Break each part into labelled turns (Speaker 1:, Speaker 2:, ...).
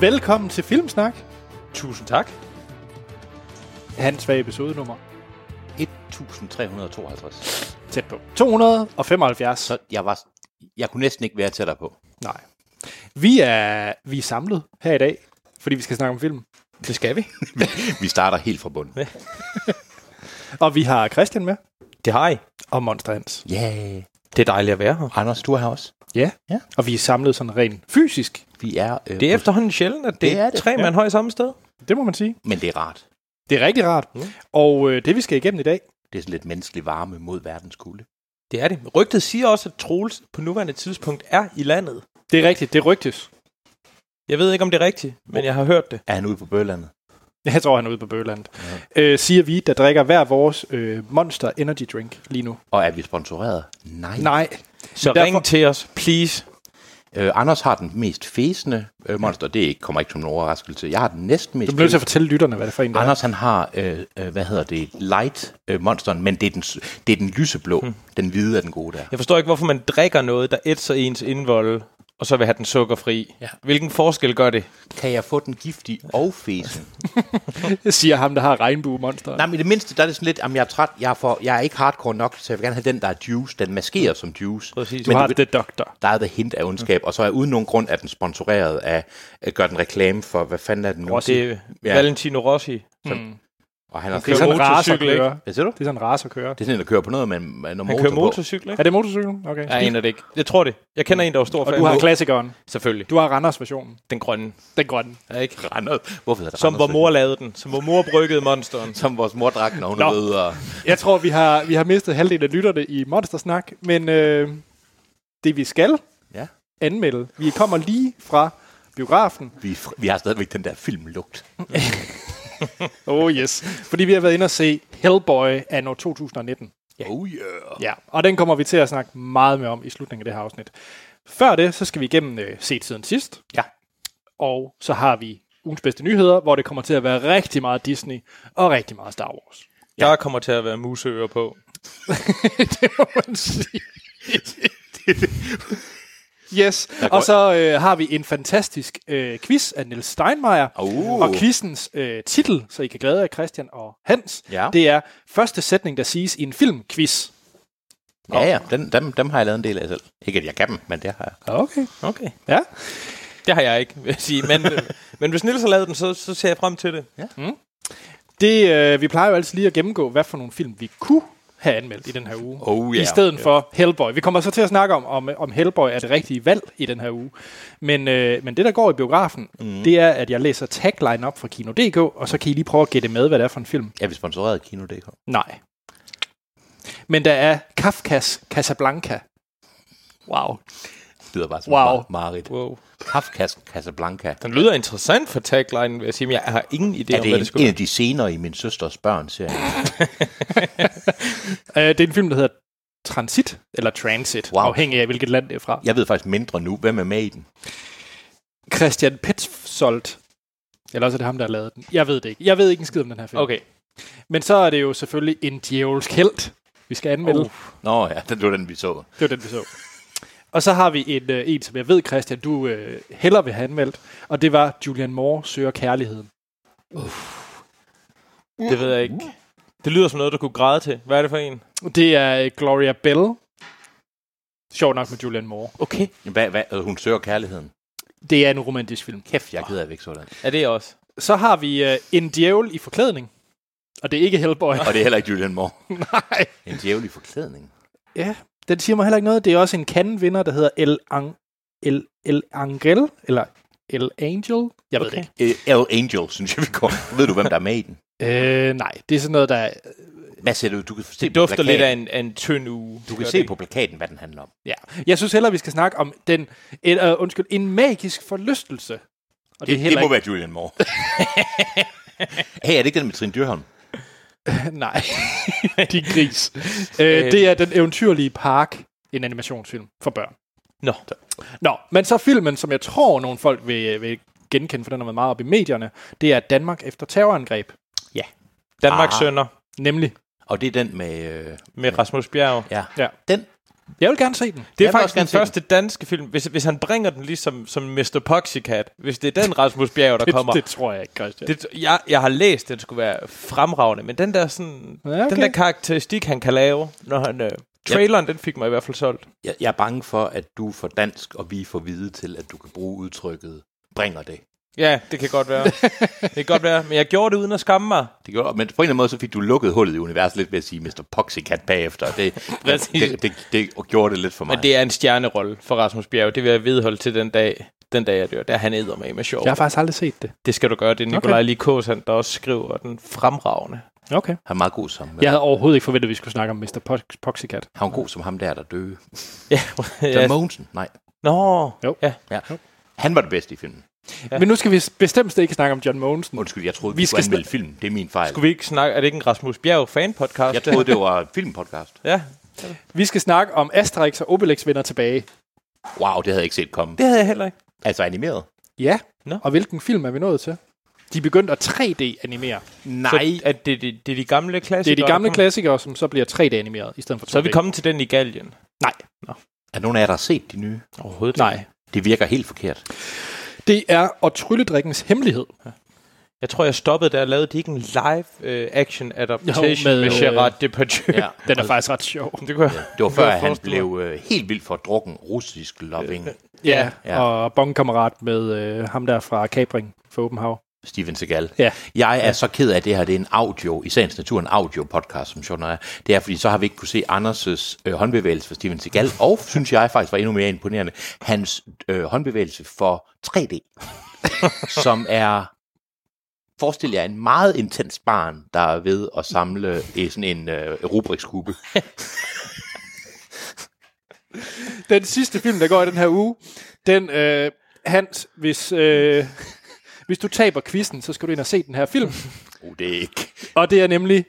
Speaker 1: Velkommen til Filmsnak,
Speaker 2: Tusind tak.
Speaker 1: hans svage episode nummer
Speaker 2: 1352.
Speaker 1: tæt på. 275.
Speaker 2: Så jeg var... Jeg kunne næsten ikke være tættere på.
Speaker 1: Nej. Vi er, vi er samlet her i dag, fordi vi skal snakke om film.
Speaker 3: Det skal vi.
Speaker 2: Vi starter helt fra bunden.
Speaker 1: Og vi har Christian med,
Speaker 3: Det har I.
Speaker 1: og Monster Hans.
Speaker 2: Ja. Yeah.
Speaker 3: Det er dejligt at være her.
Speaker 2: Anders, du er her også.
Speaker 1: Ja.
Speaker 2: Ja.
Speaker 1: Og vi er samlet sådan rent fysisk,
Speaker 2: Vi er... Øh,
Speaker 3: Det er efterhånden sjældent, at det,
Speaker 2: Det
Speaker 3: det
Speaker 2: er
Speaker 3: er
Speaker 2: det,
Speaker 3: tre
Speaker 1: ja.
Speaker 3: mand høj samme sted.
Speaker 1: det må man sige.
Speaker 2: Men det er rart.
Speaker 1: Det er rigtig rart.
Speaker 3: Mm.
Speaker 1: Og øh, det vi skal igennem i dag,
Speaker 2: Det er sådan lidt menneskelig varme mod verdens kulde.
Speaker 3: Det er det. Rygtet siger også, at Troels på nuværende tidspunkt er i landet.
Speaker 1: det er rigtigt, det rygtes.
Speaker 3: Jeg ved ikke, om det er rigtigt, men jeg har hørt det.
Speaker 2: Er han ude på bøllandet?
Speaker 1: Jeg tror, han er ude på Bøland. Ja. Øh, siger vi, der drikker hver vores øh, Monster Energy Drink lige nu.
Speaker 2: Og er vi sponsoreret? Nej.
Speaker 1: Nej.
Speaker 3: Så
Speaker 1: derfor-
Speaker 3: Derfor... ring til os, please.
Speaker 2: Øh, Anders har den mest fæsende øh, monster. Det er ikke, kommer ikke som en overraskelse. Jeg har den næsten mest
Speaker 1: Du bliver nødt til at fortælle lytterne, hvad det er for en, der er.
Speaker 2: Anders han har, øh, øh, hvad hedder det, light øh, monsteren, men det er den, s- det er den lyseblå. Hmm. Den hvide er den gode der.
Speaker 3: Jeg forstår ikke, hvorfor man drikker noget, der ætser ens indvolde, og så vil have den sukkerfri. Ja. Hvilken forskel gør det?
Speaker 2: Kan jeg få den giftige og fæsen?
Speaker 1: siger ham, der har regnbue-monster.
Speaker 2: Nej, men i det mindste, der er det sådan lidt, at jeg er træt, jeg er, for, jeg er ikke hardcore nok, så jeg vil gerne have den, der er juice, den maskerer som juice.
Speaker 3: Præcis.
Speaker 1: Du
Speaker 2: Men
Speaker 1: har
Speaker 2: du, ved-
Speaker 1: The Doctor.
Speaker 2: der er the hint af ondskab, og så er uden nogen grund, at den sponsoreret af, at gøre den reklame for, hvad fanden er den nu?
Speaker 3: Det er
Speaker 2: Ja.
Speaker 3: ja. Valentino Rossi.
Speaker 1: Mm.
Speaker 2: og han har
Speaker 1: Det er
Speaker 2: kørt,
Speaker 3: kører
Speaker 1: sådan en race at
Speaker 3: motorcykel, ikke?
Speaker 1: køre.
Speaker 2: hvad siger du?
Speaker 1: Det er sådan en race at køre.
Speaker 2: Det er sådan en, der kører på noget med, en- med
Speaker 3: Han
Speaker 2: noget
Speaker 3: kører
Speaker 2: motor, på.
Speaker 3: motorcykel,
Speaker 1: Er
Speaker 3: ikke?
Speaker 1: det motorcyklen? Okay.
Speaker 3: Jeg aner det ikke. Jeg tror det. Jeg kender en, der var stor
Speaker 1: Og
Speaker 3: fan.
Speaker 1: du har
Speaker 3: af-
Speaker 1: klassikeren.
Speaker 3: Selvfølgelig.
Speaker 1: Du har Randers-versionen.
Speaker 3: Den grønne.
Speaker 1: Den grønne.
Speaker 3: Ja, ikke?
Speaker 2: Randers. Hvorfor hedder det
Speaker 3: Som hvor
Speaker 2: Randers?
Speaker 3: mor lavede den. Som hvor mor bryggede monsteren.
Speaker 2: Som vores mor drak, når hun
Speaker 1: Nå.
Speaker 2: er ved, og
Speaker 1: Jeg tror, vi har, vi har mistet halvdelen af lytterne i Monstersnak, men øh, det vi skal
Speaker 2: Ja.
Speaker 1: anmelde, vi kommer lige fra biografen.
Speaker 2: vi, er fri- vi har stadigvæk den der filmlugt.
Speaker 1: Oh yes. Fordi vi har været inde og se Hellboy af 2019.
Speaker 2: Ja. Oh yeah.
Speaker 1: Ja, og den kommer vi til at snakke meget mere om i slutningen af det her afsnit. Før det, så skal vi igennem øh, set siden sidst.
Speaker 2: Ja.
Speaker 1: Og så har vi ugens bedste nyheder, hvor det kommer til at være rigtig meget Disney og rigtig meget Star Wars.
Speaker 3: Der kommer til at være musøer på.
Speaker 1: det må man sige. yes,
Speaker 2: går-
Speaker 1: og så øh, har vi en fantastisk øh, quiz af Niels Steinmeier.
Speaker 2: Oh.
Speaker 1: Og quizens øh, titel, så I kan glæde jer, Christian og Hans,
Speaker 2: Ja.
Speaker 1: det er første sætning, der siges i en filmquiz.
Speaker 2: Ja, ja. Den, dem, dem har jeg lavet en del af selv. Ikke, at jeg kan dem, men det har jeg.
Speaker 1: Okay.
Speaker 3: Okay.
Speaker 1: Ja.
Speaker 3: Det har jeg ikke, vil jeg sige. Men, øh, men hvis Nils har lavet den, så, så ser jeg frem til det.
Speaker 1: Det, øh, vi plejer jo altid lige at gennemgå, hvad for nogle film vi kunne have anmeldt i den her uge.
Speaker 2: Oh
Speaker 1: I stedet for Hellboy. Vi kommer så til at snakke om, om, om Hellboy er det rigtige valg i den her uge. Men, øh, men det, der går i biografen, mm. det er, at jeg læser tagline op fra Kino.dk, og så kan I lige prøve at gætte med, hvad det er for en film.
Speaker 2: Er vi sponsoreret af Kino.dk?
Speaker 1: Nej. Men der er Kafkas Casablanca. Wow.
Speaker 2: Det lyder bare som
Speaker 1: Wow.
Speaker 2: wow. Marit.
Speaker 3: Wow.
Speaker 2: Kafkas Casablanca.
Speaker 3: Den lyder interessant for taglinen, vil jeg sige. Men jeg har ingen idé
Speaker 2: Er
Speaker 3: om, hvad det
Speaker 2: det en, en
Speaker 3: skulle
Speaker 2: af de scener i min søsters børn serie?
Speaker 1: Øh, det er en film, der hedder Transit, eller Transit, wow.
Speaker 2: Wow.
Speaker 1: afhængig af, hvilket land det er fra.
Speaker 2: Jeg ved faktisk mindre nu. Hvem er med i den?
Speaker 1: Christian Petzold. Eller også er det ham, der har lavet den. Jeg ved det ikke. Jeg ved ikke en skid om den her film.
Speaker 3: Okay.
Speaker 1: Men så er det jo selvfølgelig en djævelsk held, vi skal anmelde.
Speaker 3: Oh.
Speaker 2: Nå ja, det var den, vi så.
Speaker 1: Det var den, vi så. Og så har vi en, øh, en som jeg ved, Christian, du øh, hellere vil have anmeldt, og det var Julian Moore søger kærligheden.
Speaker 3: Det ved jeg
Speaker 2: Uh.
Speaker 3: ikke. Det lyder som noget, du kunne græde til. Hvad er det for en?
Speaker 1: Det er øh, Gloria Bell. Sjovt nok med Julian Moore.
Speaker 3: Okay.
Speaker 2: Hvad, hvad, øh, hun søger kærligheden.
Speaker 1: Det er en romantisk film.
Speaker 2: Kæft, jeg er ked af, at vi ikke så den.
Speaker 3: Er det også?
Speaker 1: Så har vi øh, En djævel i forklædning. Og det er ikke Hellboy.
Speaker 2: Og det er heller ikke Julian Moore.
Speaker 1: Nej.
Speaker 2: En djævel i forklædning.
Speaker 1: Ja, den siger mig heller ikke noget. Det er også en kandenvinder, der hedder El, Ang- El, El Angel, eller El Angel. Jeg ved
Speaker 3: Okay.
Speaker 1: det ikke.
Speaker 2: Øh, El Angel, synes jeg, vi går. Ved du, hvem der er med i den?
Speaker 1: Øh, nej, det er sådan noget, der er
Speaker 2: Hvad ser du? Du kan se
Speaker 3: Det dufter
Speaker 2: på
Speaker 3: lidt af
Speaker 2: plakaten.
Speaker 3: en, af en tynd uge.
Speaker 2: Du kan
Speaker 3: Gør
Speaker 2: se
Speaker 3: det
Speaker 2: på plakaten, hvad den handler om.
Speaker 1: Ja, jeg synes hellere, vi skal snakke om den, en, uh, undskyld, en magisk forlystelse. Og det, er
Speaker 2: Det
Speaker 1: heller
Speaker 2: må være Julian Moore. hey, er det ikke den med Trine Dyrholm?
Speaker 1: ikke... Nej, din gris. øh, det er Den eventyrlige park, en animationsfilm for børn.
Speaker 3: Nå.
Speaker 1: Nå, men så filmen, som jeg tror, nogle folk vil, øh, vil genkende, for den har været meget op i medierne, det er Danmark efter terrorangreb.
Speaker 3: Danmarks
Speaker 2: Ah.
Speaker 3: sønner
Speaker 1: Nemlig,
Speaker 2: Og det er den med... Øh,
Speaker 3: med Rasmus Bjerg.
Speaker 2: ja.
Speaker 1: Ja.
Speaker 2: Den
Speaker 1: Jeg vil gerne se den.
Speaker 3: Det er
Speaker 2: Jeg vil også
Speaker 3: faktisk
Speaker 2: gerne
Speaker 3: den
Speaker 2: se den.
Speaker 3: første danske film. Hvis, hvis han bringer den ligesom som Mr. Poxycat, hvis det er den Rasmus Bjerg, der kommer.
Speaker 1: Det, det tror jeg ikke, Christian. Det,
Speaker 3: Det, jeg, jeg har læst, at den skulle være fremragende, men den der, sådan,
Speaker 1: Ja,
Speaker 3: ja,
Speaker 1: okay.
Speaker 3: okay. den der karakteristik, han kan lave, når han... Øh, traileren, den fik mig i hvert fald solgt.
Speaker 2: Jeg, jeg er bange for, at du er for dansk, og vi er for hvide til, at du kan bruge udtrykket bringer det.
Speaker 3: Ja, det kan godt være. det kan godt være, men jeg gjorde det uden at skamme mig.
Speaker 2: det gjorde, men på en eller anden måde, så fik du lukket hullet i universet lidt ved at sige Mr. Poxycat bagefter. Det, det, det, det, det gjorde det lidt for mig.
Speaker 3: Men det er en stjernerolle for Rasmus Bjerg. Det vil jeg vedholde til den dag, den dag jeg dør. Der er han æder med med sjov.
Speaker 1: jeg
Speaker 3: Ja.
Speaker 1: har faktisk aldrig set det.
Speaker 3: Det skal du gøre. Det er Nikolaj okay. Likåsand, der også skriver den fremragende.
Speaker 1: Okay.
Speaker 2: Han er meget god som,
Speaker 1: Jeg
Speaker 2: ja.
Speaker 1: havde overhovedet ikke forventet, at vi skulle snakke om Mr. Pox- Poxycat.
Speaker 2: han er god som ham der, der døde.
Speaker 3: Ja,
Speaker 2: Ja.
Speaker 3: ja.
Speaker 2: Mogensen? Nej.
Speaker 3: Nå,
Speaker 1: Jo.
Speaker 3: ja.
Speaker 2: Ja. Han var det bedste i filmen.
Speaker 1: Ja. Men nu skal vi s- bestemt ikke snakke om John Mogensen.
Speaker 2: Undskyld, jeg troede,
Speaker 1: Vi
Speaker 2: vi, vi skulle
Speaker 1: skal
Speaker 2: anmelde film. Det er min fejl.
Speaker 3: Skulle vi ikke snakke? Er det ikke en Rasmus Bjerg fan-podcast?
Speaker 2: Jeg troede, det var en filmpodcast.
Speaker 3: Ja,
Speaker 1: Vi skal snakke om Asterix og Obelix vender tilbage.
Speaker 2: Wow, det havde jeg ikke set komme.
Speaker 3: det havde jeg heller ikke.
Speaker 2: Altså animeret?
Speaker 1: Ja.
Speaker 3: Nå.
Speaker 1: Og hvilken film er vi nået til? De er begyndt at 3D-animere.
Speaker 2: Nej.
Speaker 3: Så, at det, det, det er de gamle
Speaker 1: Det er
Speaker 3: klassikere.
Speaker 1: de gamle
Speaker 3: der kommer.
Speaker 1: klassikere, som så bliver 3D-animeret i stedet for 2D.
Speaker 3: Så er vi kommet til den i Galgen.
Speaker 1: Nej,
Speaker 2: Er nogen af jer, der har set de nye?
Speaker 3: Overhovedet
Speaker 1: nej.
Speaker 2: Det virker helt forkert.
Speaker 1: Det er og trylledrikkens hemmelighed.
Speaker 3: Jeg tror, jeg stoppede der og lavede de ikke en live øh, action adaptation
Speaker 1: Jo, med,
Speaker 3: med, med
Speaker 1: øh,
Speaker 3: Gerard Depardieu.
Speaker 2: Ja.
Speaker 1: Den er faktisk ret sjov.
Speaker 3: Det kunne jeg.
Speaker 2: Det var før,
Speaker 3: Jeg
Speaker 2: han
Speaker 3: forestiller
Speaker 2: blev øh, helt vildt for drukken russisk loving.
Speaker 1: Ja, ja.
Speaker 2: Ja.
Speaker 1: og bongkammerat med øh, ham der fra Kabring for Åben Hav.
Speaker 2: Steven Seagal.
Speaker 1: Ja.
Speaker 2: Jeg er så ked af at det her. Det er en audio, i sagens natur en audio-podcast, som sjovt nok er. Det er, fordi så har vi ikke kunne se Anders' øh, håndbevægelse for Steven Seagal, og synes jeg faktisk var endnu mere imponerende, hans øh, håndbevægelse for 3D, som er, forestil jer, en meget intens barn, der er ved at samle i sådan en øh, rubrikskube.
Speaker 1: Den sidste film, der går i den her uge, den, øh, Hans, hvis, øh, hvis du taber quizzen, så skal du ind og se den her film.
Speaker 2: Oh, det er ikke...
Speaker 1: Og det er nemlig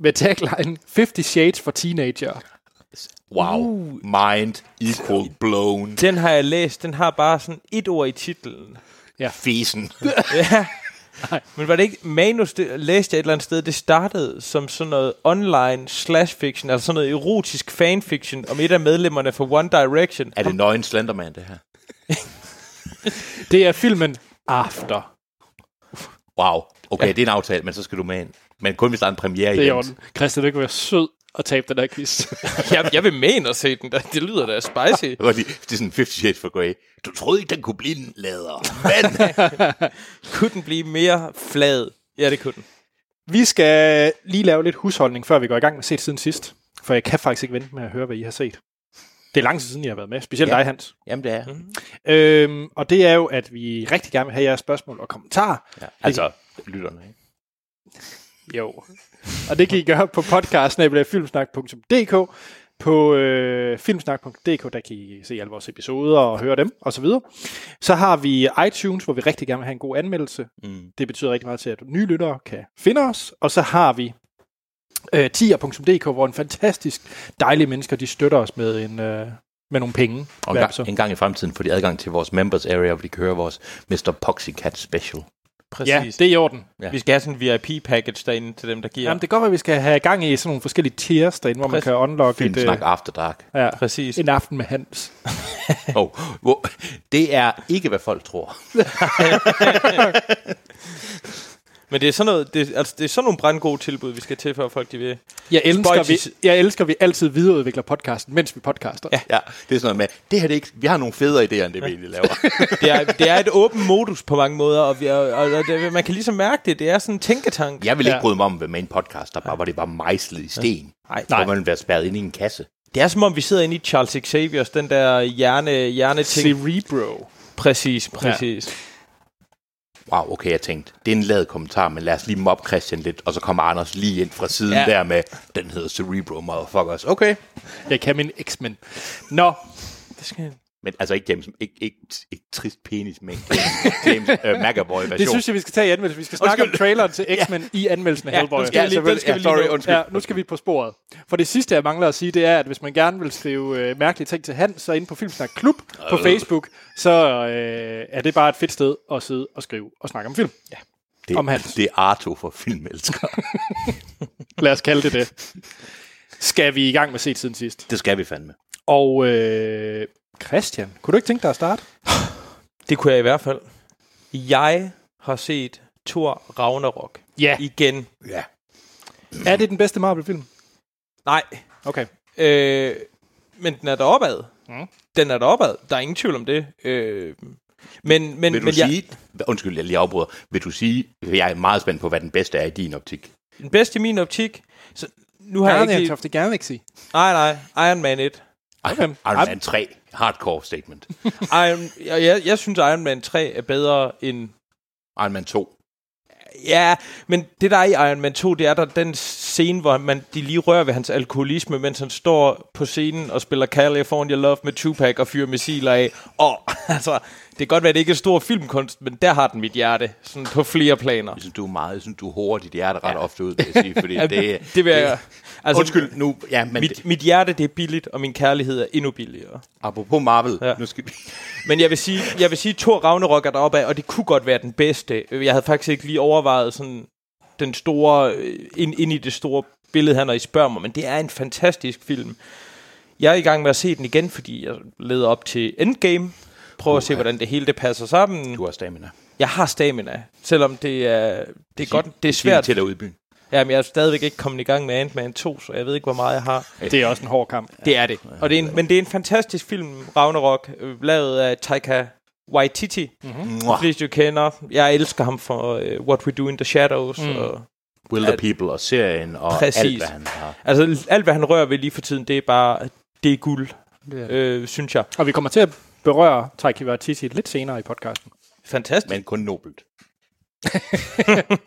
Speaker 1: med tagline 50 Shades for Teenager.
Speaker 2: Wow. Mind equal blown.
Speaker 3: Den har jeg læst. Den har bare sådan et ord i titlen.
Speaker 2: Fisen.
Speaker 3: Ja. Men var det ikke manus, det læste jeg et eller andet sted, det startede som sådan noget online slash fiction, altså sådan noget erotisk fanfiction om et af medlemmerne for One Direction.
Speaker 2: Er det nøgen Slenderman, det her?
Speaker 1: Det er filmen After.
Speaker 2: Wow. Okay, ja. det er en aftale, men så skal du med ind. Men kun hvis der er en premiere
Speaker 1: Det er
Speaker 2: i
Speaker 1: jo Christian, det kunne være sød at tabe den her quiz.
Speaker 3: Altså, Jeg, jeg vil mene at se den, der. det lyder da spicy.
Speaker 2: Det var lige- det er sådan 50 Shades for Grey. Du troede ikke, den kunne blive en lader. Men
Speaker 3: Kunne den blive mere flad? Ja, det kunne den.
Speaker 1: Vi skal lige lave lidt husholdning, før vi går i gang med set siden sidst. For jeg kan faktisk ikke vente med at høre, hvad I har set. Det er lang tid siden, jeg har været med. Specielt ja.
Speaker 2: Ja.
Speaker 1: dig, Hans.
Speaker 2: Jamen, det er.
Speaker 1: Mm. Øhm, og det er jo, at vi rigtig gerne vil have jeres spørgsmål og kommentarer.
Speaker 2: Ja, altså, lytterne. Ikke?
Speaker 1: Jo. Og det kan I gøre på podcast.filmsnak.dk. På øh, filmsnak.dk, der kan I se alle vores episoder og høre dem osv. Så, videre. så har vi iTunes, hvor vi rigtig gerne vil have en god anmeldelse.
Speaker 2: Mm.
Speaker 1: Det betyder rigtig meget til, at nye lyttere kan finde os. Og så har vi øh, tier.dk, hvor en fantastisk dejlige mennesker, de støtter os med, en, øh, med nogle penge.
Speaker 2: Og en
Speaker 1: Hvad er det
Speaker 2: gang,
Speaker 1: så?
Speaker 2: en gang i fremtiden får de adgang til vores members area, hvor de kan høre vores Mr. Poxycat special.
Speaker 1: Ja,
Speaker 3: Præcis.
Speaker 1: det er i orden.
Speaker 2: Ja.
Speaker 3: Vi skal have sådan en VIP-package derinde til dem, der giver.
Speaker 1: Jamen, det kan godt være, at vi skal have gang i sådan nogle forskellige tiers derinde, hvor man
Speaker 3: Præcis.
Speaker 1: kan unlock
Speaker 2: Film
Speaker 1: et, øh,
Speaker 2: Snak After Dark.
Speaker 1: ja,
Speaker 3: Præcis.
Speaker 1: en aften med Hans.
Speaker 2: Oh, hvor, det er ikke, hvad folk tror.
Speaker 3: Men det er sådan, noget, det, altså, det er sådan nogle brandgode tilbud, vi skal til, for at folk de vil.
Speaker 1: Jeg elsker,
Speaker 3: Spøjtis.
Speaker 1: vi, jeg elsker, at vi altid videreudvikler podcasten, mens vi podcaster. Ja.
Speaker 2: Ja, det er sådan noget med, det her det er ikke, vi har nogle federe idéer, end det vi egentlig laver.
Speaker 3: Det er, det er et åbent modus på mange måder, og, vi er, og og det, man kan ligesom mærke det. Det er sådan en tænketank.
Speaker 2: Jeg vil ikke
Speaker 1: Ja.
Speaker 2: bryde mig om at være med i en podcast, der bare, hvor det bare mejslet i sten.
Speaker 3: Nej,
Speaker 2: Hvor man ville være spærret ind i en kasse.
Speaker 3: Det er som om, vi sidder inde i Charles Xavier's, den der hjerne, hjerneting.
Speaker 1: Cerebro.
Speaker 3: Præcis, præcis.
Speaker 2: Wow, okay, jeg tænkte, det er en lavet kommentar, men lad os lige mobbe Christian lidt, og så kommer Anders lige ind fra siden
Speaker 3: Ja.
Speaker 2: ja. der med, den hedder Cerebro Motherfuckers. Okay.
Speaker 1: Jeg kan min X-Men. Nå,
Speaker 3: Det skal...
Speaker 2: Men altså ikke James, ikke, ikke, ikke trist penis, men James øh, McAvoy version.
Speaker 1: det synes jeg, vi skal tage i anmeldelse. Vi skal snakke
Speaker 2: Undskyld.
Speaker 1: om traileren til X-Men ja. i anmeldelsen af
Speaker 3: Ja,
Speaker 1: Hellboy.
Speaker 3: den skal vi lige- den
Speaker 1: selvfølgelig.
Speaker 3: skal vi lige
Speaker 2: nå.
Speaker 1: Ja, nu skal vi på sporet. For det sidste, jeg mangler at sige, det er, at hvis man gerne vil skrive øh, mærkelige ting til Hans, så inde på Filmsnak Klub på Facebook, så øh, er det bare et fedt sted at sidde og skrive og snakke om film. Ja.
Speaker 2: det,
Speaker 1: om Hans.
Speaker 2: Det er Arto for filmelsker.
Speaker 1: Lad os kalde det det. Skal vi i gang med set siden sidst?
Speaker 2: det skal vi fandme.
Speaker 1: Og øh, Christian, kunne du ikke tænke dig at starte?
Speaker 3: Det kunne jeg i hvert fald. Jeg har set Thor Ragnarok
Speaker 1: Ja.
Speaker 3: igen.
Speaker 2: Ja.
Speaker 1: Er det den bedste Marvel-film?
Speaker 3: Nej,
Speaker 1: Okay.
Speaker 3: øh, men den er deroppe ad.
Speaker 1: Mm.
Speaker 3: Den er deroppe ad. Der er ingen tvivl om det. Øh, men, men,
Speaker 2: Vil du
Speaker 3: men jeg,
Speaker 2: sige, undskyld, jeg lige afbryder, vil du sige, jeg er meget spændt på, hvad den bedste er i din optik.
Speaker 3: den bedste i min optik... Så nu har jeg
Speaker 1: Guardians
Speaker 3: ikke...
Speaker 1: of the Galaxy.
Speaker 3: Nej, nej. Iron Man 1.
Speaker 1: Okay.
Speaker 2: Iron Man 3, hardcore statement.
Speaker 3: Iron, jeg, jeg, jeg synes, Iron Man 3 er bedre end...
Speaker 2: Iron Man 2.
Speaker 3: Ja, men det der er i Iron Man 2, det er der den scene, hvor man, de lige rører ved hans alkoholisme, mens han står på scenen og spiller California Love med Tupac og fyrer missiler af. Og altså, det kan godt være, at det ikke er stor filmkunst, men der har den mit hjerte, sådan på flere planer.
Speaker 2: Jeg synes, du er meget, jeg synes, du er hårdt i dit hjerte ret ofte ud, vil jeg sige, fordi det,
Speaker 3: det vil jeg...
Speaker 2: Altså, undskyld nu, ja, men
Speaker 3: Mit,
Speaker 2: mit,
Speaker 3: mit hjerte, det er billigt, og min kærlighed er endnu billigere.
Speaker 2: apropos Marvel,
Speaker 3: Ja.
Speaker 2: ja. nu skal vi...
Speaker 3: Men jeg vil sige, jeg vil sige Thor Ragnarok er deroppe af, og det kunne godt være den bedste. Jeg havde faktisk ikke lige overvejet sådan den store, øh, ind, ind i det store billede her, når I spørger mig, men det er en fantastisk film. Jeg er i gang med at se den igen, fordi jeg leder op til Endgame. Prøver at se, hvordan det hele det passer sammen.
Speaker 2: Du har stamina.
Speaker 3: Jeg har stamina, selvom det er, det er, godt, det er
Speaker 2: Sig det
Speaker 3: svært. Mm.
Speaker 2: til dig ude i byen.
Speaker 3: Jamen, jeg er stadigvæk ikke kommet i gang med Ant-Man 2, så jeg ved ikke, hvor meget jeg har.
Speaker 1: Det er også en hård kamp.
Speaker 3: Det er det. Og det er en, men det er en fantastisk film, Ragnarok, øh, lavet af Taika Waititi,
Speaker 2: Mwah.
Speaker 3: fleste jo kender. Jeg elsker ham for uh, What We Do in the Shadows. Mm. Og,
Speaker 2: Will the People og serien og Præcis.
Speaker 3: Præcis.
Speaker 2: alt, hvad han har.
Speaker 3: altså, alt hvad han rører ved lige for tiden, det er bare, det er guld, øh, synes jeg.
Speaker 1: Og vi kommer til at berøre Taiki Waititi lidt senere i podcasten.
Speaker 3: Fantastisk. Men.
Speaker 2: Men kun nobelt.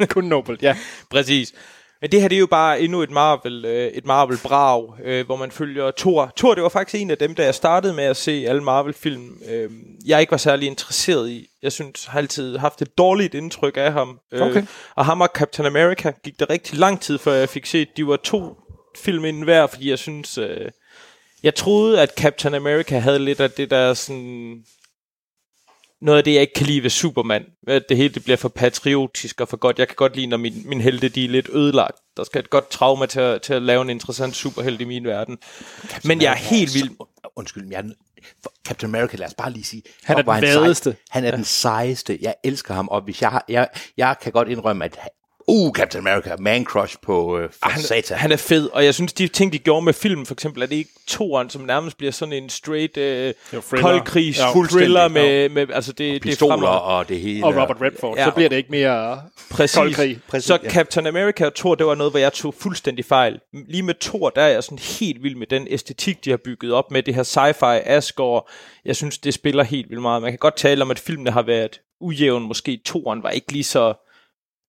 Speaker 1: Kun Nobel, ja.
Speaker 3: Præcis. Men det her, det er jo bare endnu et Marvel, øh, et Marvel brav, øh, hvor man følger Thor. Thor, det var faktisk en af dem, da jeg startede med at se alle Marvel-film, øh, jeg ikke var særlig interesseret i. Jeg synes, har altid haft et dårligt indtryk af ham. Øh,
Speaker 1: Okay.
Speaker 3: Og ham og Captain America gik der rigtig lang tid, før jeg fik set. De var to film inden hver, fordi jeg synes... Øh, jeg troede, at Captain America havde lidt af det der sådan... Noget af det, jeg ikke kan lide ved Superman. At det hele det bliver for patriotisk og for godt. Jeg kan godt lide, når min, min helte de er lidt ødelagt. Der skal et godt trauma til at, til at lave en interessant superhelt i min verden. Men jeg er helt vild.
Speaker 2: Undskyld, men jeg er nød- for Captain America, lad os bare lige sige.
Speaker 1: Han er
Speaker 2: hvor
Speaker 1: den
Speaker 2: sej.
Speaker 1: vadeste.
Speaker 2: Han er den sejeste. Jeg elsker ham, og hvis jeg, har, jeg, jeg kan godt indrømme, at uh, Captain America, man crush på uh, for han, satan.
Speaker 3: Ah, Han er fed, og jeg synes, de ting, de gjorde med filmen, for eksempel, at det ikke toeren, som nærmest bliver sådan en straight øh,
Speaker 1: Jo, thriller.
Speaker 3: koldkrigs
Speaker 1: Ja,
Speaker 3: ja, thriller
Speaker 2: fuldstændig.
Speaker 3: med, med, altså det, det er
Speaker 2: Pistoler
Speaker 3: fremragende.
Speaker 2: og det hele.
Speaker 1: Og Robert Redford.
Speaker 3: Ja.
Speaker 1: Ja. Så bliver det ikke mere
Speaker 3: Præcis.
Speaker 1: kold krig.
Speaker 2: Præcis,
Speaker 3: så
Speaker 2: ja.
Speaker 3: Captain America og Thor, det var noget, hvor jeg tog fuldstændig fejl. Lige med Thor, der er jeg sådan helt vild med den æstetik, de har bygget op med det her sci-fi Asgore. Jeg synes, det spiller helt vildt meget. Man kan godt tale om, at filmene har været ujævn. Måske Toren var ikke lige så,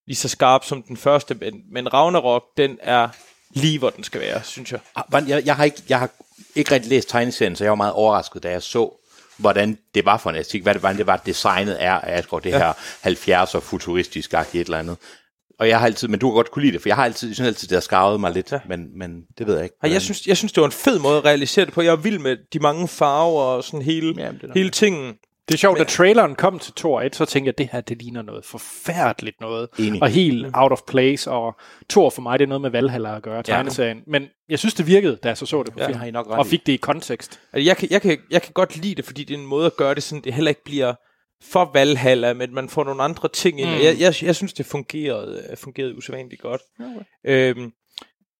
Speaker 3: lige så skarp som den første, men, men Ragnarok, den er lige, hvor den skal være, synes jeg.
Speaker 2: Ah, hvordan- Jeg, jeg, har ikke, jeg har ikke rigtig læst tegneserien, så jeg var meget overrasket, da jeg så, hvordan det var for en æstetik, hvad det, hvordan det var designet er af Asgård, det ja. her 70'er futuristisk et eller andet. Og jeg har altid, men du har godt kunne lide det, for jeg har altid, jeg synes altid, det har skarvet mig lidt, ja. men, men det ved jeg ikke.
Speaker 3: Og
Speaker 2: hvordan-
Speaker 3: jeg synes, jeg synes, det var en fed måde at realisere det på. Jeg er vild med de mange farver og sådan hele,
Speaker 2: Jamen, det er nok
Speaker 3: hele tingen.
Speaker 1: Det er sjovt, da traileren kom til Thor 1, så tænkte jeg, at det her, det ligner noget forfærdeligt noget.
Speaker 2: Enig.
Speaker 1: Og helt out of place, og Thor for mig, det er noget med Valhalla at gøre, tegneserien. Men jeg synes, det virkede, da jeg så så det på
Speaker 3: Ja,
Speaker 1: film.
Speaker 2: har I nok ret
Speaker 1: og
Speaker 2: i.
Speaker 1: fik det i kontekst.
Speaker 3: Altså, jeg, kan, jeg, kan, jeg kan godt lide det, fordi det er en måde at gøre det sådan, det heller ikke bliver for Valhalla, men man får nogle andre ting ind. Mm. Jeg, jeg, jeg synes, det fungerede, øh, fungerede usædvanligt godt. Okay. Øhm,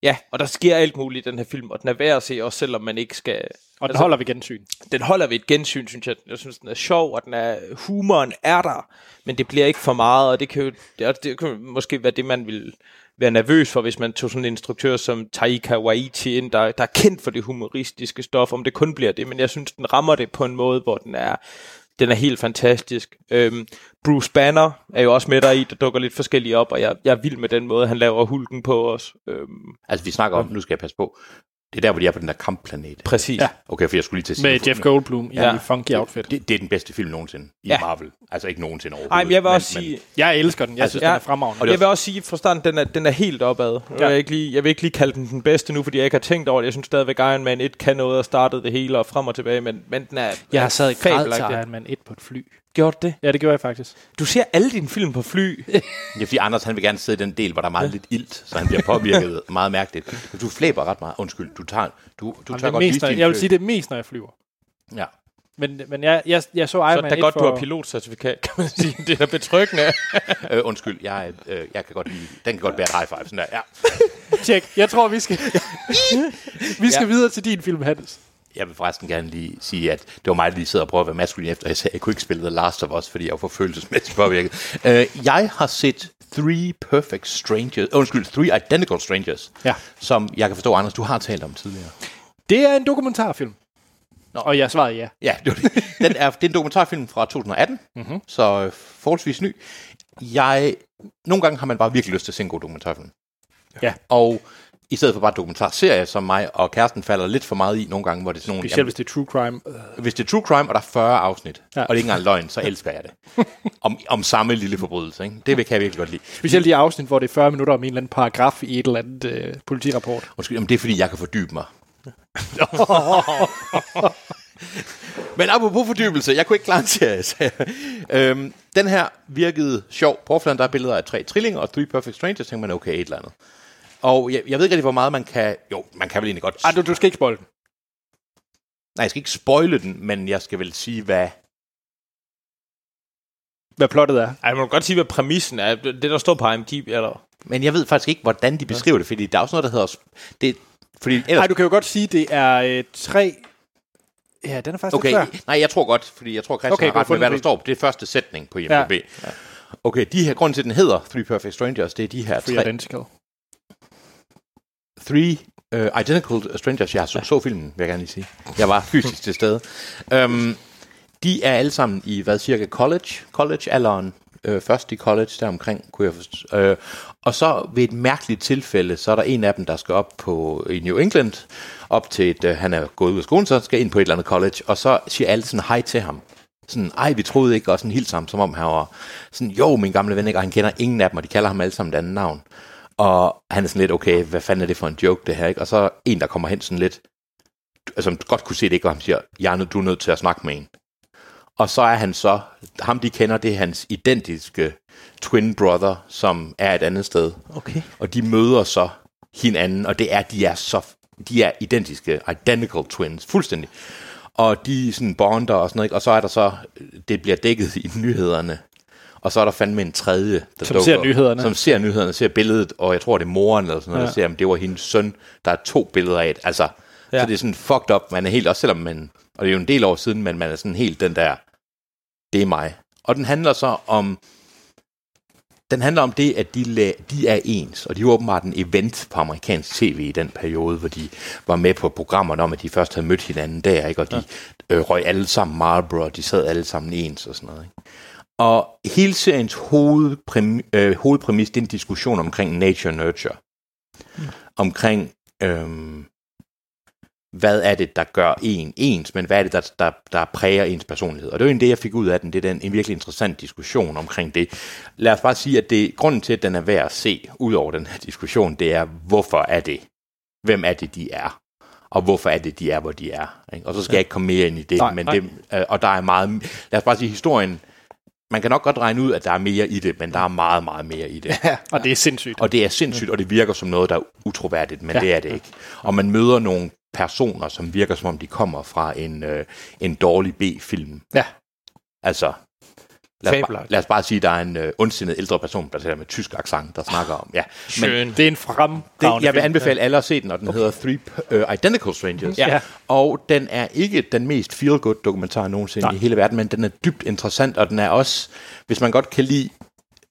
Speaker 3: ja, og der sker alt muligt i den her film, og den er værd at se, også selvom man ikke skal...
Speaker 1: Og den
Speaker 3: Altså-
Speaker 1: altså, holder vi gensyn.
Speaker 3: Den holder ved et gensyn, synes jeg. Jeg synes, den er sjov, og den er, humoren er der, men det bliver ikke for meget, og det kan jo det, er- det kan jo måske være det, man vil være nervøs for, hvis man tog sådan en instruktør som Taika Waititi ind, der, der er kendt for det humoristiske stof, om det kun bliver det, men jeg synes, den rammer det på en måde, hvor den er, den er helt fantastisk. Øhm, Bruce Banner er jo også med der i, der dukker lidt forskellige op, og jeg, jeg er vild med den måde, han laver hulken på os. Øhm,
Speaker 2: Altså, vi snakker om, nu skal jeg passe på, det er der, hvor de er på den der kampplanet.
Speaker 3: præcis. Ja.
Speaker 2: Okay, for jeg skulle lige til at sige...
Speaker 1: Med Jeff Goldblum i
Speaker 3: Ja.
Speaker 1: ja. funky outfit.
Speaker 2: det, det er den bedste film nogensinde i
Speaker 3: Ja.
Speaker 2: ja. Marvel. Altså ikke nogensinde overhovedet.
Speaker 3: Ej, men jeg vil også sige,
Speaker 1: Jeg elsker den. Jeg altså, synes,
Speaker 3: ja.
Speaker 1: den er fremragende.
Speaker 2: Og
Speaker 3: Og jeg vil også sige fra starten, den er, den er helt opad.
Speaker 1: Ja.
Speaker 3: Ja. Jeg, vil ikke lige, jeg vil ikke lige kalde den den bedste nu, fordi jeg ikke har tænkt over det. Jeg synes stadigvæk, Iron Man 1 kan noget og startede det hele og frem og tilbage, men, men den er
Speaker 1: Jeg har sad i græd til
Speaker 3: fabelagtig.
Speaker 1: Iron Man 1 på et fly.
Speaker 3: gjort det?
Speaker 1: Ja, det gjorde jeg faktisk.
Speaker 3: Du ser alle dine film på fly.
Speaker 2: Det er fordi Anders, han vil gerne sidde i den del, hvor der er meget lidt ilt, så han bliver påvirket meget mærkeligt. Du flæber ret meget. Undskyld, du tager, du, du
Speaker 1: Jamen,
Speaker 2: tager
Speaker 1: det
Speaker 2: godt vise
Speaker 1: mest, når,
Speaker 2: din
Speaker 1: jeg vil
Speaker 2: fø-
Speaker 1: sige, det er mest, når jeg flyver.
Speaker 2: Ja.
Speaker 1: Men, men jeg, jeg, jeg så Iron
Speaker 3: så
Speaker 1: Man
Speaker 3: det er
Speaker 1: 1
Speaker 3: godt,
Speaker 1: for...
Speaker 3: du har pilotcertifikat, kan man sige. Det er da betryggende.
Speaker 2: Øh, undskyld, jeg, øh, jeg kan godt lide, den kan godt være et high five. Sådan der. Ja.
Speaker 1: Tjek. Jeg tror, vi skal, vi skal ja. videre til din film, Hans.
Speaker 2: Jeg vil forresten gerne lige sige, at det var mig, der lige sidder og prøver at være maskulin efter, jeg sagde, at jeg kunne ikke spille The Last of Us, fordi jeg var for følelsesmæssigt påvirket. Øh, jeg har set Three Perfect Strangers, undskyld, Three Identical Strangers,
Speaker 1: Ja.
Speaker 2: som jeg kan forstå, Anders, du har talt om tidligere.
Speaker 1: Det er en dokumentarfilm. Nå. Og jeg svarede ja.
Speaker 2: Ja, det, var det. Den er, det er en dokumentarfilm fra 2018, mm-hmm. så øh, forholdsvis ny. Jeg, nogle gange har man bare virkelig lyst til at se en god dokumentarfilm.
Speaker 1: Ja.
Speaker 2: Og i stedet for bare dokumentarserie, som mig og kæresten falder lidt for meget i nogle gange, hvor det er sådan nogle...
Speaker 1: Specielt hvis det er true crime.
Speaker 2: hvis det er true crime, og der er 40 afsnit,
Speaker 1: Ja.
Speaker 2: ja. og det er ikke engang løgn, så elsker jeg det. Om, om samme lille forbrydelse. Ikke? Det kan jeg virkelig godt lide.
Speaker 1: Specielt de afsnit, hvor det er 40 minutter om en eller anden paragraf i et eller andet øh, politirapport.
Speaker 2: Undskyld, jamen det er fordi, jeg kan fordybe mig. Men apropos fordybelse, jeg kunne ikke klare en serie. Så, øhm, den her virkede sjov. På overfladen, der er billeder af tre trillinger og Three Perfect Strangers, tænker man, okay, et eller andet. Og jeg, jeg ved ikke rigtig, hvor meget man kan... Jo, man kan vel egentlig godt...
Speaker 1: Ej, du, du skal ikke spoil den.
Speaker 2: Nej, jeg skal ikke spoile den, men jeg skal vel sige, hvad...
Speaker 1: Hvad plottet er.
Speaker 3: Ej, man må godt sige, hvad præmissen er. Det, der står på IMDb, eller...
Speaker 2: Men jeg ved faktisk ikke, hvordan de beskriver det, fordi der er også noget, der hedder... sp- Det, fordi ellers
Speaker 1: Nej, du kan jo godt sige, det er øh, tre... Ja, den er faktisk
Speaker 2: Okay,
Speaker 1: lidt svær.
Speaker 2: nej, jeg tror godt, fordi jeg tror, Christian
Speaker 1: Okay,
Speaker 2: okay, har
Speaker 1: godt
Speaker 2: ret med,
Speaker 1: fundet,
Speaker 2: hvad der
Speaker 1: fordi-
Speaker 2: står på. Det er første sætning på IMDb. Ja. Okay, de her, grunden til, at den hedder Three Perfect Strangers, det er de her
Speaker 1: Free
Speaker 2: tre,
Speaker 1: Identical.
Speaker 2: three uh, Identical Strangers. Jeg så, så filmen, vil jeg gerne lige sige. Jeg var fysisk til stede. Um, de er alle sammen i, hvad cirka, college? College-alderen. Øh, først i college, der omkring, kunne jeg forstå. Øh, og så ved et mærkeligt tilfælde, så er der en af dem, der skal op på, i New England, op til et, øh, han er gået ud af skolen, så han skal ind på et eller andet college, og så siger alle sådan hej til ham. Sådan, ej, vi troede ikke, og sådan helt sammen, som om han var sådan, jo, min gamle ven, ikke? og han kender ingen af dem, og de kalder ham alle sammen et andet navn. Og han er sådan lidt, okay, hvad fanden er det for en joke, det her, ikke? Og så er en, der kommer hen sådan lidt, altså, som godt kunne se det ikke, og han siger, jeg er nød, du er nødt til at snakke med en. Og så er han så, ham de kender, det er hans identiske twin brother, som er et andet sted.
Speaker 3: Okay.
Speaker 2: Og de møder så hinanden, og det er, de er så, de er identiske, identical twins, fuldstændig. Og de sådan bonder og sådan noget, ikke? og så er der så, det bliver dækket i nyhederne. Og så er der fandme en tredje, der
Speaker 1: Som ser nyhederne.
Speaker 2: Som ser nyhederne, ser billedet, og jeg tror, det er moren eller sådan noget, ja. der ser, om det var hendes søn. Der er to billeder af det. Altså, ja.
Speaker 3: Ja.
Speaker 2: så det er sådan fucked up. Man er helt, også selvom man, og det er jo en del år siden, men man er sådan helt den der, det er mig. Og den handler så om, den handler om det, at de, la- de er ens, og de var åbenbart en event på amerikansk tv i den periode, hvor de var med på programmerne om, at de først havde mødt hinanden der, ikke? og de ja. øh, røg alle sammen Marlboro, og de sad alle sammen ens og sådan noget. Ikke? Og hele seriens hovedpræm, øh, hovedpræmis, det er en diskussion omkring nature-nurture. Omkring, øhm, hvad er det, der gør en ens, men hvad er det, der, der, der præger ens personlighed? Og det er jo egentlig det, jeg fik ud af den. Det er den, en virkelig interessant diskussion omkring det. Lad os bare sige, at det, grunden til, at den er værd at se, ud over den her diskussion, det er, hvorfor er det? Hvem er det, de er? Og hvorfor er det, de er, hvor de er? Ikke? Og så skal jeg ikke komme mere ind i det.
Speaker 1: Nej,
Speaker 2: men det øh, og der er meget... Lad os bare sige, historien... Man kan nok godt regne ud, at der er mere i det, men der er meget, meget mere i det.
Speaker 1: Og det er sindssygt.
Speaker 2: Og det er sindssygt, og det virker som noget, der er utroværdigt, men ja. det er det ikke. Og man møder nogle personer, som virker som om de kommer fra en, øh, en dårlig B-film.
Speaker 1: Ja.
Speaker 2: Altså, lad os, bare,
Speaker 3: Fabelagtigt.
Speaker 2: lad os bare sige, at der er en øh, ondsindet ældre person, der taler med tysk accent, der snakker om. Ja. Men
Speaker 3: Schön.
Speaker 1: Det er en fremragende
Speaker 2: det, jeg vil
Speaker 1: film.
Speaker 2: anbefale alle at se den, og den okay. hedder Three uh, Identical Strangers.
Speaker 1: Ja. Ja.
Speaker 2: Og den er ikke den mest feel-good dokumentar nogensinde Nej. i hele verden, men den er dybt interessant, og den er også, hvis man godt kan lide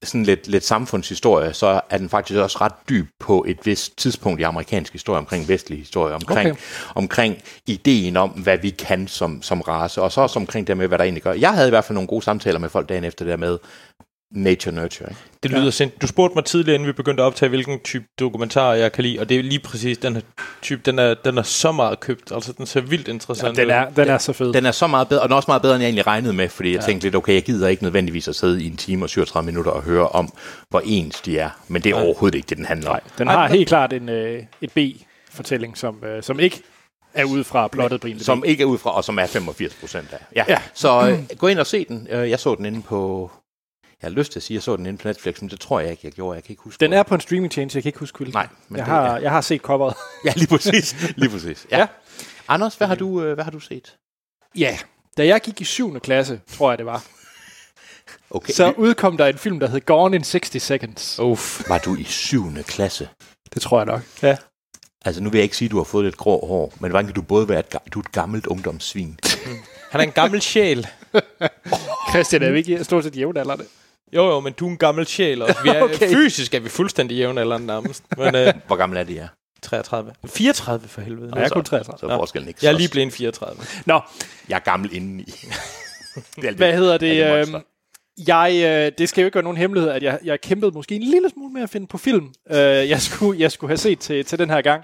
Speaker 2: sådan lidt, lidt samfundshistorie, så er den faktisk også ret dyb på et vist tidspunkt i amerikansk historie, omkring vestlig historie,
Speaker 1: Okay.
Speaker 2: omkring, okay. omkring ideen om, hvad vi kan som, som race, og så også omkring det med, hvad der egentlig gør. Jeg havde i hvert fald nogle gode samtaler med folk dagen efter det der med nature-nurture. Ikke?
Speaker 3: Det lyder ja. sind. Du spurgte mig tidligere, inden vi begyndte at optage, hvilken type dokumentar jeg kan lide, og det er lige præcis den her type, den er, den er så meget købt. Altså, den ser vildt interessant
Speaker 1: Den
Speaker 3: ud.
Speaker 1: er, den er så fed.
Speaker 2: Den er så meget bedre, og den er også meget bedre, end jeg egentlig regnede med, fordi jeg ja. tænkte lidt, okay, jeg gider ikke nødvendigvis at sidde i en time og 37 minutter og høre om, hvor ens de er. Men det er overhovedet ikke det, den handler om.
Speaker 1: Den har helt klart en, øh, et B-fortælling, som, øh, som ikke er ud fra plottet Brine
Speaker 2: som ikke er ud fra, og som er 85 procent af. Ja.
Speaker 1: Ja.
Speaker 2: ja. Så øh, gå ind og se den. Øh, Jeg så den inde på... Jeg har lyst til at sige, at jeg så den inde på Netflix, men det tror jeg ikke, jeg gjorde. Jeg kan ikke huske
Speaker 1: Den
Speaker 2: hvor-
Speaker 1: er på en streamingtjeneste, jeg kan ikke huske hvilken.
Speaker 2: Nej, men
Speaker 1: jeg,
Speaker 2: det
Speaker 1: har, jeg har set coveret.
Speaker 2: Ja, lige præcis. Lige præcis. Ja.
Speaker 1: Ja.
Speaker 2: ja. Anders, hvad har, du, øh, hvad har du set?
Speaker 1: Ja, da jeg gik i 7. klasse, tror jeg det var,
Speaker 2: Okay.
Speaker 1: så udkom der en film, der hed Gone in 60 Seconds.
Speaker 3: Uff.
Speaker 2: Var du i 7. klasse?
Speaker 1: Oh. Det tror jeg nok. Ja.
Speaker 2: Altså, nu vil jeg ikke sige, at du har fået lidt grå hår, men hvordan kan du både være et, ga- du er et gammelt ungdomssvin?
Speaker 3: Han er en gammel sjæl.
Speaker 1: Christian er vi ikke stort set jævnaldrende.
Speaker 3: Jo, jo, men du er en gammel sjæl, og vi er, okay.
Speaker 1: Okay.
Speaker 3: fysisk er vi fuldstændig jævnaldrende nærmest. Men øh,
Speaker 2: Hvor gammel er det, ja?
Speaker 3: 33. 34 for helvede.
Speaker 1: Og jeg er
Speaker 3: Altså,
Speaker 1: kun 63.
Speaker 2: Så er forskellen ikke
Speaker 3: jeg er
Speaker 2: så-
Speaker 3: lige blevet en 34.
Speaker 1: Nå,
Speaker 2: Jeg er gammel indeni. det er
Speaker 1: hvad hedder det?
Speaker 2: Ja, det er
Speaker 1: det
Speaker 2: monster.
Speaker 1: jeg, øh, det skal jo ikke være nogen hemmelighed, at jeg, jeg kæmpede måske en lille smule med at finde på film, øh, jeg, skulle, jeg skulle have set til, til den her gang.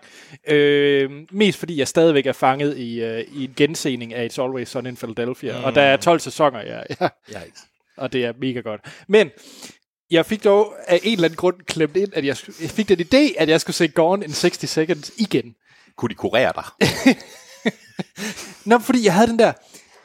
Speaker 1: Øh, mest fordi jeg stadigvæk er fanget i, øh, i en gensening af It's Always Sunny in Philadelphia. Mm. Og der er 12 sæsoner, jeg, jeg
Speaker 2: Jeg,
Speaker 1: og det er mega godt. Men jeg fik dog af en eller anden grund klemt ind, at jeg, sk- jeg fik den idé, at jeg skulle se Gone in 60 Seconds igen.
Speaker 2: kunne de kurere dig?
Speaker 1: Nå, fordi jeg havde den der,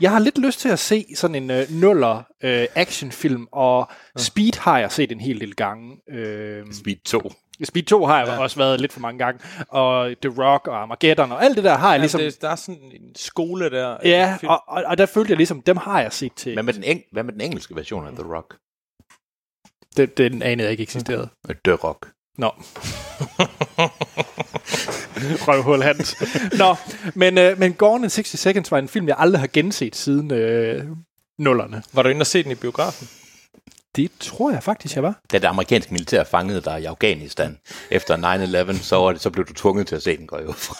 Speaker 1: jeg har lidt lyst til at se sådan en øh, nuller øh, actionfilm, og Speed har jeg set en hel del gange. Øh,
Speaker 2: Speed 2.
Speaker 1: Speed 2 har jeg ja. også været lidt for mange gange, og The Rock og Armageddon og alt det der har jeg ligesom...
Speaker 3: Jamen, det, der er sådan en skole der.
Speaker 1: Ja, og, og, og der følte jeg ligesom, dem har jeg set til.
Speaker 2: Hvad
Speaker 1: Men,
Speaker 2: med den, eng- hvad med den engelske version af The Rock?
Speaker 1: den, den anede jeg ikke eksisterede.
Speaker 2: Øh, The Rock.
Speaker 1: Nå. Røvhul Hans. Nå, men, øh, men Gone in 60 Seconds var en film, jeg aldrig har genset siden øh, nullerne.
Speaker 3: Var du inde og se den i biografen?
Speaker 1: Det tror jeg faktisk, jeg var.
Speaker 2: Da det amerikanske militær fangede dig i Afghanistan efter 9-11, så, var det, så blev du tvunget til at se den, går jeg ud fra.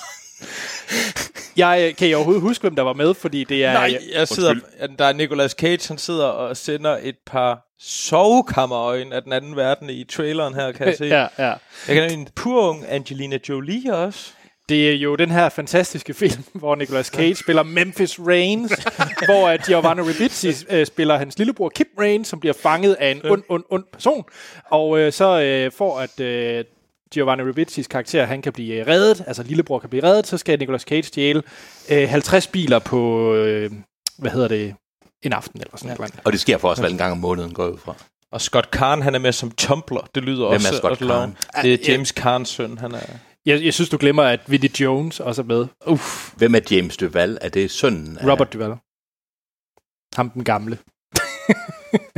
Speaker 1: Jeg, øh, kan I overhovedet huske, hvem der var med? Fordi det er...
Speaker 3: Nej, jeg sidder, der er Nicolas Cage, han sidder og sender et par sovekammerøjne af den anden verden i traileren her, kan jeg se.
Speaker 1: Ja, ja.
Speaker 3: Jeg kan nævne en pur ung Angelina Jolie også.
Speaker 1: Det er jo den her fantastiske film, hvor Nicolas Cage spiller Memphis Reigns, hvor at Giovanni Ribisi øh, spiller hans lillebror Kip Reigns, som bliver fanget af en ond, ond, ond person. Og øh, så øh, for at øh, Giovanni Ribisi's karakter han kan blive øh, reddet, altså lillebror kan blive reddet, så skal Nicolas Cage stjæle øh, 50 biler på, øh, hvad hedder det, en aften eller sådan
Speaker 3: Ja.
Speaker 1: noget.
Speaker 2: Og det sker for os vel en gang om måneden, går jeg ud fra.
Speaker 3: Og Scott Kahn, han er med som Tumblr. Det lyder
Speaker 2: Hvem er
Speaker 3: også...
Speaker 2: Scott
Speaker 3: også lov.
Speaker 2: Kahn?
Speaker 3: Det er James Kahns søn, han er...
Speaker 1: Jeg, jeg synes, du glemmer, at Vinnie Jones også er med. Uff,
Speaker 2: Hvem er James Duval? Er det sønnen af...
Speaker 1: Robert Duvall. Ham den gamle.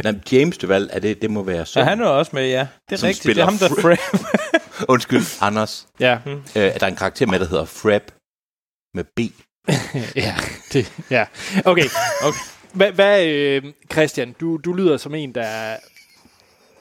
Speaker 2: Nej, men James Duval, er det, det må være
Speaker 3: Så
Speaker 2: sønnen.
Speaker 3: han er også med, ja. Det er
Speaker 2: Som
Speaker 3: rigtigt. Det er
Speaker 2: spiller
Speaker 3: ham, der
Speaker 2: Fre-
Speaker 3: frame.
Speaker 2: Undskyld, Anders.
Speaker 1: Ja,
Speaker 2: Øh, er der en karakter med, der hedder Freb med B?
Speaker 1: Ja, det, ja. Okay. okay. Hvad, hvad øh, Christian, du, du lyder som en, der,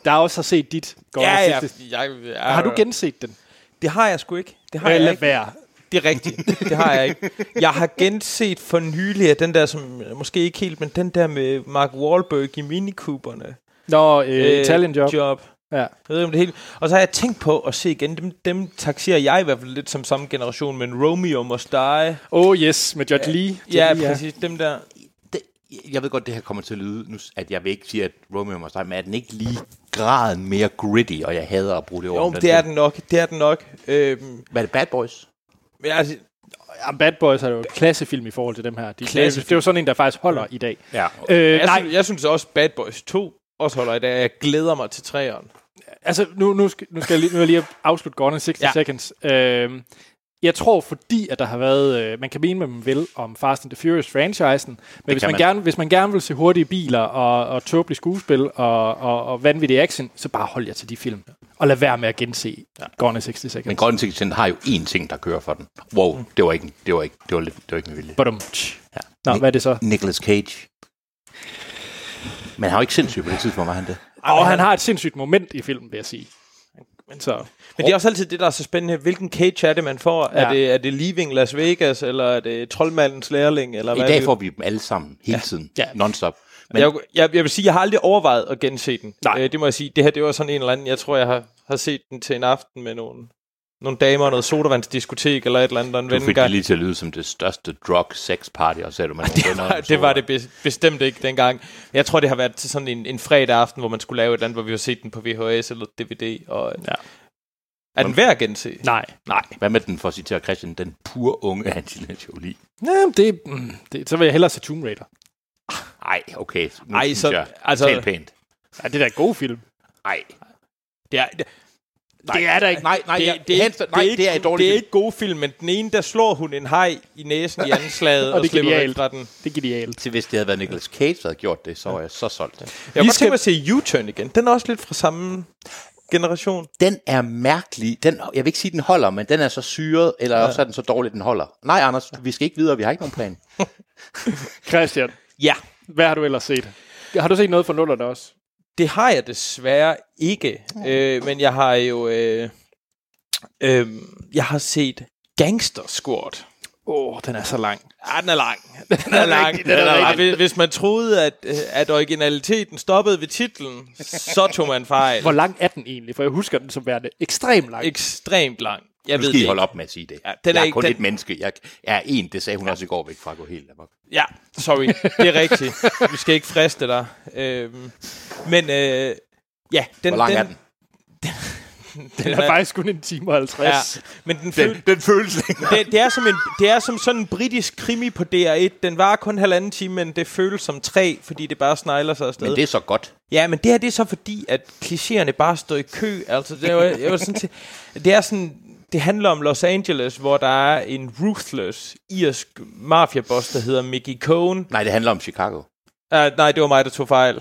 Speaker 1: der også har set dit godt
Speaker 3: ja, ja.
Speaker 1: sidste.
Speaker 3: Jeg, jeg,
Speaker 1: Har du genset den?
Speaker 3: Det har jeg sgu ikke. Det har
Speaker 1: Eller
Speaker 3: jeg
Speaker 1: lad
Speaker 3: ikke.
Speaker 1: være.
Speaker 3: Det er rigtigt. Det har jeg ikke. Jeg har genset for nylig, at den der, som måske ikke helt, men den der med Mark Wahlberg i minikuberne.
Speaker 1: Nå, øh, Italian Job.
Speaker 3: job.
Speaker 1: Ja.
Speaker 3: Jeg ved ikke, om det hele. Og så har jeg tænkt på at se igen, dem, dem taxerer jeg i hvert fald lidt som samme generation, men Romeo Must Die.
Speaker 1: Oh yes, med George Lee.
Speaker 3: ja,
Speaker 1: Lee,
Speaker 3: præcis, dem der.
Speaker 2: Det, jeg ved godt, det her kommer til at lyde, nu, at jeg vil ikke sige, at Romeo must die, men er den ikke lige graden mere gritty, og jeg hader at bruge det ord.
Speaker 3: Jo,
Speaker 2: om
Speaker 3: men det er
Speaker 2: film.
Speaker 3: den nok, det er den nok. Øhm,
Speaker 2: Hvad er det, Bad Boys?
Speaker 3: men altså,
Speaker 1: Ja, Bad Boys er jo en klassefilm i forhold til dem her. De,
Speaker 3: Klassefilm.
Speaker 1: Det er jo sådan en, der faktisk holder i dag.
Speaker 2: Ja.
Speaker 1: Øh,
Speaker 3: jeg,
Speaker 1: nej,
Speaker 3: synes, jeg synes også Bad Boys 2 også holder i dag. Jeg glæder mig til træeren.
Speaker 1: altså nu, nu, skal, nu skal jeg lige, nu er jeg lige afslutte Gone in 60
Speaker 3: Ja.
Speaker 1: ja. Seconds. Øhm, jeg tror, fordi at der har været, øh, man kan mene, hvad man vil om Fast and the Furious-franchisen, men hvis
Speaker 2: kan
Speaker 1: man,
Speaker 2: man.
Speaker 1: Gerne, hvis man gerne vil se hurtige biler og, og tåbelige skuespil og, og, og vanvittig action, så bare hold jer til de film. Og lad være med at gense ja. Gone in 60 Seconds.
Speaker 2: Men Golden Ticket har jo én ting, der kører for den. Wow, det var ikke, det var ikke, det var lidt, det var ikke med vilje.
Speaker 1: Badum.
Speaker 2: Ja.
Speaker 1: Nå, hvad er det så?
Speaker 2: Nicolas Cage. Men han har jo ikke sindssygt på det tidspunkt, var han det?
Speaker 1: Og han har et sindssygt moment i filmen, vil jeg sige. Så.
Speaker 3: Men det er også altid det, der er så spændende. Hvilken cage er det, man får? Ja. Er,
Speaker 1: Ja.
Speaker 3: det, er det Leaving Las Vegas, eller er det Troldmandens Lærling? Eller hvad
Speaker 2: I
Speaker 3: er
Speaker 2: dag
Speaker 3: det?
Speaker 2: får vi dem alle sammen, hele ja. tiden,
Speaker 1: Ja.
Speaker 2: ja. non-stop.
Speaker 3: Men...
Speaker 2: Men
Speaker 3: Jeg, jeg, jeg vil sige, jeg har aldrig overvejet at gense den.
Speaker 1: Nej.
Speaker 3: Øh, det må jeg sige. Det her, det var sådan en eller anden, jeg tror, jeg har, har set den til en aften med nogle, nogle damer og noget sodavandsdiskotek eller et eller andet, og en
Speaker 2: du
Speaker 3: ven
Speaker 2: fik det
Speaker 3: engang-
Speaker 2: lige til at lyde som det største drug sex party, og så er du med nogle venner.
Speaker 3: Nej, det var det bes- bestemt ikke dengang. Jeg tror, det har været til sådan en, en fredag aften, hvor man skulle lave et eller andet, hvor vi har set den på VHS eller DVD. Og,
Speaker 1: Ja.
Speaker 3: Er den værd at gense?
Speaker 1: Nej.
Speaker 3: Nej.
Speaker 2: Hvad med den, for at citere Christian, den pur unge Angelina Jolie?
Speaker 1: Jamen, det, mm, det, så vil jeg hellere se Tomb Raider.
Speaker 2: Ej, okay. Nu
Speaker 3: Ej,
Speaker 2: Ej, så,
Speaker 3: så-
Speaker 2: jeg,
Speaker 3: altså-
Speaker 2: altså, talt pænt.
Speaker 1: Ja, det er da en god film.
Speaker 2: Ej,
Speaker 3: Det er, det,
Speaker 2: nej.
Speaker 1: Det er der ikke.
Speaker 2: Nej, nej,
Speaker 3: det,
Speaker 2: det,
Speaker 3: er-
Speaker 2: jeg, det, det,
Speaker 3: ikke-
Speaker 2: nej, det, det er et dårligt
Speaker 3: Det er
Speaker 2: film.
Speaker 3: ikke gode film, men den ene, der slår hun en hej i næsen i anslaget
Speaker 1: Og
Speaker 3: og, og
Speaker 1: det er
Speaker 3: slipper væk
Speaker 1: genialt.
Speaker 3: fra den.
Speaker 1: Det er genialt.
Speaker 2: Til hvis det havde været Nicolas Cage, der havde gjort det, så var jeg så solgt.
Speaker 3: Jeg kunne godt
Speaker 1: skal-
Speaker 3: tænke mig at se U-Turn igen. Den er også lidt fra samme generation.
Speaker 2: Den er mærkelig. Den, jeg vil ikke sige, den holder, men den er så syret, eller ja. også er den så dårlig, den holder. Nej, Anders, vi skal ikke videre. Vi har ikke nogen plan.
Speaker 1: Christian,
Speaker 3: Ja.
Speaker 1: hvad har du ellers set? Har du set noget fra nullerne også?
Speaker 3: Det har jeg desværre ikke. Øh, men jeg har jo... Øh, øh, jeg har set Gangster Squad.
Speaker 1: Åh, oh, den er så lang.
Speaker 3: Ja, den er lang. Den er lang.
Speaker 1: rigtig, den er
Speaker 3: lang.
Speaker 1: rigtig.
Speaker 3: Hvis- Hvis man troede, at, øh, at originaliteten stoppede ved titlen, så tog man fejl.
Speaker 1: Hvor lang er den egentlig? For jeg husker den som værende ekstremt lang.
Speaker 3: Ekstremt lang. Jeg
Speaker 2: Nu
Speaker 3: ved
Speaker 2: skal
Speaker 3: det
Speaker 2: I
Speaker 3: ikke.
Speaker 2: holde op med at sige det.
Speaker 3: Ja,
Speaker 2: Ja,
Speaker 3: den
Speaker 2: den
Speaker 3: er
Speaker 2: jeg er
Speaker 3: ikke-
Speaker 2: kun
Speaker 3: den-
Speaker 2: et menneske. Jeg er en, det sagde hun også i går væk fra at gå helt amok.
Speaker 3: Ja, sorry. Det er rigtigt. Vi skal ikke friste dig. Øhm, men øh, ja, den,
Speaker 2: Hvor lang
Speaker 3: den,
Speaker 2: er den?
Speaker 1: Den er faktisk kun en time og 50.
Speaker 3: Ja,
Speaker 1: Ja.
Speaker 3: men den, føl,
Speaker 2: den føles
Speaker 3: det, det, er som en, det er som sådan en britisk krimi på DR1. Den varer kun halvanden time, men det føles som tre, fordi det bare snegler sig afsted.
Speaker 2: Men det er så godt.
Speaker 3: Ja, men det her det er så fordi, at klichéerne bare står i kø. Altså, det, var, jeg var sådan til, det er sådan... Det handler om Los Angeles, hvor der er en ruthless irsk mafiaboss, der hedder Mickey Cohen.
Speaker 2: Nej, det handler om Chicago.
Speaker 3: Uh, nej, det var mig, der tog fejl.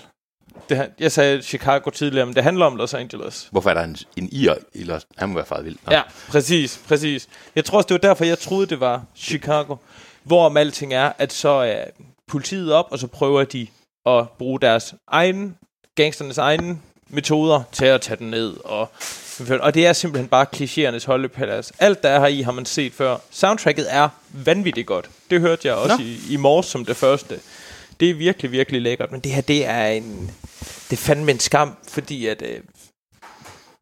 Speaker 3: Det, han- jeg sagde Chicago tidligere, men det handler om Los Angeles.
Speaker 2: Hvorfor er der en, en ir i Los Han må være faret vild. Nå.
Speaker 3: Ja, præcis, præcis. Jeg tror også, det var derfor, jeg troede, det var Chicago. Hvorom alting er, at så er politiet op, og så prøver de at bruge deres egen, gangsternes egne metoder til at tage den ned. Og, og det er simpelthen bare klichéernes holdepalads. Alt, der er her i, har man set før. Soundtracket er vanvittigt godt. Det hørte jeg også i, i morges som det første. Det er virkelig, virkelig lækkert, men det her, det er en... Det er fandme en skam, fordi at... Øh,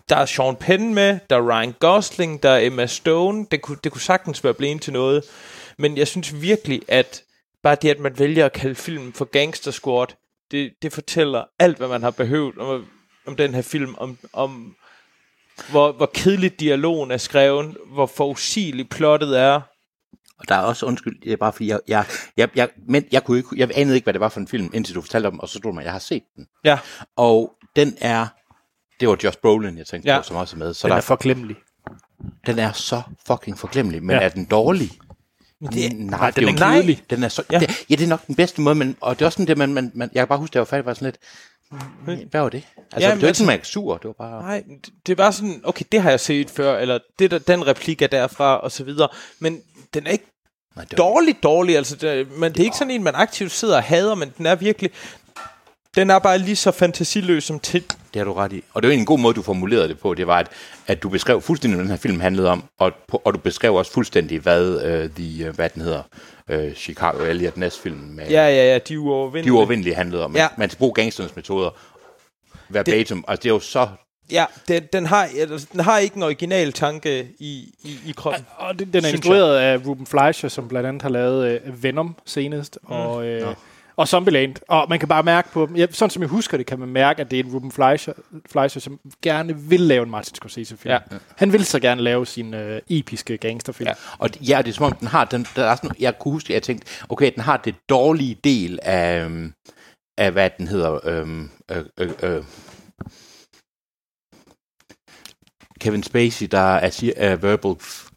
Speaker 3: der er Sean Penn med, der er Ryan Gosling, der er Emma Stone. Det kunne, det kunne sagtens være blevet til noget. Men jeg synes virkelig, at bare det, at man vælger at kalde filmen for Gangster Squad, det, det fortæller alt, hvad man har behøvet om, om den her film, om, om hvor, hvor kedeligt dialogen er skrevet, hvor forudsigeligt plottet er.
Speaker 2: Og der er også, undskyld, det er bare fordi, jeg, jeg, jeg, jeg, men jeg, kunne ikke, jeg anede ikke, hvad det var for en film, indtil du fortalte om den, og så stod man, jeg har set den.
Speaker 3: Ja,
Speaker 2: Og den er, det var Josh Brolin, jeg tænkte
Speaker 3: Ja.
Speaker 2: ja. på, som også er med. Så
Speaker 1: Den
Speaker 2: den,
Speaker 1: er
Speaker 2: der, er
Speaker 1: forglemmelig.
Speaker 2: den er så fucking forglemmelig, men
Speaker 1: Ja.
Speaker 2: ja. er den dårlig? Mm,
Speaker 3: men det,
Speaker 2: nej,
Speaker 1: Nej,
Speaker 2: det
Speaker 1: den
Speaker 2: jo-
Speaker 1: er kedelig.
Speaker 2: Den er så, ja.
Speaker 3: Ja.
Speaker 2: Det, ja, det er nok den bedste måde, men, og det er også sådan det, man, man, man jeg kan bare huske, da jeg var færdig, var sådan lidt, "Mm, hvad var det? Altså,
Speaker 3: Ja,
Speaker 2: ja, det
Speaker 3: men
Speaker 2: var ikke
Speaker 3: altså-
Speaker 2: sådan, man er sur, det var bare...
Speaker 3: Nej, det- det er bare sådan, okay, det har jeg set før, eller det der, den replik er derfra, og så videre. Men den er ikke
Speaker 2: Nej, det var-
Speaker 3: dårlig, dårlig. Altså, det, men det er ikke sådan en, man aktivt sidder og hader, men den er virkelig... Den er bare lige så fantasiløs som titlen.
Speaker 2: Det har du ret i. Og det var egentlig en god måde, du formulerede det på. Det var, at, at du beskrev fuldstændig, hvad den her film handlede om, og, på- og du beskrev også fuldstændig, hvad, øh, de, øh, hvad den hedder, øh, Chicago Elliot Ness-filmen med
Speaker 3: Ja, ja, ja, de er uovervindelige.
Speaker 2: de uovervindelige handlede om.
Speaker 3: Ja.
Speaker 2: Ja. Man skal bruge gangsternes metoder. Verbatim. Altså, det er jo så...
Speaker 3: Ja, den, den, har, altså, den har ikke en original tanke i, i, i kroppen.
Speaker 1: Og den, den er
Speaker 3: Synes
Speaker 1: instrueret af Ruben Fleischer, som blandt andet har lavet øh, Venom senest, mm. og, øh, og Zombieland. Og man kan bare mærke på, ja, sådan som jeg husker det, kan man mærke, at det er en Ruben Fleischer, Fleischer som gerne vil lave en Martin Scorsese-film.
Speaker 3: Ja.
Speaker 1: Ja. Han vil så gerne lave sin øh, episke gangsterfilm. Ja.
Speaker 2: Og d- ja, det er som om, den har... Den, der er sådan, jeg kunne huske, at jeg tænkte, okay, den har det dårlige del af, øhm, af hvad den hedder... Øhm, øh, øh, øh, Kevin Spacey, der er siger, uh, verbal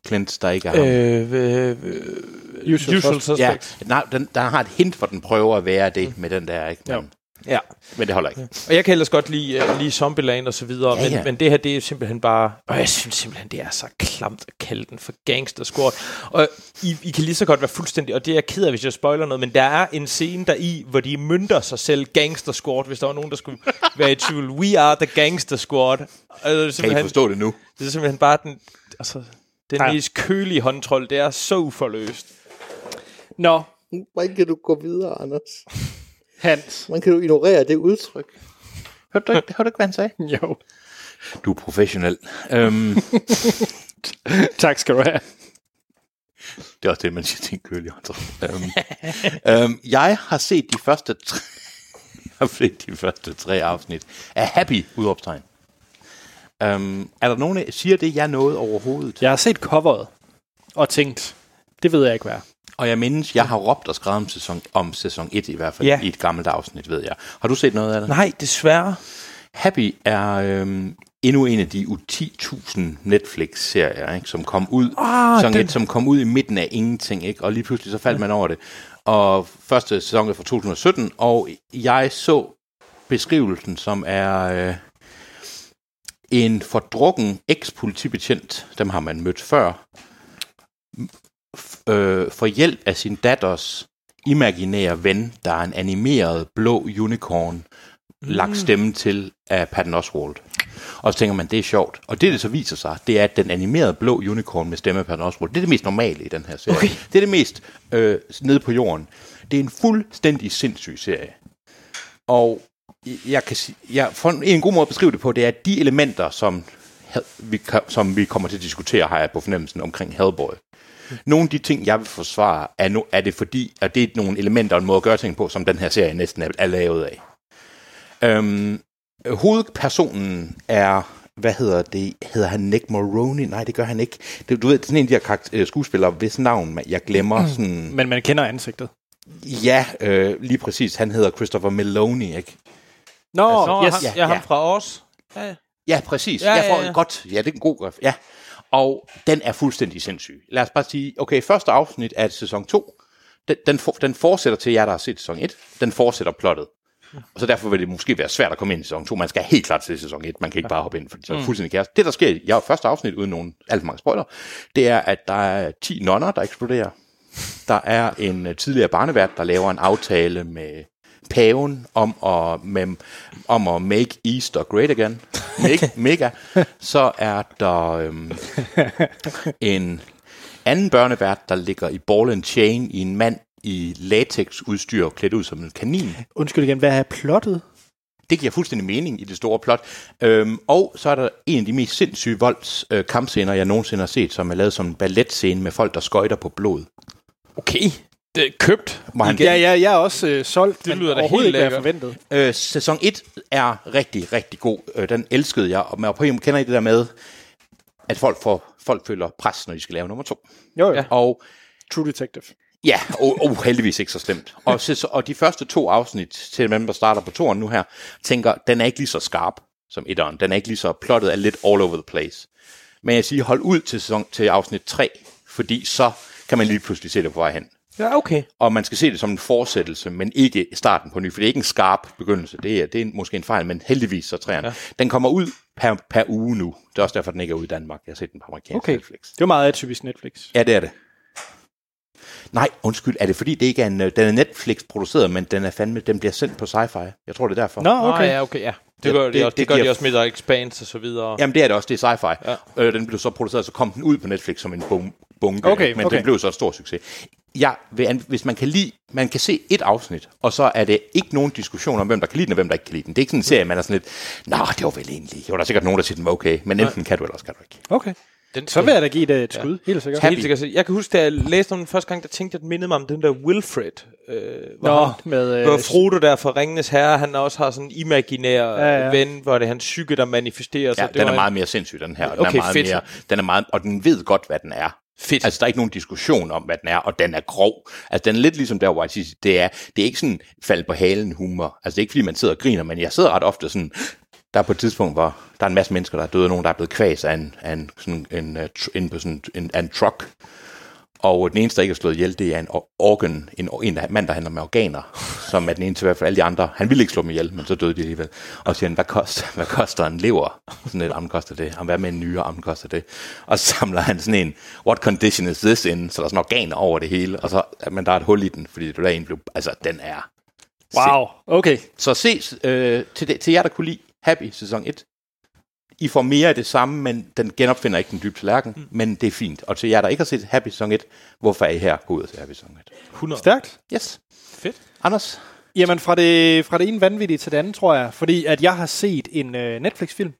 Speaker 2: cleanse, der ikke er ham.
Speaker 3: Øh, øh, øh,
Speaker 1: Usual
Speaker 3: usual
Speaker 2: Ja,
Speaker 3: suspect. Mm.
Speaker 2: nej, den, der har et hint, hvor den prøver at være det med den der, ikke? Men,
Speaker 1: Jo.
Speaker 3: Ja.
Speaker 2: men det holder ikke.
Speaker 3: Og jeg kan ellers godt lide, uh, lide Zombieland og så videre,
Speaker 2: Ja,
Speaker 3: ja, men, ja.
Speaker 2: ja.
Speaker 3: men det her, det er simpelthen bare... Og jeg synes simpelthen, det er så klamt at kalde den for Gangster Squad. Og I, I kan lige så godt være fuldstændig... Og det er jeg ked af, hvis jeg spoiler noget, men der er en scene der i, hvor de mønter sig selv Gangster Squad, hvis der var nogen, der skulle være i tvivl. We are the Gangster Squad. Og det er
Speaker 2: Kan I
Speaker 3: simpelthen,
Speaker 2: forstå det nu?
Speaker 3: det er simpelthen bare den... Altså, den
Speaker 1: Ja.
Speaker 3: mest kølige håndtrol, det er så uforløst.
Speaker 1: Nå,
Speaker 4: Hvordan kan du gå videre, Anders?
Speaker 1: Hans.
Speaker 4: Hvordan kan du ignorere det udtryk?
Speaker 2: Hørte du ikke, hørte du ikke hvad han sagde?
Speaker 1: Jo,
Speaker 2: Du er professionel. Øhm,
Speaker 1: tak skal du have.
Speaker 2: det er også det, man siger til en kølig håndtryk. Øhm, øhm, jeg har set de første tre, jeg har set de første tre afsnit af Happy udopstegn. Um, er der nogen, der siger det, jeg nåede overhovedet? Ja.
Speaker 1: Jeg har set coveret og tænkt, det ved jeg ikke, hvad er.
Speaker 2: Og jeg mindes, jeg har råbt og skrevet om sæson, om sæson 1, i hvert fald ja.
Speaker 3: Ja.
Speaker 2: i et gammelt afsnit, ved jeg. Har du set noget af det?
Speaker 3: Nej, desværre.
Speaker 2: Happy er øhm, endnu en af de u 10.000 Netflix-serier, ikke, som kom ud,
Speaker 3: Ah,
Speaker 2: som,
Speaker 3: den-
Speaker 2: et, som kom ud i midten af ingenting, ikke, og lige pludselig så faldt man over det. Og første sæson er fra 2017, og jeg så beskrivelsen, som er øh, en fordrukken eks-politibetjent, dem har man mødt før, f- øh, får hjælp af sin datters imaginære ven, der er en animeret blå unicorn,
Speaker 3: Mm.
Speaker 2: lagt stemme til af Patton Oswalt. Og så tænker man, det er sjovt. Og det, det så viser sig, det er, at den animerede blå unicorn med stemme af Patton Oswalt, det er det mest normale i den her serie. Okay. Det er det mest øh, nede på jorden. Det er en fuldstændig sindssyg serie. Og jeg kan sige, jeg, for en, en god måde at beskrive det på, det er, at de elementer, som, Hel- vi, kan- som vi kommer til at diskutere, har jeg på fornemmelsen omkring Hellboy. Nogle af de ting, jeg vil forsvare, er, no, er det fordi, at det er nogle elementer og en måde at gøre ting på, som den her serie næsten er, er lavet af. Øhm, hovedpersonen er, hvad hedder det, hedder han Nick Moroni? Nej, det gør han ikke. Det, du ved, det er sådan en af de her karakter- øh, skuespillere, hvis navn man- jeg glemmer sådan...
Speaker 1: Men man kender ansigtet.
Speaker 2: Ja, øh, lige præcis. Han hedder Christopher Meloni, ikke?
Speaker 1: Nå,
Speaker 3: Nå,
Speaker 1: altså, yes.
Speaker 3: yes,
Speaker 2: ja,
Speaker 3: jeg, jeg ja.
Speaker 2: ja.
Speaker 3: ham fra os. Ja, ja.
Speaker 2: Ja, præcis. Ja,
Speaker 3: Ja,
Speaker 2: jeg
Speaker 3: ja,
Speaker 2: får ja,
Speaker 3: ja.
Speaker 2: godt. Ja, det er en god graf. Ja. Og den er fuldstændig sindssyg. Lad os bare sige, okay, første afsnit af sæson 2, den, den, for, den fortsætter til jer, der har set sæson 1. Den fortsætter plottet. Og så derfor vil det måske være svært at komme ind i sæson 2. Man skal helt klart til sæson 1. Man kan ikke bare hoppe ind, for så er det fuldstændig kaos. Det, der sker i ja, første afsnit, uden nogen alt for mange spoiler, det er, at der er 10 nonner, der eksploderer. Der er en øh, tidligere barnevært, der laver en aftale med paven om at, med, om at make Easter great again. Make, mega. Så er der øhm, en anden børnevært, der ligger i ball and chain i en mand i latexudstyr klædt ud som en kanin.
Speaker 1: undskyld igen, hvad er plottet?
Speaker 2: Det giver fuldstændig mening i det store plot. Øhm, og så er der en af de mest sindssyge voldskampscener, øh, kampscener, jeg nogensinde har set, som er lavet som en balletscene med folk, der skøjter på blod.
Speaker 3: Okay, det er købt.
Speaker 2: Må han-
Speaker 1: Ja, ja, jeg er også øh, solgt, det
Speaker 3: lyder
Speaker 1: lyder
Speaker 3: da
Speaker 1: overhovedet
Speaker 3: helt
Speaker 1: ikke, hvad jeg
Speaker 3: lækkert.
Speaker 1: forventede.
Speaker 2: Øh, sæson 1 er rigtig, rigtig god. Øh, den elskede jeg. Og man på en måde kender I det der med, at folk, får, folk føler pres, når de skal lave nummer to.
Speaker 1: Jo, jo. Ja.
Speaker 2: Og
Speaker 1: True Detective.
Speaker 2: ja, og, og heldigvis ikke så slemt. Og, sæson, og de første to afsnit til dem, der starter på toren nu her, tænker, den er ikke lige så skarp som etteren. Den er ikke lige så plottet, er lidt all over the place. Men jeg siger, hold ud til, sæson, til afsnit 3, fordi så kan man lige pludselig se det på vej hen.
Speaker 3: Ja, okay.
Speaker 2: Og man skal se det som en fortsættelse, men ikke starten på ny, for det er ikke en skarp begyndelse. Det er, det er en- måske en fejl, men heldigvis så træerne. Ja. Den kommer ud per, per uge nu. Det er også derfor, den ikke er ude i Danmark. Jeg har set den på amerikansk
Speaker 1: Okay.
Speaker 2: okay. Netflix.
Speaker 1: Det var meget atypisk Netflix.
Speaker 2: Ja, det er det. Nej, undskyld, er det fordi, det ikke er en, øh, den er Netflix-produceret, men den er fandme, den bliver sendt på sci-fi. Jeg tror, det er derfor.
Speaker 1: Nå,
Speaker 3: Okay.
Speaker 1: okay.
Speaker 3: Ah, ja, okay, ja.
Speaker 2: Ja,
Speaker 3: Det gør, det,
Speaker 2: det-
Speaker 3: det, det,
Speaker 2: det
Speaker 3: det gør
Speaker 2: giver-
Speaker 3: de også med der Expanse og så videre.
Speaker 2: Jamen, det er det også, det er sci-fi. Ja.
Speaker 3: Ja.
Speaker 2: Øh, den blev så produceret, så kom den ud på Netflix som en bum- bunke,
Speaker 1: Okay,
Speaker 2: ikke? men
Speaker 1: okay.
Speaker 2: den blev så en stor succes. Ja, hvis man kan lide, man kan se et afsnit, og så er det ikke nogen diskussion om, hvem der kan lide den, og hvem der ikke kan lide den. Det er ikke sådan en serie, man er sådan lidt, nå, det var vel egentlig, jo, der er sikkert nogen, der siger, den var okay, men enten kan du, eller også kan du ikke.
Speaker 1: Okay.
Speaker 3: Den,
Speaker 1: Så vil jeg da give det et skud, helt sikkert.
Speaker 2: Happy.
Speaker 3: Helt sikkert. Jeg kan huske, da jeg læste om den første gang, der tænkte jeg, at den mindede mig om den der Wilfred. Øh, hvor
Speaker 1: Nå,
Speaker 3: ham-
Speaker 1: med...
Speaker 3: Hvor Frodo der fra Ringenes Herre, han også har sådan en imaginær
Speaker 1: Ja,
Speaker 3: ja,
Speaker 1: ja.
Speaker 3: ja. ven, hvor det er hans psyke, der manifesterer sig.
Speaker 2: Ja,
Speaker 3: altså, det
Speaker 2: den
Speaker 3: var
Speaker 2: er
Speaker 3: en-
Speaker 2: meget mere sindssyg, den her. og Den
Speaker 3: Okay,
Speaker 2: er meget
Speaker 3: fedt.
Speaker 2: Mere, den er meget, og den ved godt, hvad den er.
Speaker 3: Fedt.
Speaker 2: Altså, der er ikke nogen diskussion om, hvad den er, og den er grov. Altså, den er lidt ligesom der, White det er, det er ikke sådan fald på halen humor. Altså, det er ikke, fordi man sidder og griner, men jeg sidder ret ofte sådan, der er på et tidspunkt, hvor der er en masse mennesker, der er døde, og nogen, der er blevet kvæs af en, af en, sådan en, øh, tr- en, på sådan en, af en truck. Og den eneste, der ikke er slået ihjel, det er en or- organ, en, or- en der, mand, der handler med organer, som er den eneste i hvert fald alle de andre. Han ville ikke slå dem ihjel, men så døde de alligevel. Og så siger han, hvad koster, hvad koster en lever? Sådan et, "Jamen, den koster det. Jamen, hvad med en nyere, Jamen, den koster det? Og så samler han sådan en, what condition is this in? Så der er sådan organer over det hele, og så, men der er et hul i den, fordi det var der en blev, altså den er.
Speaker 1: Wow, okay.
Speaker 2: Så ses øh, til, det, til jer, der kunne lide Happy sæson 1. I får mere af det samme, men den genopfinder ikke den dybe tallerken, mm. men det er fint. Og til jer, der ikke har set Happy sæson 1, hvorfor er I her? Gå ud og se Happy sæson 1.
Speaker 3: 100.
Speaker 1: Stærkt.
Speaker 2: Yes.
Speaker 3: Fedt.
Speaker 2: Anders?
Speaker 1: Jamen, fra det, fra det ene vanvittige til det andet, tror jeg. Fordi at jeg har set en øh, Netflix-film,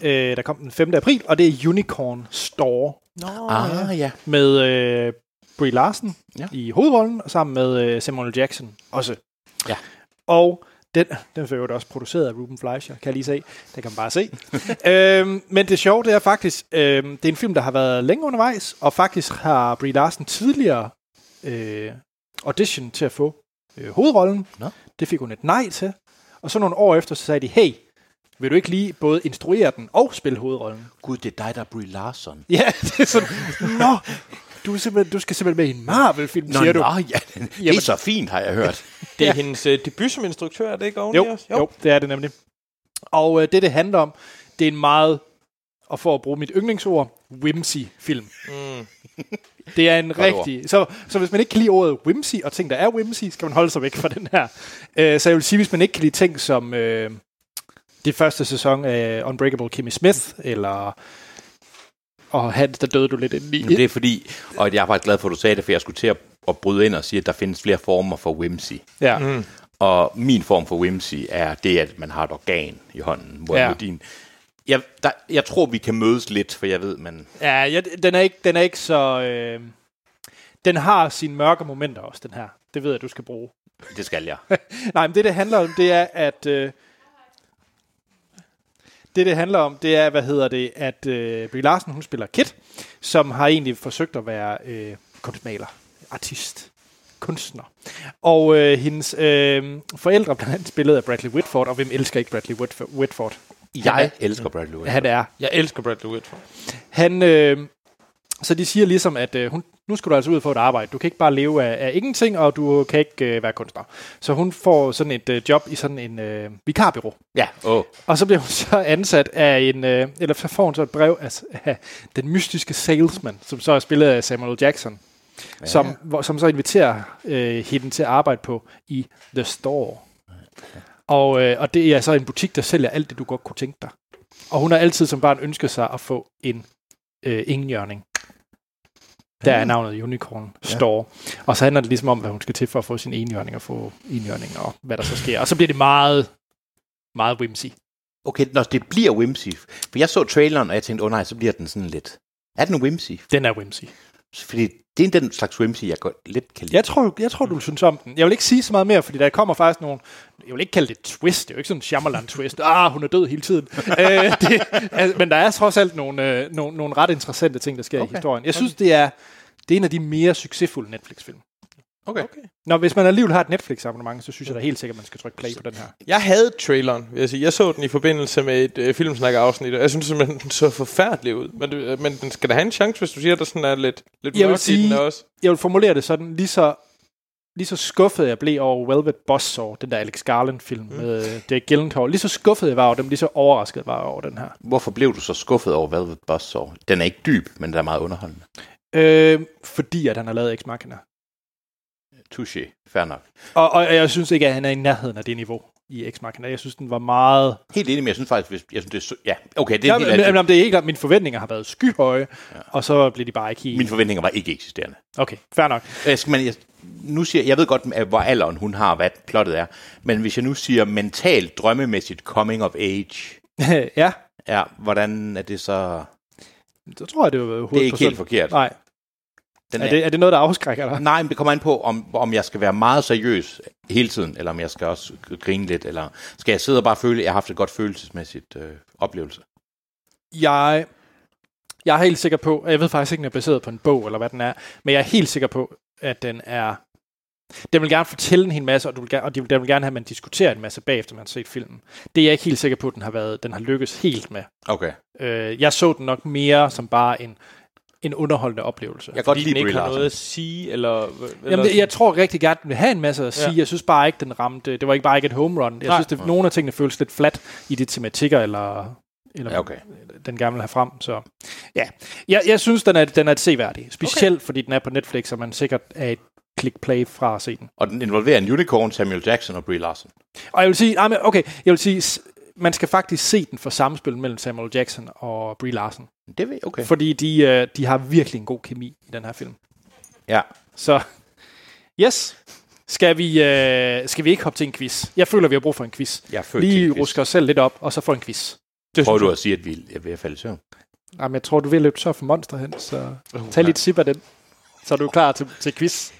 Speaker 1: øh, der kom den 5. april, og det er Unicorn Store
Speaker 3: Nå,
Speaker 2: Oh, ah, ja.
Speaker 1: med øh, Brie Larson
Speaker 2: Ja.
Speaker 1: ja. i hovedrollen, og sammen med øh, Samuel L. Jackson også.
Speaker 2: Ja.
Speaker 1: Og Den, den er jo også produceret af Ruben Fleischer, kan jeg lige se. Det kan man bare se. øhm, men det sjove, det er faktisk, øhm, det er en film, der har været længe undervejs, og faktisk har Brie Larson tidligere øh, audition til at få øh, hovedrollen.
Speaker 2: Nå.
Speaker 1: Det fik hun et nej til. Og så nogle år efter, så sagde de, hey, vil du ikke lige både instruere den og spille hovedrollen?
Speaker 2: Gud, det er dig, der er Brie Larson.
Speaker 1: Ja, det er sådan, nå, du, er simpelthen, du skal simpelthen med i en Marvel-film,
Speaker 2: Nå,
Speaker 1: siger du.
Speaker 2: nå ja, det er
Speaker 1: Jamen.
Speaker 2: så fint, har jeg hørt.
Speaker 3: Det er ja. hendes øh, debut som instruktør, er det ikke oven i
Speaker 1: Jo,
Speaker 3: os?
Speaker 1: jo, det er det nemlig. Og øh, det, det handler om, det er en meget, og for at bruge mit yndlingsord, whimsy-film.
Speaker 3: Mm.
Speaker 1: Det er en
Speaker 2: Godt ord.
Speaker 1: rigtig... Så, så hvis man ikke kan lide ordet whimsy, og ting, der er whimsy, skal man holde sig væk fra den her. Øh, så jeg vil sige, hvis man ikke kan lide ting som øh, det første sæson af Unbreakable Kimmy Smith, eller... Og Hans, der døde du lidt inden i.
Speaker 2: Jamen, det er fordi, og jeg er faktisk glad for, at du sagde det, for jeg skulle til at, at bryde ind og sige, at der findes flere former for whimsy.
Speaker 1: Ja.
Speaker 3: Mm.
Speaker 2: Og min form for whimsy er det, at man har et organ i hånden, hvor
Speaker 1: Ja.
Speaker 2: ja. din... Jeg, der, jeg tror, vi kan mødes lidt, for jeg ved, man...
Speaker 1: Ja, ja den, er ikke, den er ikke så... Øh, den har sine mørke momenter også, den her. Det ved jeg, du skal bruge.
Speaker 2: Det skal jeg.
Speaker 1: Nej, men det, det handler om, det er, at... Øh, det, det handler om, det er, hvad hedder det, at øh, Brie Larsen, hun spiller Kit, som har egentlig forsøgt at være øh, kunstmaler, artist, kunstner. Og øh, hendes øh, forældre, blandt andet spillet af Bradley Whitford, og hvem elsker ikke Bradley Whitf- Whitford?
Speaker 2: Jeg elsker Bradley Whitford.
Speaker 1: Han er
Speaker 3: Jeg elsker Bradley Whitford.
Speaker 1: han, øh, så de siger ligesom, at øh, hun, nu skal du altså ud og få et arbejde. Du kan ikke bare leve af, af ingenting, og du kan ikke øh, være kunstner. Så hun får sådan et øh, job i sådan en øh, vikarbyrå.
Speaker 2: Ja, åh.
Speaker 1: Og så bliver hun så ansat af en, øh, eller så får hun så et brev af, s- af den mystiske salesman, som så er spillet af Samuel Jackson, ja. som, hvor, som så inviterer øh, hende til at arbejde på i The Store. Og, øh, og det er så en butik, der sælger alt det, du godt kunne tænke dig. Og hun har altid som barn ønsket sig at få en øh, ingenjørning. Der er navnet Unicorn Store. Og så handler det ligesom om, hvad hun skal til for at få sin enhjørning og få enhjørning og hvad der så sker. Og så bliver det meget, meget whimsy.
Speaker 2: Okay, når det bliver whimsy. For jeg så traileren, og jeg tænkte, åh oh, nej, så bliver den sådan lidt... Er den whimsy?
Speaker 1: Den er whimsy.
Speaker 2: Fordi det er den slags whimsy, jeg godt lidt kan lide.
Speaker 1: Jeg tror, jeg tror, du vil synes om den. Jeg vil ikke sige så meget mere, fordi der kommer faktisk nogle... Jeg vil ikke kalde det et twist. Det er jo ikke sådan en Shyamalan-twist. Ah, hun er død hele tiden. øh, det, altså, men der er trods alt nogle, øh, nogle, nogle ret interessante ting, der sker okay. i historien. Jeg synes, det er, det er en af de mere succesfulde Netflix-film.
Speaker 2: Okay.
Speaker 1: Nå, hvis man alligevel har et Netflix-abonnement, så synes jeg da helt sikkert, man skal trykke play på den her.
Speaker 3: Jeg havde traileren, vil jeg sige. Jeg så den i forbindelse med et øh, filmsnak-afsnit, og jeg synes simpelthen, den så forfærdelig ud. Men, det, men den skal da have en chance, hvis du siger, at der sådan er lidt, lidt
Speaker 1: Jeg vil
Speaker 3: mørkt i den
Speaker 1: sige-
Speaker 3: også.
Speaker 1: Jeg vil formulere det sådan, lige så, lige så skuffet jeg blev over Velvet Buzzsaw, den der Alex Garland-film mm. med øh, Jake Gyllenhaal. Lige så skuffet jeg var over dem, lige så overrasket var jeg over den her.
Speaker 2: Hvorfor blev du så skuffet over Velvet Buzzsaw? Den er ikke dyb, men den er meget underholdende.
Speaker 1: Øh, fordi at han har lavet Ex Machina.
Speaker 2: Touché, fair nok.
Speaker 1: Og, og jeg synes ikke, at han er i nærheden af det niveau i Ex Machina. Jeg synes, den var meget...
Speaker 2: Helt enig, men jeg synes faktisk, hvis, jeg synes, det er... sø- Ja, okay, det
Speaker 1: Det
Speaker 2: er
Speaker 1: er,
Speaker 2: en helt
Speaker 1: jamen,
Speaker 2: anden-
Speaker 1: jamen, jamen, det er ikke, at mine forventninger har været skyhøje, ja. og så blev de bare ikke helt...
Speaker 2: Mine forventninger var ikke eksisterende.
Speaker 1: Okay, fair nok.
Speaker 2: Jeg skal, men jeg, nu siger, jeg ved godt, at hvor alderen hun har, hvad plottet er, men hvis jeg nu siger mentalt, drømmemæssigt coming of age,
Speaker 1: ja,
Speaker 2: ja, hvordan er det så...
Speaker 1: så tror jeg, det var
Speaker 2: Det er ikke helt forkert.
Speaker 1: Nej,
Speaker 2: Den
Speaker 1: er det, er det noget, der afskrækker dig?
Speaker 2: Nej, men det kommer an på, om, om jeg skal være meget seriøs hele tiden, eller om jeg skal også grine lidt, eller skal jeg sidde og bare føle, at jeg har haft et godt følelsesmæssigt øh, oplevelse?
Speaker 1: Jeg, jeg er helt sikker på, og jeg ved faktisk ikke, om den er baseret på en bog, eller hvad den er, men jeg er helt sikker på, at den er... Den vil gerne fortælle en hel masse, og, du vil gerne, og de vil, den vil gerne have, at man diskuterer en masse bagefter, man har set filmen. Det er jeg ikke helt sikker på, at den har, været, den har lykkes helt med.
Speaker 2: Okay.
Speaker 1: Øh, jeg så den nok mere som bare en, en underholdende oplevelse.
Speaker 2: Jeg kan
Speaker 3: Fordi
Speaker 2: godt
Speaker 3: den
Speaker 2: lide
Speaker 3: ikke
Speaker 2: Brie
Speaker 3: har noget
Speaker 2: Larson.
Speaker 3: at sige, eller... eller
Speaker 1: Jamen, det, jeg tror rigtig gerne, den vil have en masse at sige.
Speaker 3: Ja.
Speaker 1: Ja. Jeg synes bare ikke, den ramte. Det var ikke bare ikke et home run. Jeg
Speaker 3: Nej.
Speaker 1: Nej. synes, at nogle af tingene føles lidt flat i de tematikker, eller, eller
Speaker 2: Ja, okay.
Speaker 1: den gerne vil have frem. Så ja, jeg, jeg synes, den er, den er et seværdig. Specielt okay. fordi den er på Netflix, og man sikkert er et klik play fra at se den.
Speaker 2: Og den involverer en unicorn, Samuel Jackson og Brie Larson.
Speaker 1: Og jeg vil sige, nej, men okay, jeg vil sige, s- man skal faktisk se den for samspil mellem Samuel Jackson og Brie Larson.
Speaker 2: Det ved jeg, okay.
Speaker 1: Fordi de, øh, de har virkelig en god kemi i den her film.
Speaker 2: Ja.
Speaker 1: Så yes, skal vi, øh, skal vi ikke hoppe til en quiz? Jeg føler, vi har brug for en quiz.
Speaker 2: Jeg følte
Speaker 1: Lige
Speaker 2: Lige
Speaker 1: rusker os selv lidt op, og så får en quiz. Det
Speaker 2: Prøver du at sige, at vi er ved at falde i søvn?
Speaker 1: Jamen, jeg tror, du vil løbe
Speaker 3: Uh,
Speaker 1: tør for monster hen, så tag lidt sip af den, så er du klar til, til quiz.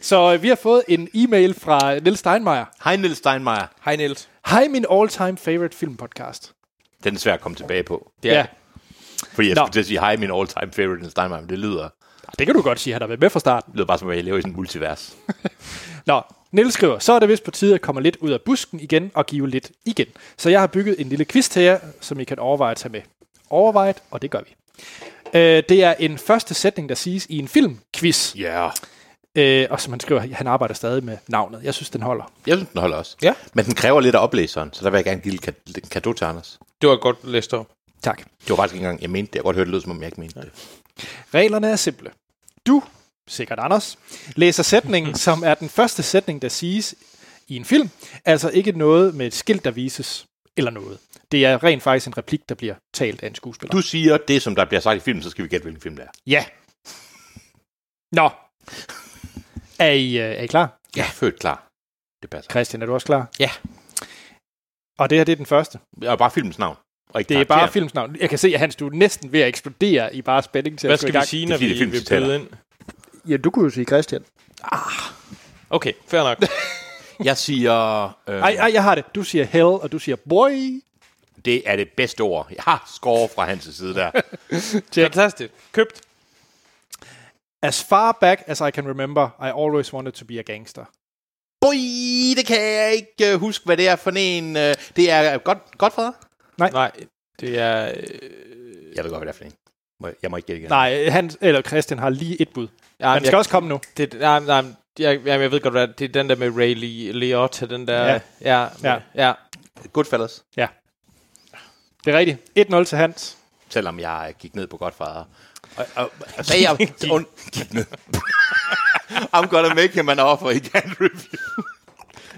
Speaker 1: Så øh, vi har fået en e-mail fra Niels Steinmeier.
Speaker 2: Hej Niels Steinmeier.
Speaker 3: Hej Niels.
Speaker 1: Hej, min all-time favorite filmpodcast.
Speaker 2: Den er svær at komme tilbage på.
Speaker 3: Det er, ja.
Speaker 2: Fordi jeg
Speaker 1: Nå.
Speaker 2: skulle til at sige, hej min all-time favorite Niels Steinmeier, men det lyder,
Speaker 1: Ah, Det kan du godt sige, han har været med fra starten.
Speaker 2: det lyder bare som, at jeg lever i sådan et multivers.
Speaker 1: Nå, Niels skriver, så er det vist på tide at komme lidt ud af busken igen og give lidt igen. Så jeg har bygget en lille quiz til jer, som I kan overveje at tage med. Overvejet, og det gør vi. Øh, det er en første sætning, der siges i en filmquiz.
Speaker 2: Ja. Yeah.
Speaker 1: Øh, og som han skriver, han arbejder stadig med navnet. Jeg synes, den holder.
Speaker 2: Jeg synes, den holder også.
Speaker 3: Ja.
Speaker 2: Men den kræver lidt af oplæseren, så der vil jeg gerne give et ka- et kado til Anders.
Speaker 3: det var godt læst op.
Speaker 1: Tak.
Speaker 2: Det var faktisk ikke engang, jeg mente det. Jeg godt hørte det lød, som om jeg ikke mente det.
Speaker 1: Reglerne er simple. Du, sikkert Anders, læser sætningen, som er den første sætning, der siges i en film. Altså ikke noget med et skilt, der vises eller noget. Det er rent faktisk en replik, der bliver talt af en skuespiller.
Speaker 2: Du siger det, som der bliver sagt i filmen, så skal vi gætte, hvilken film det er.
Speaker 1: Ja. Nå. Er I, øh, er I klar?
Speaker 2: Ja. Født klar. Det passer.
Speaker 1: Christian, er du også klar?
Speaker 3: Ja.
Speaker 1: Og det her, det er den første.
Speaker 2: Og bare filmens navn. Og ikke
Speaker 1: Det er bare
Speaker 2: karakteren.
Speaker 1: filmens navn. Jeg kan se, at Hans, du er næsten ved at eksplodere i bare spænding til
Speaker 3: Hvad
Speaker 1: at gå i
Speaker 3: skal vi
Speaker 1: gang.
Speaker 3: sige,
Speaker 2: Det er
Speaker 3: når
Speaker 2: fordi,
Speaker 3: vi
Speaker 2: det er film,
Speaker 3: vil
Speaker 2: vi taler.
Speaker 3: byde ind?
Speaker 4: Ja, du kunne jo sige Christian.
Speaker 3: Okay, fair nok.
Speaker 2: Jeg siger... Øh,
Speaker 1: Ej, ej, jeg har det. Du siger hell, og du siger boy.
Speaker 2: Det er det bedste ord. Jeg har score fra hans side der.
Speaker 3: Fantastisk. Købt.
Speaker 1: As far back as I can remember, I always wanted to be a gangster.
Speaker 2: Boy, det kan jeg ikke øh, huske, hvad det er for en... øh, Det er øh, godt, godt for dig.
Speaker 3: Nej, det er... Øh,
Speaker 2: Jeg ved godt, hvad det er for en. Må jeg- Jeg må ikke gætte igen.
Speaker 1: Nej, han, eller Christian har lige et bud.
Speaker 3: ja,
Speaker 1: Han skal også komme nu.
Speaker 3: Det, nej, nej, jeg, jeg, jeg ved godt, hvad det er. Det er den der med Ray Le- Liotta, den der...
Speaker 1: Ja.
Speaker 3: ja,
Speaker 1: Ja.
Speaker 3: ja.
Speaker 2: Goodfellas.
Speaker 1: Det er rigtigt. 1-0 til Hans.
Speaker 2: Selvom jeg øh, gik ned på Godfather. Og, og, og sagde jeg... und, gik ned. I'm gonna make him an offer igen.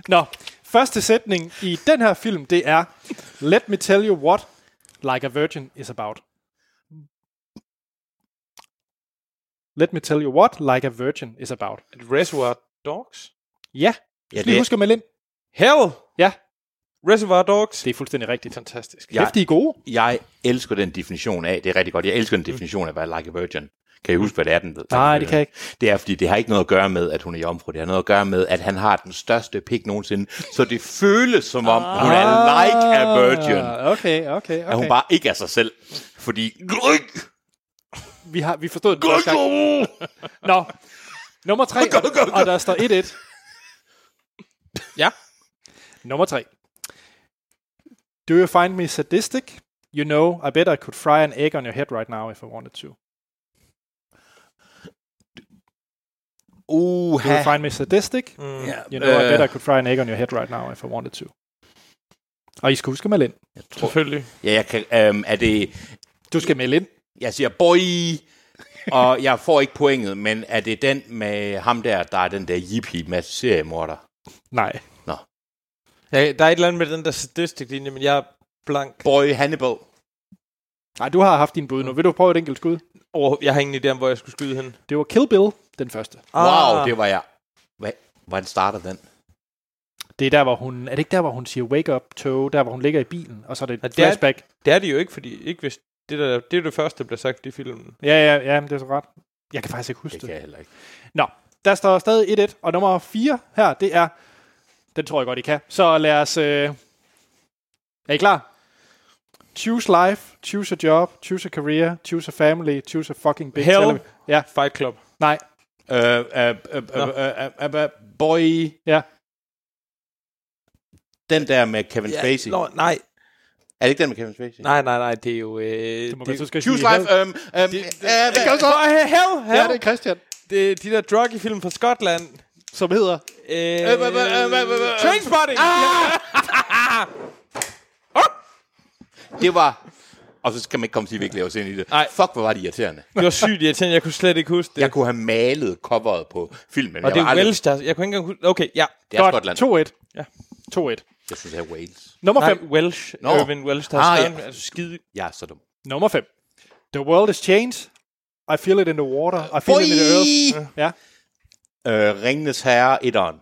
Speaker 1: Nå, første sætning i den her film, det er Let me tell you what Like a Virgin is about. Let me tell you what Like a Virgin is about.
Speaker 3: Reservoir Dogs?
Speaker 1: Ja,
Speaker 2: ja,
Speaker 1: lige
Speaker 2: det,
Speaker 1: husk at melde ind.
Speaker 3: Hell!
Speaker 1: Ja,
Speaker 3: Reservoir Dogs?
Speaker 1: det er fuldstændig rigtigt.
Speaker 3: Fantastisk.
Speaker 2: Ja.
Speaker 1: Hæftige gode.
Speaker 2: jeg elsker den definition af, det er rigtig godt, jeg elsker den definition af, hvad like a virgin. Kan I huske, hvad det er, den ved?
Speaker 1: Nej, det kan jeg ikke.
Speaker 2: Det er, fordi det har ikke noget at gøre med, at hun er jomfru. Det har noget at gøre med, at han har den største pik nogensinde. Så det føles som om, hun er like a virgin.
Speaker 1: Ah, Okay, okay, okay.
Speaker 2: At hun bare ikke er sig selv. Fordi...
Speaker 1: Vi, har, vi forstod det første gang. Nå, nummer tre,
Speaker 2: Go, go, go.
Speaker 1: og der står 1-1.
Speaker 3: Ja.
Speaker 1: Nummer tre. Do you find me sadistic? You know, I bet I could fry an egg on your head right now if I wanted to. Do you
Speaker 2: Uha.
Speaker 1: find me sadistic?
Speaker 3: Mm.
Speaker 2: Ja,
Speaker 1: You know, I bet I
Speaker 2: øh,
Speaker 1: could fry an egg on your head right now if I wanted to. Og I skal huske at melde ind.
Speaker 3: Selvfølgelig.
Speaker 2: ja, jeg kan, øhm, er det...
Speaker 1: Du skal melde ind.
Speaker 2: Jeg siger boy, og jeg får ikke pointet, men er det den med ham der, der er den der yippie med seriemorder?
Speaker 1: Nej.
Speaker 3: Ja, der er et eller andet med den der sadistik linje, men jeg er blank.
Speaker 2: Boy Hannibal.
Speaker 1: Nej, du har haft din bud nu. Vil du prøve et enkelt skud?
Speaker 3: Over, jeg har ingen idé om, hvor jeg skulle skyde hen.
Speaker 1: Det var Kill Bill, den første.
Speaker 3: Ah.
Speaker 2: Wow,
Speaker 1: Ah.
Speaker 2: det var jeg. Hvad, hvordan starter den?
Speaker 1: Det er der, hvor hun... Er det ikke der, hvor hun siger wake up, toe? Der, hvor hun ligger i bilen, og så er det
Speaker 3: Ja,
Speaker 1: et
Speaker 3: det er-
Speaker 1: flashback.
Speaker 3: Det er det jo ikke, fordi ikke hvis det, der, det er det første, der bliver sagt i filmen.
Speaker 1: Ja, ja, ja, men det er så ret. Jeg kan faktisk ikke huske
Speaker 2: Det
Speaker 1: det.
Speaker 2: kan jeg heller ikke.
Speaker 1: Nå, der står stadig 1-1, og nummer 4 her, det er... Den tror jeg godt, I kan. Så lad os... Øh... Er I klar? Choose life, choose a job, choose a career, choose a family, choose a fucking big
Speaker 3: Hell.
Speaker 1: television. Ja,
Speaker 3: Fight Club.
Speaker 1: nej,
Speaker 2: Øh, øh, øh, øh, øh, øh, øh, boy,
Speaker 1: ja.
Speaker 2: den der med Kevin Spacey.
Speaker 3: Nå, nej,
Speaker 2: Er det ikke den med Kevin Spacey?
Speaker 3: nej, nej, nej, det er jo... Øh, det
Speaker 1: Må man så skal
Speaker 2: Choose
Speaker 1: sige
Speaker 2: Life.
Speaker 1: hell.
Speaker 2: øhm, øhm, øh, hvad-
Speaker 3: Kom så! Hell, hell!
Speaker 1: Ja, det er Christian,
Speaker 3: Det er de der druggy-film fra Skotland.
Speaker 1: som hedder...
Speaker 3: Øh,
Speaker 2: hvad- hvad- hvad- hvad- hvad- hvad-
Speaker 3: Trainspotting! Ah!
Speaker 2: Det var... Og så skal man ikke komme og sige, at vi ikke laver os ind i det.
Speaker 3: Nej.
Speaker 2: Fuck, hvor var det irriterende.
Speaker 3: Det var sygt irriterende, jeg kunne slet ikke huske det.
Speaker 2: Jeg kunne have malet coveret på filmen.
Speaker 3: og
Speaker 2: jeg
Speaker 3: det
Speaker 2: var
Speaker 3: er
Speaker 2: aldrig-
Speaker 3: Welsh, der... Jeg kunne ikke engang huske... Okay, ja.
Speaker 2: Det er Skotland.
Speaker 1: 2-1.
Speaker 3: Ja.
Speaker 1: 2-1.
Speaker 2: Jeg synes, det er Wales.
Speaker 1: Nummer 5.
Speaker 3: Nej, Welsh.
Speaker 2: Nå.
Speaker 3: No. Irvin Welsh, der
Speaker 2: Ah,
Speaker 3: ah,
Speaker 2: ja.
Speaker 3: skrevet, ja. altså skide...
Speaker 2: Jeg er så dum.
Speaker 1: Nummer 5. The world is changed. I feel it in the water. I feel
Speaker 2: Boy!
Speaker 1: it in the earth. Ja,
Speaker 2: Øh, Ringnes Herre, etteren.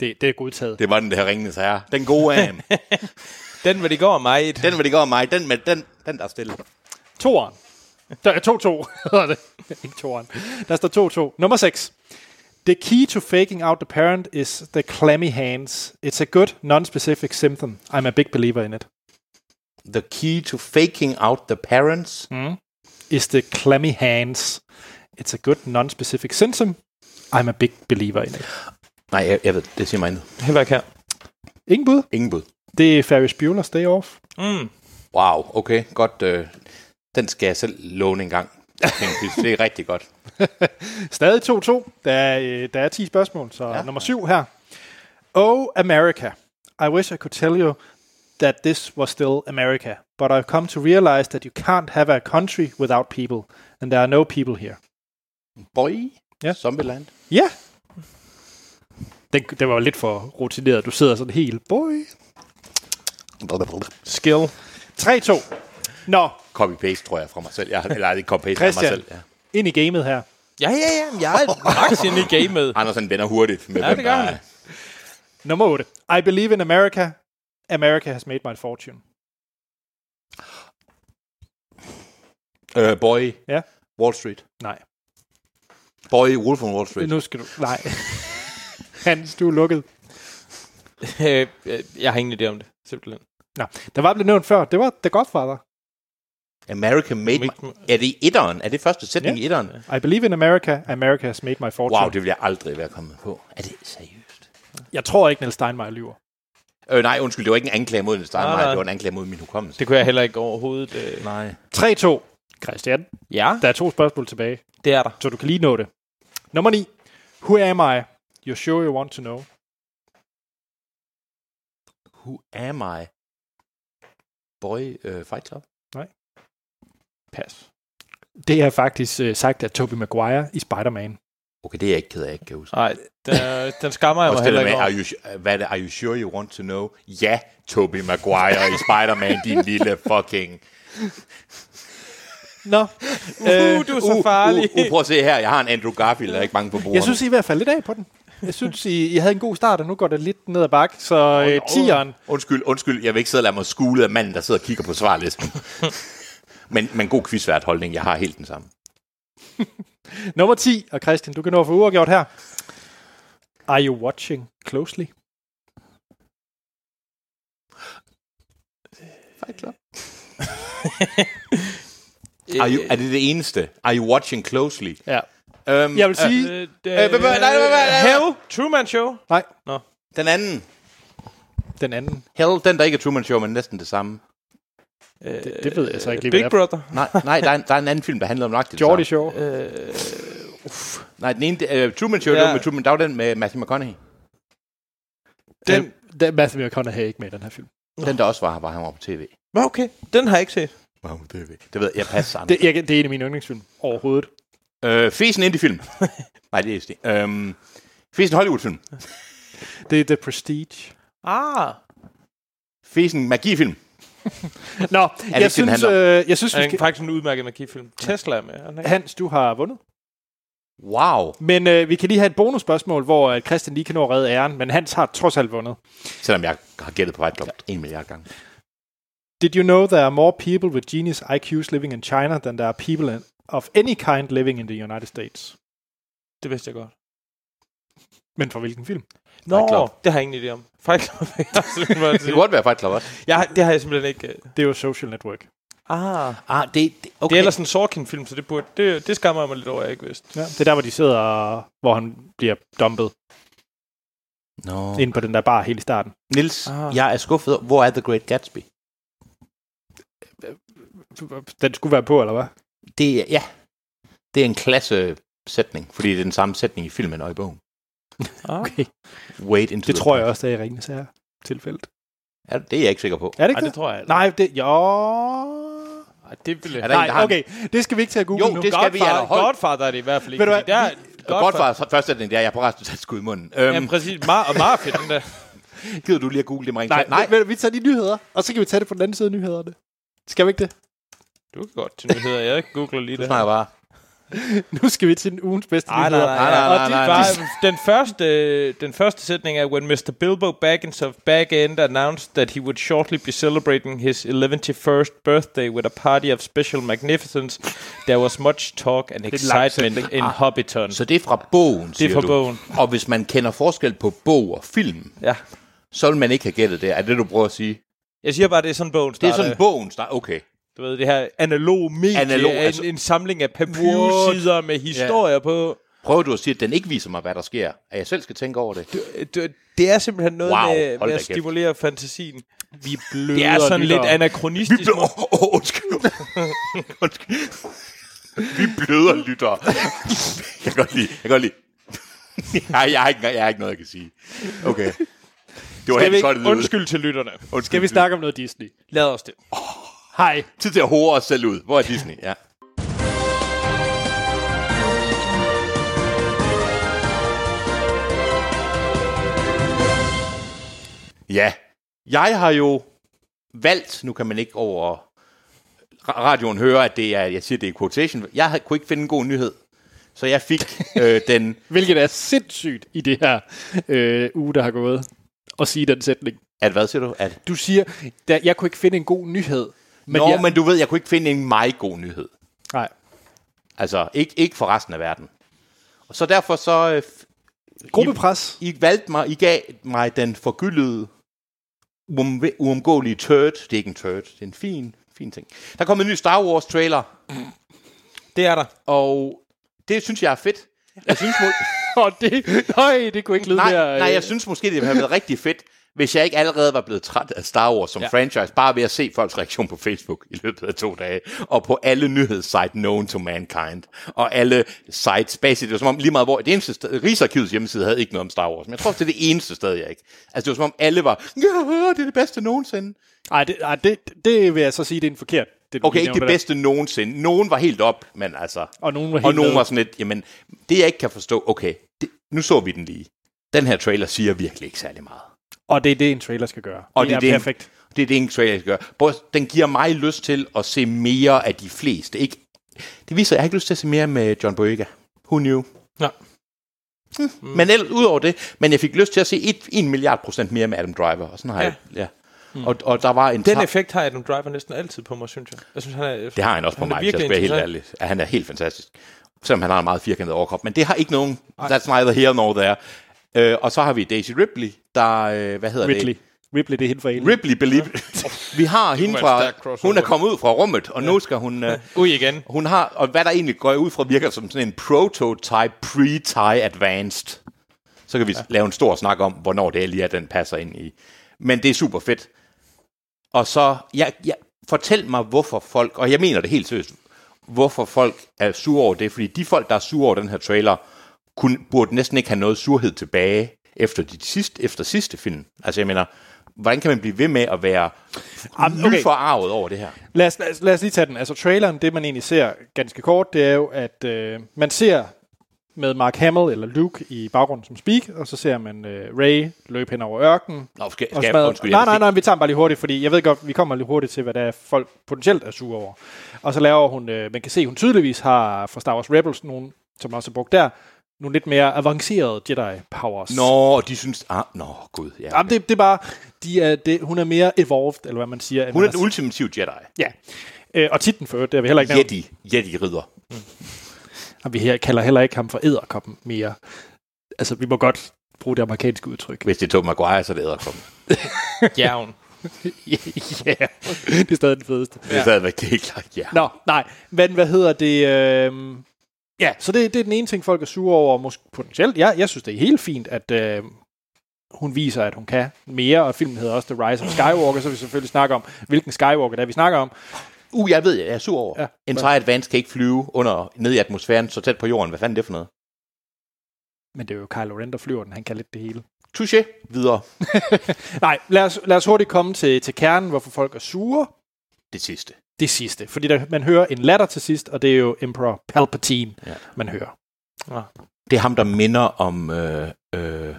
Speaker 1: det, det er godtaget.
Speaker 2: Det var den der Ringnes Herre. Den gode af ham.
Speaker 3: Den, hvor de går mig. et.
Speaker 2: Den vil det gøre mig. Den, med, den, den der er stille.
Speaker 1: Toeren. Der er 2-2. hedder det. Ikke toeren. Der står 2-2. Nummer 6. The key to faking out the parent is the clammy hands. It's a good, non-specific symptom. I'm a big believer in it.
Speaker 2: The key to faking out the parents.
Speaker 3: Mm.
Speaker 1: Is the clammy hands. It's a good, non-specific symptom. I'm a big believer in it.
Speaker 2: Nej, jeg, jeg ved, det siger mig intet.
Speaker 3: Heller ikke her.
Speaker 1: Ingen bud.
Speaker 2: Ingen bud.
Speaker 1: Det er Ferris Bueller Stay Off.
Speaker 3: Mm.
Speaker 2: Wow, okay, godt. Øh, den skal jeg selv låne en gang. Jeg tænkte, Det er rigtig godt.
Speaker 1: Stadig 2-2. Der er, øh, der er 10 spørgsmål, så ja. nummer 7 her. Oh, America. I wish I could tell you that this was still America, but I've come to realize that you can't have a country without people, and there are no people here.
Speaker 2: Boy,
Speaker 1: Ja.
Speaker 2: Zombieland.
Speaker 1: Ja. Yeah. Det, det var lidt for rutineret. Du sidder sådan helt, boy. Skill. 3-2. Nå,
Speaker 2: Copy-paste, tror jeg, fra mig selv. Jeg har eller, ikke copy-paste fra mig
Speaker 1: Christian,
Speaker 2: selv. Ja.
Speaker 1: ind i gamet her.
Speaker 3: Ja, ja, ja. men Jeg er maks inde i gamet.
Speaker 2: Andersen vender hurtigt med, ja, hvem
Speaker 3: det
Speaker 2: der
Speaker 3: gør han.
Speaker 2: er.
Speaker 1: Nummer 8. I believe in America. America has made my fortune.
Speaker 2: Øh, boy,
Speaker 1: Ja.
Speaker 2: Wall Street.
Speaker 1: Nej.
Speaker 2: Boy, Wolf on Wall Street.
Speaker 1: Nu skal du... Nej. Hans, du er lukket.
Speaker 3: Øh, øh, jeg har ingen idé om det, simpelthen.
Speaker 1: Nå, der var blevet nævnt før. Det var The Godfather.
Speaker 2: America made my... Er det i etteren? Er det første sætning
Speaker 1: Ja.
Speaker 2: i etteren?
Speaker 1: I believe in America. America has made my fortune.
Speaker 2: Wow, det vil jeg aldrig være kommet på. Er det seriøst?
Speaker 1: Jeg tror ikke, Niels Steinmeier lyver.
Speaker 2: Øh, nej, undskyld, det var ikke en anklage mod en
Speaker 3: Nej,
Speaker 2: Steinmeier,
Speaker 3: nej.
Speaker 2: det var en anklage mod min hukommelse.
Speaker 3: Det kunne jeg heller ikke overhovedet. Øh.
Speaker 2: Nej.
Speaker 1: 3-2. Christian,
Speaker 3: Ja,
Speaker 1: der er to spørgsmål tilbage,
Speaker 3: det er der.
Speaker 1: så du kan lige nå det. Nummer 9. Who am I? You're sure you want to know.
Speaker 2: Who am I? Boy, øh, Fight Club?
Speaker 1: Pas. Det er faktisk øh, sagt af Tobey Maguire i Spider-Man.
Speaker 2: Okay, det er jeg ikke ked af, jeg ikke kan huske.
Speaker 3: Nej, den, den skammer jeg
Speaker 2: Og
Speaker 3: mig
Speaker 2: stiller
Speaker 3: heller
Speaker 2: med,
Speaker 3: ikke
Speaker 2: are you,
Speaker 3: over.
Speaker 2: su- øh, hvad er det, are you sure you want to know? Ja, Tobey Maguire i Spider-Man, din lille fucking...
Speaker 1: Nå.
Speaker 3: Uh, du er så farlig.
Speaker 2: Uh, uh, prøv at se her, jeg har en Andrew Garfield, der er ikke bange på bordet.
Speaker 1: Jeg synes, I er i hvert fald lidt af på den. Jeg synes, I, I havde en god start, og nu går det lidt ned ad bakke. Så øh, tieren.
Speaker 2: Undskyld, undskyld, jeg vil ikke sidde og lade mig skule af manden, der sidder og kigger på svarlisten. men, men god quizvært holdning, jeg har helt den samme.
Speaker 1: Nummer 10, og Christian, du kan nå at få uafgjort her. Are you watching closely?
Speaker 2: Fight Club.
Speaker 1: uh,
Speaker 2: Are you, er det det eneste? Are you watching closely?
Speaker 1: Ja.
Speaker 2: Um,
Speaker 1: Jeg vil sige...
Speaker 3: Øh,
Speaker 2: Øh, hvad- hvad- nej, nej, nej, nej.
Speaker 3: Hell, Truman Show.
Speaker 1: nej,
Speaker 2: Den anden.
Speaker 1: den anden.
Speaker 2: Hell, den der ikke er Truman Show, men næsten det samme.
Speaker 1: Øh, Det, det ved jeg så ikke lige,
Speaker 3: Øh, Big
Speaker 1: hvad det er.
Speaker 3: Brother.
Speaker 2: Nej, nej der, er en, der er en anden film, der handler om nøjagtigt det
Speaker 1: Geordie
Speaker 2: samme.
Speaker 1: Show.
Speaker 3: Øh,
Speaker 2: Nej, den ene, det- øh, Truman Show, ja.
Speaker 3: Ja.
Speaker 2: det var med Truman, der var den med Matthew McConaughey.
Speaker 1: Den, den Matthew McConaughey er ikke med i den her film.
Speaker 2: Den der også var, var han var på tv.
Speaker 3: Nå, Okay, den har jeg ikke set.
Speaker 2: Var han på tv? Det ved jeg, jeg passer sammen.
Speaker 1: Det, jeg, kan- det er en af mine yndlingsfilm overhovedet.
Speaker 2: Øh, Fesen Indie-film. nej, det er SD. Øhm, Fesen Hollywood-film.
Speaker 1: Det er The Prestige.
Speaker 3: Ah,
Speaker 2: Fesen Magi-film.
Speaker 1: Nå, jeg
Speaker 2: den
Speaker 1: synes,
Speaker 2: handler
Speaker 1: øh, jeg synes,
Speaker 3: er
Speaker 1: vi
Speaker 3: en,
Speaker 1: skal...
Speaker 3: faktisk en udmærket magifilm. Tesla er med. er den ikke?
Speaker 1: Hans, du har vundet.
Speaker 2: Wow.
Speaker 1: Men øh, vi kan lige have et bonusspørgsmål, hvor øh, Christian lige kan nå at redde æren, men Hans har trods alt vundet.
Speaker 2: Selvom jeg har gættet på Fight Club en milliard gange.
Speaker 1: Did you know there are more people with genius IQs living in China than there are people in, of any kind living in the United States?
Speaker 3: Det vidste jeg godt.
Speaker 1: Men for hvilken film?
Speaker 3: Nå,
Speaker 2: Fight Club.
Speaker 3: det har jeg ingen idé om. Fight Club. jeg har simpelthen bare
Speaker 2: Det
Speaker 3: set.
Speaker 2: kunne godt være Fight Club også.
Speaker 3: jeg, har- det har jeg simpelthen ikke... øh.
Speaker 1: Det er jo Social Network.
Speaker 3: Ah,
Speaker 2: Ah, det, det, okay.
Speaker 3: det er ellers en Sorkin-film, så det, burde, det, det skammer jeg mig lidt over, jeg ikke vidste.
Speaker 1: Ja. Det er der, hvor de sidder, og, hvor han bliver dumpet
Speaker 2: No.
Speaker 1: oh. inde på den der bar helt i starten.
Speaker 2: Nils,
Speaker 3: Ah.
Speaker 2: jeg er skuffet. over- Hvor er The Great Gatsby?
Speaker 1: Den skulle være på, eller hvad?
Speaker 2: Det er, ja, det er en klasse sætning, fordi det er den samme sætning i filmen og i bogen.
Speaker 3: Ah.
Speaker 1: Okay.
Speaker 2: Wait into
Speaker 1: Det
Speaker 2: the
Speaker 1: tror jeg
Speaker 2: past.
Speaker 1: også, det er i Ringenes Herre tilfældet.
Speaker 2: Er, det er jeg ikke sikker på.
Speaker 1: Er det
Speaker 3: Ej,
Speaker 1: ikke
Speaker 3: det tror jeg ikke.
Speaker 1: Nej, det... Jo...
Speaker 3: Ej, det ville...
Speaker 2: Er der en, der
Speaker 1: Nej,
Speaker 2: har
Speaker 1: okay. Det skal vi ikke til at google
Speaker 2: Jo,
Speaker 1: nu.
Speaker 2: det skal vi, ja, da.
Speaker 3: Godfather,
Speaker 2: Hold-
Speaker 3: Godfather er det i hvert fald ikke.
Speaker 1: Ved du
Speaker 3: fordi
Speaker 1: hvad,
Speaker 3: der- Godfather-
Speaker 2: Godfars første sætning, det er, jeg er på resten af skud i munden. Øhm,
Speaker 3: Ja, præcis. Ma- og Mafia, den der.
Speaker 2: gider du lige at google det, Marie?
Speaker 1: Nej,
Speaker 2: nej.
Speaker 1: nej. Vi, vi tager de nyheder, og så kan vi tage det på den anden side af nyhederne. Skal vi ikke det?
Speaker 3: Du kan godt til nyheder. Jeg googler lige
Speaker 2: Du
Speaker 3: det.
Speaker 2: snakker bare.
Speaker 1: nu skal vi til den ugens bedste
Speaker 3: Nej, nej,
Speaker 1: nyheder.
Speaker 2: Nej,
Speaker 3: nej,
Speaker 2: nej, nej,
Speaker 3: nej, nej,
Speaker 2: nej,
Speaker 3: nej, nej. Den første, den første sætning er, When Mr. Bilbo Baggins of Baggend announced that he would shortly be celebrating his 111st birthday with a party of special magnificence, there was much talk and excitement in Hobbiton.
Speaker 2: Ah. Så det er fra bogen, siger
Speaker 3: fra
Speaker 2: du.
Speaker 3: bogen.
Speaker 2: Og hvis man kender forskel på bog og film,
Speaker 3: Ja.
Speaker 2: så vil man ikke have gættet det. Er det, du prøver at sige?
Speaker 3: Jeg siger bare, det er sådan bogen
Speaker 2: Det er
Speaker 3: startede.
Speaker 2: sådan bogen, der... Okay.
Speaker 3: du ved, det her analog medie,
Speaker 2: Analog,
Speaker 3: analog, en,
Speaker 2: altså-
Speaker 3: altså, en samling af papyrsider med historier yeah. på.
Speaker 2: Prøver du at sige, at den ikke viser mig, hvad der sker? At jeg selv skal tænke over det?
Speaker 3: Det, det er simpelthen noget
Speaker 2: Wow,
Speaker 3: wow,
Speaker 2: hold
Speaker 3: med,
Speaker 2: da
Speaker 3: med at
Speaker 2: kæft.
Speaker 3: stimulere fantasien.
Speaker 1: Vi bløder
Speaker 3: Det er sådan lidt
Speaker 1: lyttere.
Speaker 3: anachronistisk.
Speaker 2: Blå, oh, undskyld. undskyld. Vi bløder lytter. jeg kan godt lide. Jeg kan godt lide. Nej, jeg har, ikke, jeg har ikke noget, jeg kan sige. Okay. Det var
Speaker 3: Skal
Speaker 2: helt
Speaker 3: vi ikke-
Speaker 2: godt, det lød.
Speaker 3: Undskyld til lytterne.
Speaker 2: undskyld.
Speaker 1: Skal vi snakke om noget Disney?
Speaker 3: Lad os det.
Speaker 1: Hej.
Speaker 2: Tid til at hore os selv ud. Hvor er Disney? Ja. Ja, jeg har jo valgt, nu kan man ikke over ra- radioen høre, at det er, jeg siger, det er quotation. Jeg havde- kunne ikke finde en god nyhed, så jeg fik øh, den,
Speaker 1: Hvilket er sindssygt i det her øh, uge, der har gået. At sige den sætning.
Speaker 2: at hvad siger du? At,
Speaker 1: Du siger, da, jeg kunne ikke finde en god nyhed.
Speaker 2: men Nå, jeg... men du ved, jeg kunne ikke finde en meget god nyhed.
Speaker 1: Nej.
Speaker 2: Altså, ikke, ikke for resten af verden. Og så derfor så øh,
Speaker 1: Gruppepres.
Speaker 2: I valgte mig, I gav mig den forgyldede, uom- uomgåelige turd. Det er ikke en turd, det er en fin, fin ting. Der kom en ny Star Wars trailer,
Speaker 3: Det er der.
Speaker 2: og det synes jeg er fedt. Jeg synes, må-
Speaker 1: Og det, nej, det kunne ikke lyde
Speaker 2: nej,
Speaker 1: mere... øh,
Speaker 2: nej, jeg synes måske, det ville have været rigtig fedt, hvis jeg ikke allerede var blevet træt af Star Wars som ja. franchise, bare ved at se folks reaktion på Facebook i løbet af to dage, og på alle nyhedssites known to mankind, og alle sites, basically, det var som om lige meget hvor, det eneste sted, Rigsarkivets hjemmeside havde ikke noget om Star Wars, men jeg tror, det er det eneste sted, jeg ikke. Altså, det var som om alle var, ja, det er det bedste nogensinde.
Speaker 1: Ej, det, ej det, det vil jeg så sige, det er en forkert. Det, du
Speaker 2: Okay,
Speaker 1: lige
Speaker 2: ikke det
Speaker 1: nævner der.
Speaker 2: bedste nogensinde. Nogen var helt op, men altså...
Speaker 1: Og nogen var
Speaker 2: og
Speaker 1: helt
Speaker 2: nogen
Speaker 1: nede.
Speaker 2: var sådan lidt, jamen, det jeg ikke kan forstå, okay, det, nu så vi den lige. Den her trailer siger virkelig ikke særlig meget.
Speaker 1: Og det er det, en trailer skal gøre.
Speaker 2: Og
Speaker 1: det, det er
Speaker 2: det,
Speaker 1: perfekt.
Speaker 2: Det er det, en trailer skal gøre. Prøv at- Den giver mig lyst til at se mere af de fleste. Ikke? Det viser, at jeg har ikke lyst til at se mere med John Boyega. Who knew?
Speaker 3: Nej.
Speaker 2: Hmm. Men ellers, udover det, men jeg fik lyst til at se et, en milliard procent mere med Adam Driver. Og sådan har ja.
Speaker 3: Ja.
Speaker 2: jeg, ja. Og, og der var en
Speaker 3: Den
Speaker 2: tra-
Speaker 3: effekt har Adam Driver næsten altid på mig, synes jeg. Jeg synes, han er...
Speaker 2: Det har han også på
Speaker 3: Han er
Speaker 2: mig, hvis jeg
Speaker 3: virkelig
Speaker 2: skal være helt ærlig.
Speaker 3: interessant.
Speaker 2: Ja, han er helt fantastisk. Selvom han har en meget firkantet overkrop. Men det har ikke nogen... That's neither here nor there. Øh, og så har vi Daisy Ripley, der... Øh, hvad hedder
Speaker 1: Ripley.
Speaker 2: det?
Speaker 1: Ripley, det er helt for Alien.
Speaker 2: Ripley Believe. vi har hende
Speaker 3: en
Speaker 2: fra...
Speaker 3: stærk crossover.
Speaker 2: Hun er kommet ud fra rummet, og nu skal hun... Øh,
Speaker 3: Ui igen.
Speaker 2: hun har... Og hvad der egentlig går jeg ud fra, virker som sådan en prototype, pre-tie advanced. Så kan vi ja. lave en stor snak om, hvornår det er lige, at den passer ind i. Men det er super fedt. Og så, ja, ja, fortæl mig, hvorfor folk, og jeg mener det helt seriøst, hvorfor folk er sure over det, fordi de folk, der er sure over den her trailer, kunne, burde næsten ikke have noget surhed tilbage efter, de sidste, efter sidste film. Altså jeg mener, hvordan kan man blive ved med at være
Speaker 1: Jamen, okay.
Speaker 2: nyforarvet over det her?
Speaker 1: Lad os, lad, os, lad os lige tage den. Altså traileren, det man egentlig ser ganske kort, det er jo, at øh, man ser med Mark Hamill eller Luke i baggrunden som speak, og så ser man øh, Ray løbe hen over ørkenen.
Speaker 2: Nå, skal,
Speaker 1: Og
Speaker 2: skal,
Speaker 1: smadre-
Speaker 2: undskyld, jeg
Speaker 1: nej,
Speaker 2: vil
Speaker 1: nej,
Speaker 2: sige-
Speaker 1: nej, vi tager den bare lige hurtigt, fordi jeg ved godt, vi kommer lige hurtigt til, hvad der er, folk potentielt er sure over. Og så laver hun, øh, man kan se, hun tydeligvis har fra Star Wars Rebels, nogle, som også er brugt der, nogle lidt mere avancerede Jedi-powers.
Speaker 2: Nå, de synes... Ah, nå, gud. Ja.
Speaker 1: Jamen, det, det er bare, de er, det, hun er mere evolved, eller hvad man siger. end
Speaker 2: Hun
Speaker 1: man
Speaker 2: er den ultimative Jedi.
Speaker 1: Ja. Øh, og titlen for øvrigt, det har vi heller ikke nævnt.
Speaker 2: Jedi. Jedi-ridder.
Speaker 1: Og vi her kalder heller ikke ham for æderkoppen mere. Altså, vi må godt bruge det amerikanske udtryk.
Speaker 2: Hvis det er Tobey Maguire, så er det æderkommen.
Speaker 3: Jævn.
Speaker 1: Ja, yeah. det er stadig den fedeste.
Speaker 2: Ja. Det er stadigvæk, det er klart, ja.
Speaker 1: Nå, nej. Men hvad hedder det? Øh... Ja, så det, det er den ene ting, folk er sure over. og Måske potentielt, ja, jeg synes, det er helt fint, at øh, hun viser, at hun kan mere. Og filmen hedder også The Rise of Skywalker, så vi selvfølgelig snakker om, hvilken Skywalker det er, vi snakker om.
Speaker 2: Uh, jeg ved, jeg er sur over. Ja.
Speaker 1: Ja.
Speaker 2: En TIE Advance kan ikke flyve under, ned i atmosfæren, så tæt på jorden. Hvad fanden er det for noget?
Speaker 1: Men det er jo Kylo Ren, der flyver den. Han kan lidt det hele.
Speaker 2: Touché. Videre.
Speaker 1: Nej, lad os, lad os hurtigt komme til, til kernen, hvorfor folk er sure.
Speaker 2: Det sidste.
Speaker 1: det sidste. Fordi der, man hører en latter til sidst, og det er jo Emperor Palpatine,
Speaker 2: Ja.
Speaker 1: ja. man hører.
Speaker 2: Det er ham, der minder om øh, øh,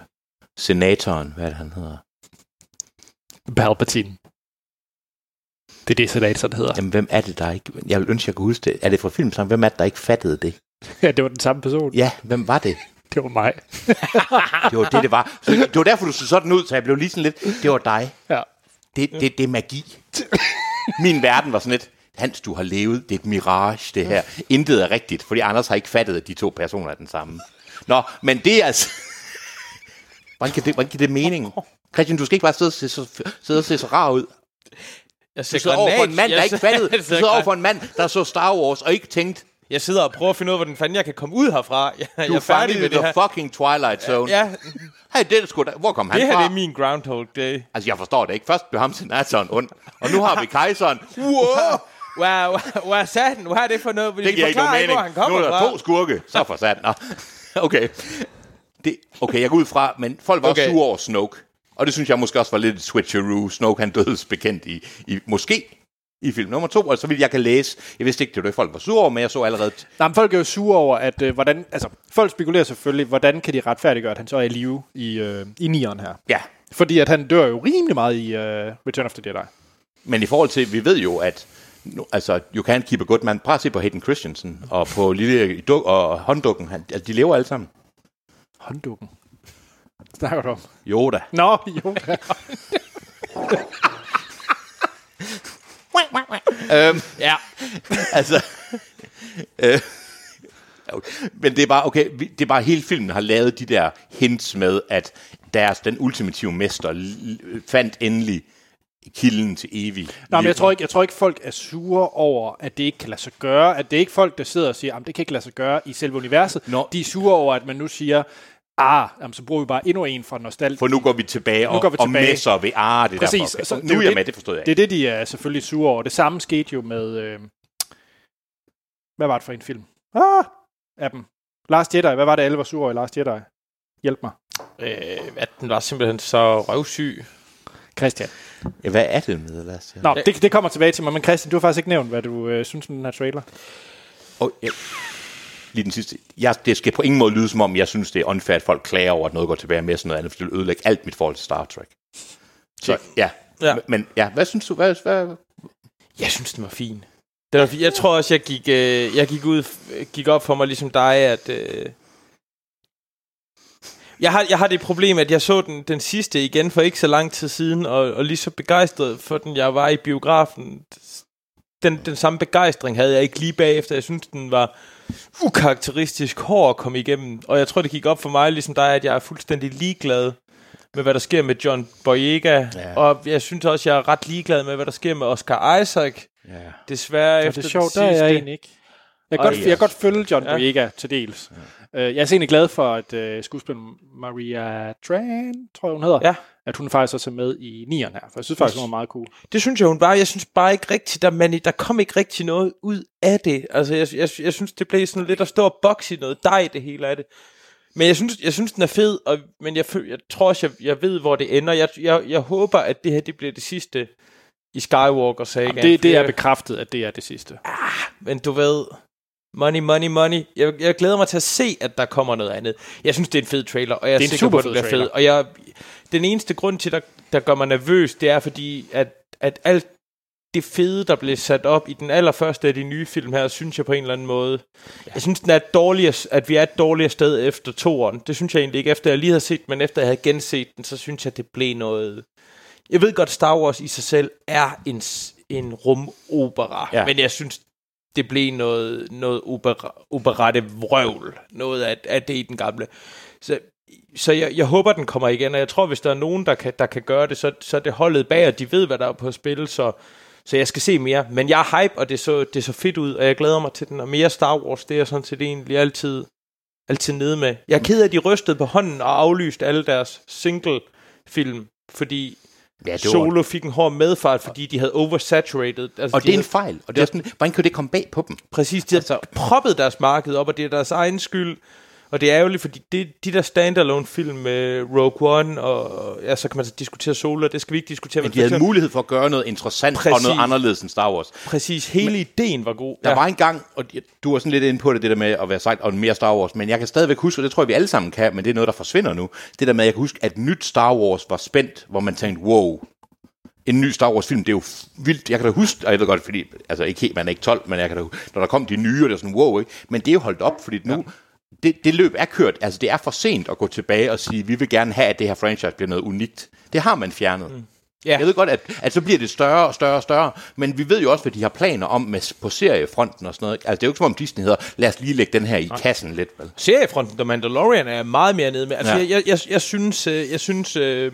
Speaker 2: senatoren. Hvad er det, han hedder?
Speaker 1: Palpatine. Det er det, senator, der hedder.
Speaker 2: Jamen, hvem er det, der ikke... Jeg vil ønske, jeg kunne huske det. Er det fra filmsang? Hvem er det, der ikke fattede det?
Speaker 1: Ja, det var den samme person.
Speaker 2: Ja, hvem var det?
Speaker 1: Det var mig.
Speaker 2: Det var det, det var. Så, det var derfor, du så sådan ud, så jeg blev lige sådan lidt, det var dig.
Speaker 1: Ja.
Speaker 2: Det, det, det er magi. Min verden var sådan lidt, Hans, du har levet, det er et mirage, det her. Intet er rigtigt, fordi Anders har ikke fattet, at de to personer er den samme. Nå, men det er altså... Hvordan kan det, hvordan kan det mening? Christian, du skal ikke bare sidde og se så, sidde og se så rar ud.
Speaker 3: Jeg
Speaker 2: Du sidder over for en mand, der ikke fattede. Du sidder over for en mand, der så Star Wars og ikke tænkte,
Speaker 3: Jeg sidder og prøver at finde ud af, hvordan fanden jeg kan komme ud herfra. Jeg,
Speaker 2: du
Speaker 3: jeg
Speaker 2: er
Speaker 3: er færdig
Speaker 2: fanget
Speaker 3: med
Speaker 2: i
Speaker 3: det her.
Speaker 2: the fucking Twilight Zone.
Speaker 3: Ja,
Speaker 2: Hey, det er sgu da. Hvor kom han
Speaker 3: det her
Speaker 2: fra?
Speaker 3: det er min Groundhog Day.
Speaker 2: Altså, jeg forstår det ikke. Først blev ham til Natson ond, og nu har vi kejseren. Wow!
Speaker 3: Wow, hvad sagde den? Hvad er det for noget? Fordi
Speaker 2: Det
Speaker 3: de
Speaker 2: giver ikke
Speaker 3: forklarer
Speaker 2: nogen mening.
Speaker 3: hvor han kommer
Speaker 2: nu er der
Speaker 3: fra.
Speaker 2: to skurke. Så for sat. Nå. Okay. Det, okay, jeg går ud fra, men folk var okay.
Speaker 3: Okay.
Speaker 2: sure over Snoke. Og det synes jeg måske også var lidt et switcheroo. Snoke, han dødes bekendt i, i måske i film nummer to, og så vidt jeg kan læse. Jeg vidste ikke, det var det, folk var sure over, men jeg så allerede...
Speaker 1: Nej, men folk er jo sure over, at øh, hvordan... Altså, folk spekulerer selvfølgelig, hvordan kan de retfærdiggøre, at han så er i live i, øh, i nieren her.
Speaker 2: Ja,
Speaker 1: Fordi at han dør jo rimelig meget i øh, Return of the Jedi.
Speaker 2: men i forhold til, vi ved jo, at nu, altså, you can't keep a good man. Prøv at se på Hayden Christensen og på Lille Duk og hånddukken. Han, altså, de lever alle sammen.
Speaker 1: Hånddukken. Snakker du om?
Speaker 2: Yoda.
Speaker 1: Nå, jo.
Speaker 2: øhm,
Speaker 3: Ja,
Speaker 2: altså, øh, okay. men det er bare, okay, vi- det er bare hele filmen har lavet de der hints med, at deres, den ultimative mester l- fandt endelig kilden til evig.
Speaker 1: Nej, men
Speaker 2: liv.
Speaker 1: jeg tror, ikke, jeg tror ikke, folk er sure over, at det ikke kan lade sig gøre. At det er ikke folk, der sidder og siger, at det kan ikke lade sig gøre i selve universet.
Speaker 2: Nå.
Speaker 1: De er sure over, at man nu siger, ah, jamen, så bruger vi bare endnu en fra nostalgi.
Speaker 2: For nu går vi tilbage, og,
Speaker 1: går vi
Speaker 2: og
Speaker 1: tilbage.
Speaker 2: messer ved, ah, det er
Speaker 1: Præcis,
Speaker 2: derfor. Okay.
Speaker 1: så
Speaker 2: Så,
Speaker 1: det
Speaker 2: nu
Speaker 1: er
Speaker 2: er
Speaker 1: jo
Speaker 2: jeg
Speaker 1: det-
Speaker 2: med, det forstod jeg
Speaker 1: Det er
Speaker 2: ikke.
Speaker 1: det, de er selvfølgelig sure over. Det samme skete jo med... Øh, hvad var det for en film? Ah, af dem. Last Jedi. Hvad var det, alle var sure over i Last Jedi? Hjælp mig.
Speaker 3: øh, at den var simpelthen så røvsyg.
Speaker 1: Christian.
Speaker 2: Ja, hvad er det med, lad os
Speaker 1: Nå, det, det kommer tilbage til mig, men Christian, du har faktisk ikke nævnt, hvad du øh, synes om den her trailer.
Speaker 2: Og, ja. Lige den sidste. Jeg, det skal på ingen måde lyde som om, jeg synes, det er unfair, at folk klager over, at noget går tilbage med sådan noget andet, for det vil ødelægge alt mit forhold til Star Trek. Så, ja.
Speaker 3: Ja.
Speaker 2: ja. Men ja, hvad synes du? Hvad, hvad,
Speaker 3: Jeg synes, den var fin. Den var fin. Jeg tror også, jeg gik, øh, jeg gik, ud, gik op for mig ligesom dig, at... Øh, jeg, har, jeg har det problem, at jeg så den, den sidste igen for ikke så lang tid siden, og, og lige så begejstret for den, jeg var i biografen. Den, den samme begejstring havde jeg ikke lige bagefter. Jeg synes, den var ukarakteristisk hård at komme igennem. Og jeg tror, det gik op for mig, ligesom dig, at jeg er fuldstændig ligeglad med, hvad der sker med John Boyega.
Speaker 2: Ja.
Speaker 3: Ja. Og jeg synes også, jeg er ret ligeglad med, hvad der sker med Oscar Isaac.
Speaker 2: ja.
Speaker 3: Desværre
Speaker 1: Og
Speaker 3: efter
Speaker 1: det er sjovt,
Speaker 3: den
Speaker 1: der er
Speaker 3: sidste.
Speaker 1: jeg egentlig ikke. Jeg kan,
Speaker 3: Ej,
Speaker 1: godt, jeg kan
Speaker 2: altså.
Speaker 1: godt følge John
Speaker 3: Ja.
Speaker 1: Boyega til dels. Ja. Jeg er så egentlig glad for, at øh, skuespilleren Maria Tran, tror jeg hun hedder,
Speaker 3: Ja.
Speaker 1: at hun faktisk også er med i nieren her, for jeg synes faktisk, hun er meget cool.
Speaker 3: Det synes jeg hun bare. Jeg synes bare ikke rigtigt, der, man, der kom ikke rigtig noget ud af det. Altså, jeg, jeg, jeg synes, det blev sådan lidt at stå og bokse i noget dej, det hele af det. Men jeg synes, jeg synes den er fed, og, men jeg, føl, jeg tror også, jeg, jeg ved, hvor det ender. Jeg, jeg, jeg håber, at det her det bliver det sidste i skywalker sagen.
Speaker 1: Jamen, det, det er bekræftet, at det er det sidste.
Speaker 3: Men du ved, money, money, money. Jeg, jeg glæder mig til at se, at der kommer noget andet. Jeg synes, det er en fed trailer, og jeg er,
Speaker 1: Det er en
Speaker 3: sikker på, at den
Speaker 1: superfed
Speaker 3: bliver fed.
Speaker 1: trailer.
Speaker 3: Og jeg, den eneste grund til, der, der gør mig nervøs, det er fordi, at, at alt det fede, der blev sat op i den allerførste af de nye film her, synes jeg på en eller anden måde. Jeg synes, den er et dårligere, at vi er et dårligere sted efter toeren. Det synes jeg egentlig ikke, efter jeg lige havde set den, men efter jeg havde genset den, så synes jeg, det blev noget... Jeg ved godt, Star Wars i sig selv er en, s- en rumopera,
Speaker 2: Ja.
Speaker 3: ja. men jeg synes, det blev noget, noget opera, operette vrøvl. Noget af, af det i den gamle. Så, så jeg, jeg håber, den kommer igen, og jeg tror, hvis der er nogen, der kan, der kan gøre det, så, så er det holdet bag, og de ved, hvad der er på spil, så, så jeg skal se mere. Men jeg er hype, og det så, det så fedt ud, og jeg glæder mig til den. Og mere Star Wars, det er jeg sådan set egentlig altid, altid nede med. Jeg er ked af, at de rystede på hånden og aflyste alle deres single-film, fordi
Speaker 2: ja det var,
Speaker 3: Solo fik en hård medfart, fordi de havde oversaturated. Altså,
Speaker 2: og
Speaker 3: de
Speaker 2: det er
Speaker 3: havde-
Speaker 2: en fejl. Og det er sådan, hvordan kan det komme bag på dem?
Speaker 3: Præcis, de har altså, proppet deres marked op, og det er deres egen skyld. Og det er ærgerligt, fordi det, de der standalone film med Rogue One, og ja, så kan man så diskutere Solo, og det skal vi ikke diskutere.
Speaker 2: Men de havde
Speaker 3: for-
Speaker 2: mulighed for at gøre noget interessant Præcis. og
Speaker 3: Præcis.
Speaker 2: noget anderledes end Star Wars.
Speaker 3: Præcis, hele ideen var god.
Speaker 2: Der ja. var en gang, og du var sådan lidt inde på det, det der med at være sejt og mere Star Wars, men jeg kan stadigvæk huske, og det tror jeg, vi alle sammen kan, men det er noget, der forsvinder nu, det der med, at jeg kan huske, at nyt Star Wars var spændt, hvor man tænkte, wow, en ny Star Wars-film, det er jo f- vildt. Jeg kan da huske, og jeg ved godt, fordi altså, ikke helt, man er ikke 12, men jeg kan da, hu- når der kom de nye, og det er sådan, wow, ikke? men det er jo holdt op, fordi nu, det, det løb er kørt. Altså, det er for sent at gå tilbage og sige, vi vil gerne have, at det her franchise bliver noget unikt. Det har man fjernet. Mm.
Speaker 3: Ja.
Speaker 2: Jeg ved godt, at, at så bliver det større og større og større, men vi ved jo også, hvad de har planer om med, s- på seriefronten og sådan noget. ikke? Altså, det er jo ikke som om Disney hedder, lad os lige lægge den her i kassen lidt. Vel?
Speaker 3: seriefronten, The Mandalorian, er meget mere nede med. Altså,
Speaker 2: Ja.
Speaker 3: ja. jeg, jeg, jeg, jeg synes, øh, jeg synes øh,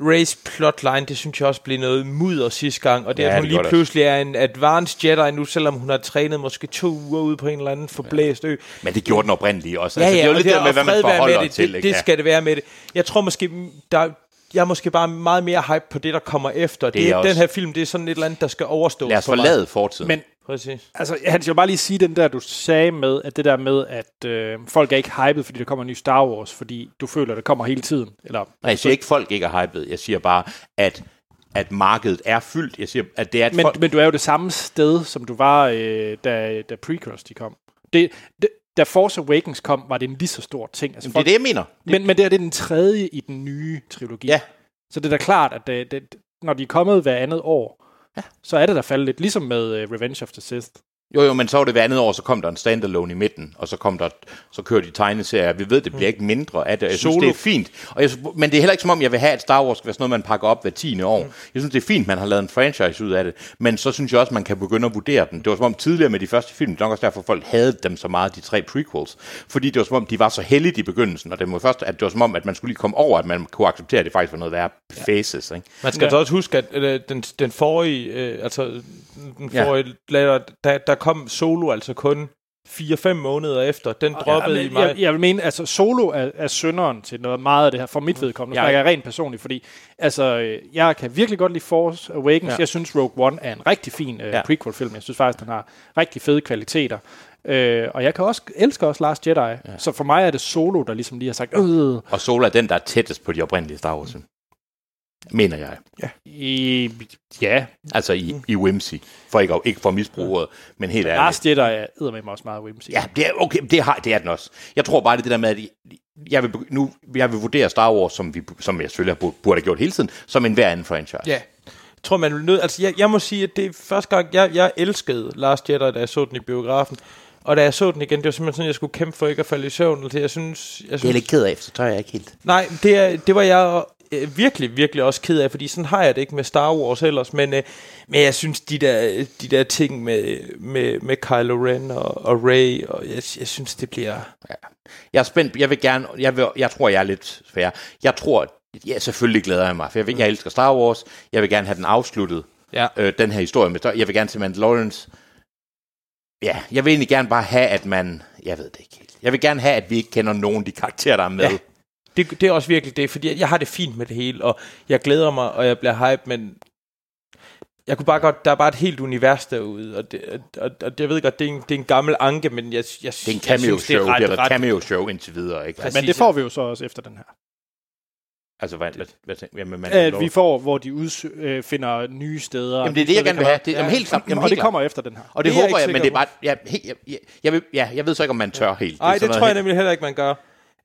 Speaker 3: Rays plotline, det synes jeg også blev noget mudder sidste gang, og det,
Speaker 2: Ja,
Speaker 3: ja, at hun
Speaker 2: det
Speaker 3: lige
Speaker 2: gør det.
Speaker 3: pludselig er en advanced Jedi nu, selvom hun har trænet måske to uger ude på en eller anden forblæst ø.
Speaker 2: Men det gjorde den oprindelige også.
Speaker 3: Ja, ja,
Speaker 2: altså, det er jo lidt det der med,
Speaker 3: og
Speaker 2: hvad
Speaker 3: fred
Speaker 2: man
Speaker 3: være med
Speaker 2: forholder
Speaker 3: det,
Speaker 2: til.
Speaker 3: Det,
Speaker 2: ikke?
Speaker 3: det skal det være med det. Jeg tror måske, mm, der, jeg er måske bare meget mere hype på det, der kommer efter. Det,
Speaker 2: er
Speaker 3: det er
Speaker 2: jeg
Speaker 3: den
Speaker 2: også.
Speaker 3: her film, det er sådan et eller andet, der skal overstås.
Speaker 2: ja. Lad os
Speaker 3: for mig.
Speaker 2: forlade fortiden.
Speaker 1: Men
Speaker 3: Præcis.
Speaker 1: Altså, Hans, jeg vil bare lige sige den der, du sagde med, at det der med, at øh, folk er ikke hyped, fordi der kommer en ny Star Wars, fordi du føler, at det kommer hele tiden. Eller,
Speaker 2: Nej, jeg siger ikke, at folk ikke er hyped. Jeg siger bare, at, at markedet er fyldt. Jeg siger, at det er, at
Speaker 1: men,
Speaker 2: folk...
Speaker 1: men du er jo det samme sted, som du var, øh, da, da prequels de kom. Det, det, da Force Awakens kom, var det en lige så stor ting. Altså,
Speaker 2: Jamen, det er det, jeg mener.
Speaker 1: Men, men det, her, det er den tredje i den nye trilogi.
Speaker 2: Ja.
Speaker 1: Så det er da klart, at det, det, når de er kommet hver andet år, ja. så er det der faldet lidt, ligesom med uh, Revenge of the Sith.
Speaker 2: Jo, jo, men så var det hver andet år, så kom der en standalone i midten, og så, kom der, så kører de tegneserier. Vi ved, det bliver ikke mindre af det, og jeg synes,
Speaker 1: Solo.
Speaker 2: det er fint. Og jeg, synes- men det er heller ikke som om, jeg vil have, at Star Wars skal være sådan noget, man pakker op hver tiende år. Jeg synes, det er fint, man har lavet en franchise ud af det, men så synes jeg også, man kan begynde at vurdere den. Det var som om tidligere med de første film, det er nok også derfor, folk havde dem så meget, de tre prequels, fordi det var som om, de var så heldige i begyndelsen, og det var, først, at det var som om, at man skulle lige komme over, at man kunne acceptere, at det faktisk var noget værre faces. Ikke?
Speaker 3: Man skal
Speaker 1: Ja.
Speaker 3: ja. altså også huske, at øh, den, den forrige, øh, altså den
Speaker 2: Ja.
Speaker 3: forrige lader, der, der kom Solo altså kun 4-5 måneder efter. Den droppede
Speaker 1: Ja,
Speaker 3: i
Speaker 1: men
Speaker 3: mig.
Speaker 1: jeg, jeg vil mene, altså Solo er, er sønderen til noget meget af det her, for
Speaker 2: Mm.
Speaker 1: mit vedkommende,
Speaker 3: Ja.
Speaker 1: ja. jeg er rent personligt, fordi altså, øh, jeg kan virkelig godt lide Force Awakens,
Speaker 2: Ja.
Speaker 1: ja. jeg synes Rogue One er en rigtig fin øh,
Speaker 2: Ja.
Speaker 1: ja. prequel-film, jeg synes faktisk, den har rigtig fede kvaliteter, øh, og jeg kan også, elsker også Last Jedi, ja. så for mig er det Solo, der ligesom lige har sagt, øh,
Speaker 2: Og Solo er den, der er tættest på de oprindelige Star Wars. Mener jeg.
Speaker 1: i, ja,
Speaker 2: Altså i, i whimsy. For ikke, ikke for misbruget, men helt ærligt.
Speaker 1: Last Jedi er eddermame også meget whimsy.
Speaker 2: Ja, det er, okay, det, har, det er den også. Jeg tror bare, det er det der med, at jeg vil, begy- nu, jeg vil vurdere Star Wars, som, vi, som jeg selvfølgelig har bur- burde have gjort hele tiden, som en hver anden franchise.
Speaker 3: Ja. Jeg tror, man er nødt... Altså, jeg, jeg må sige, at det er første gang, jeg, jeg elskede Last Jedi, da jeg så den i biografen. Og da jeg så den igen, det var simpelthen sådan, at jeg skulle kæmpe for ikke at falde i søvn. Altså, jeg synes, jeg
Speaker 2: Det er jeg
Speaker 3: synes
Speaker 2: lidt ked af, så tør jeg ikke helt.
Speaker 3: Nej, det, er, det var jeg øh, virkelig, virkelig også ked af, fordi sådan har jeg det ikke med Star Wars ellers, men, øh, men jeg synes, de der, de der ting med, med, med Kylo Ren og, og Rey, og jeg, jeg synes, det bliver...
Speaker 2: Ja. Jeg er spændt. Jeg vil gerne... Jeg, vil, jeg tror, jeg er lidt svær. Jeg tror... Ja, selvfølgelig glæder jeg mig, for jeg, ved, jeg elsker Star Wars. Jeg vil gerne have den afsluttet.
Speaker 3: Mm. Ja.
Speaker 2: øh, den her historie med Jeg vil gerne til Mandalorians. Ja, jeg vil egentlig gerne bare have, at man... Jeg ved det ikke helt. Jeg vil gerne have, at vi ikke kender nogen af de karakterer, der er med.
Speaker 3: Ja. Det, det er også virkelig det, fordi jeg har det fint med det hele, og jeg glæder mig, og jeg bliver hype, men jeg kunne bare godt, der er bare et helt univers derude, og, det, og, og, og jeg ved godt, det er en, det er en gammel anke, men jeg, jeg,
Speaker 2: Det er en
Speaker 3: jeg synes, det
Speaker 2: cameo-show.
Speaker 3: er
Speaker 2: Det har
Speaker 3: ret,
Speaker 2: været
Speaker 3: ret,
Speaker 2: cameo-show indtil videre, ikke? Altså,
Speaker 1: Men det
Speaker 3: præcis,
Speaker 1: får vi jo så også efter den her.
Speaker 2: altså hvad, hvad, hvad tænker jeg med
Speaker 1: At
Speaker 2: Mandalorian?
Speaker 1: vi får, hvor de udsø- øh, finder nye steder.
Speaker 2: Jamen, det er det, jeg gerne vil have. Det,
Speaker 1: Ja.
Speaker 2: jamen, helt sammen. Jamen,
Speaker 1: og
Speaker 2: helt
Speaker 1: det
Speaker 2: klart.
Speaker 1: kommer efter den her.
Speaker 2: Og det,
Speaker 3: Det er jeg
Speaker 2: håber jeg,
Speaker 3: ikke
Speaker 2: men det er
Speaker 3: sikker
Speaker 2: bare... Ja, helt, jeg, jeg, jeg, vil, ja, jeg ved så ikke, om man tør helt.
Speaker 3: Nej,
Speaker 2: sådan
Speaker 3: det, det
Speaker 2: noget
Speaker 3: tror jeg
Speaker 2: helt-
Speaker 3: nemlig heller ikke, man gør.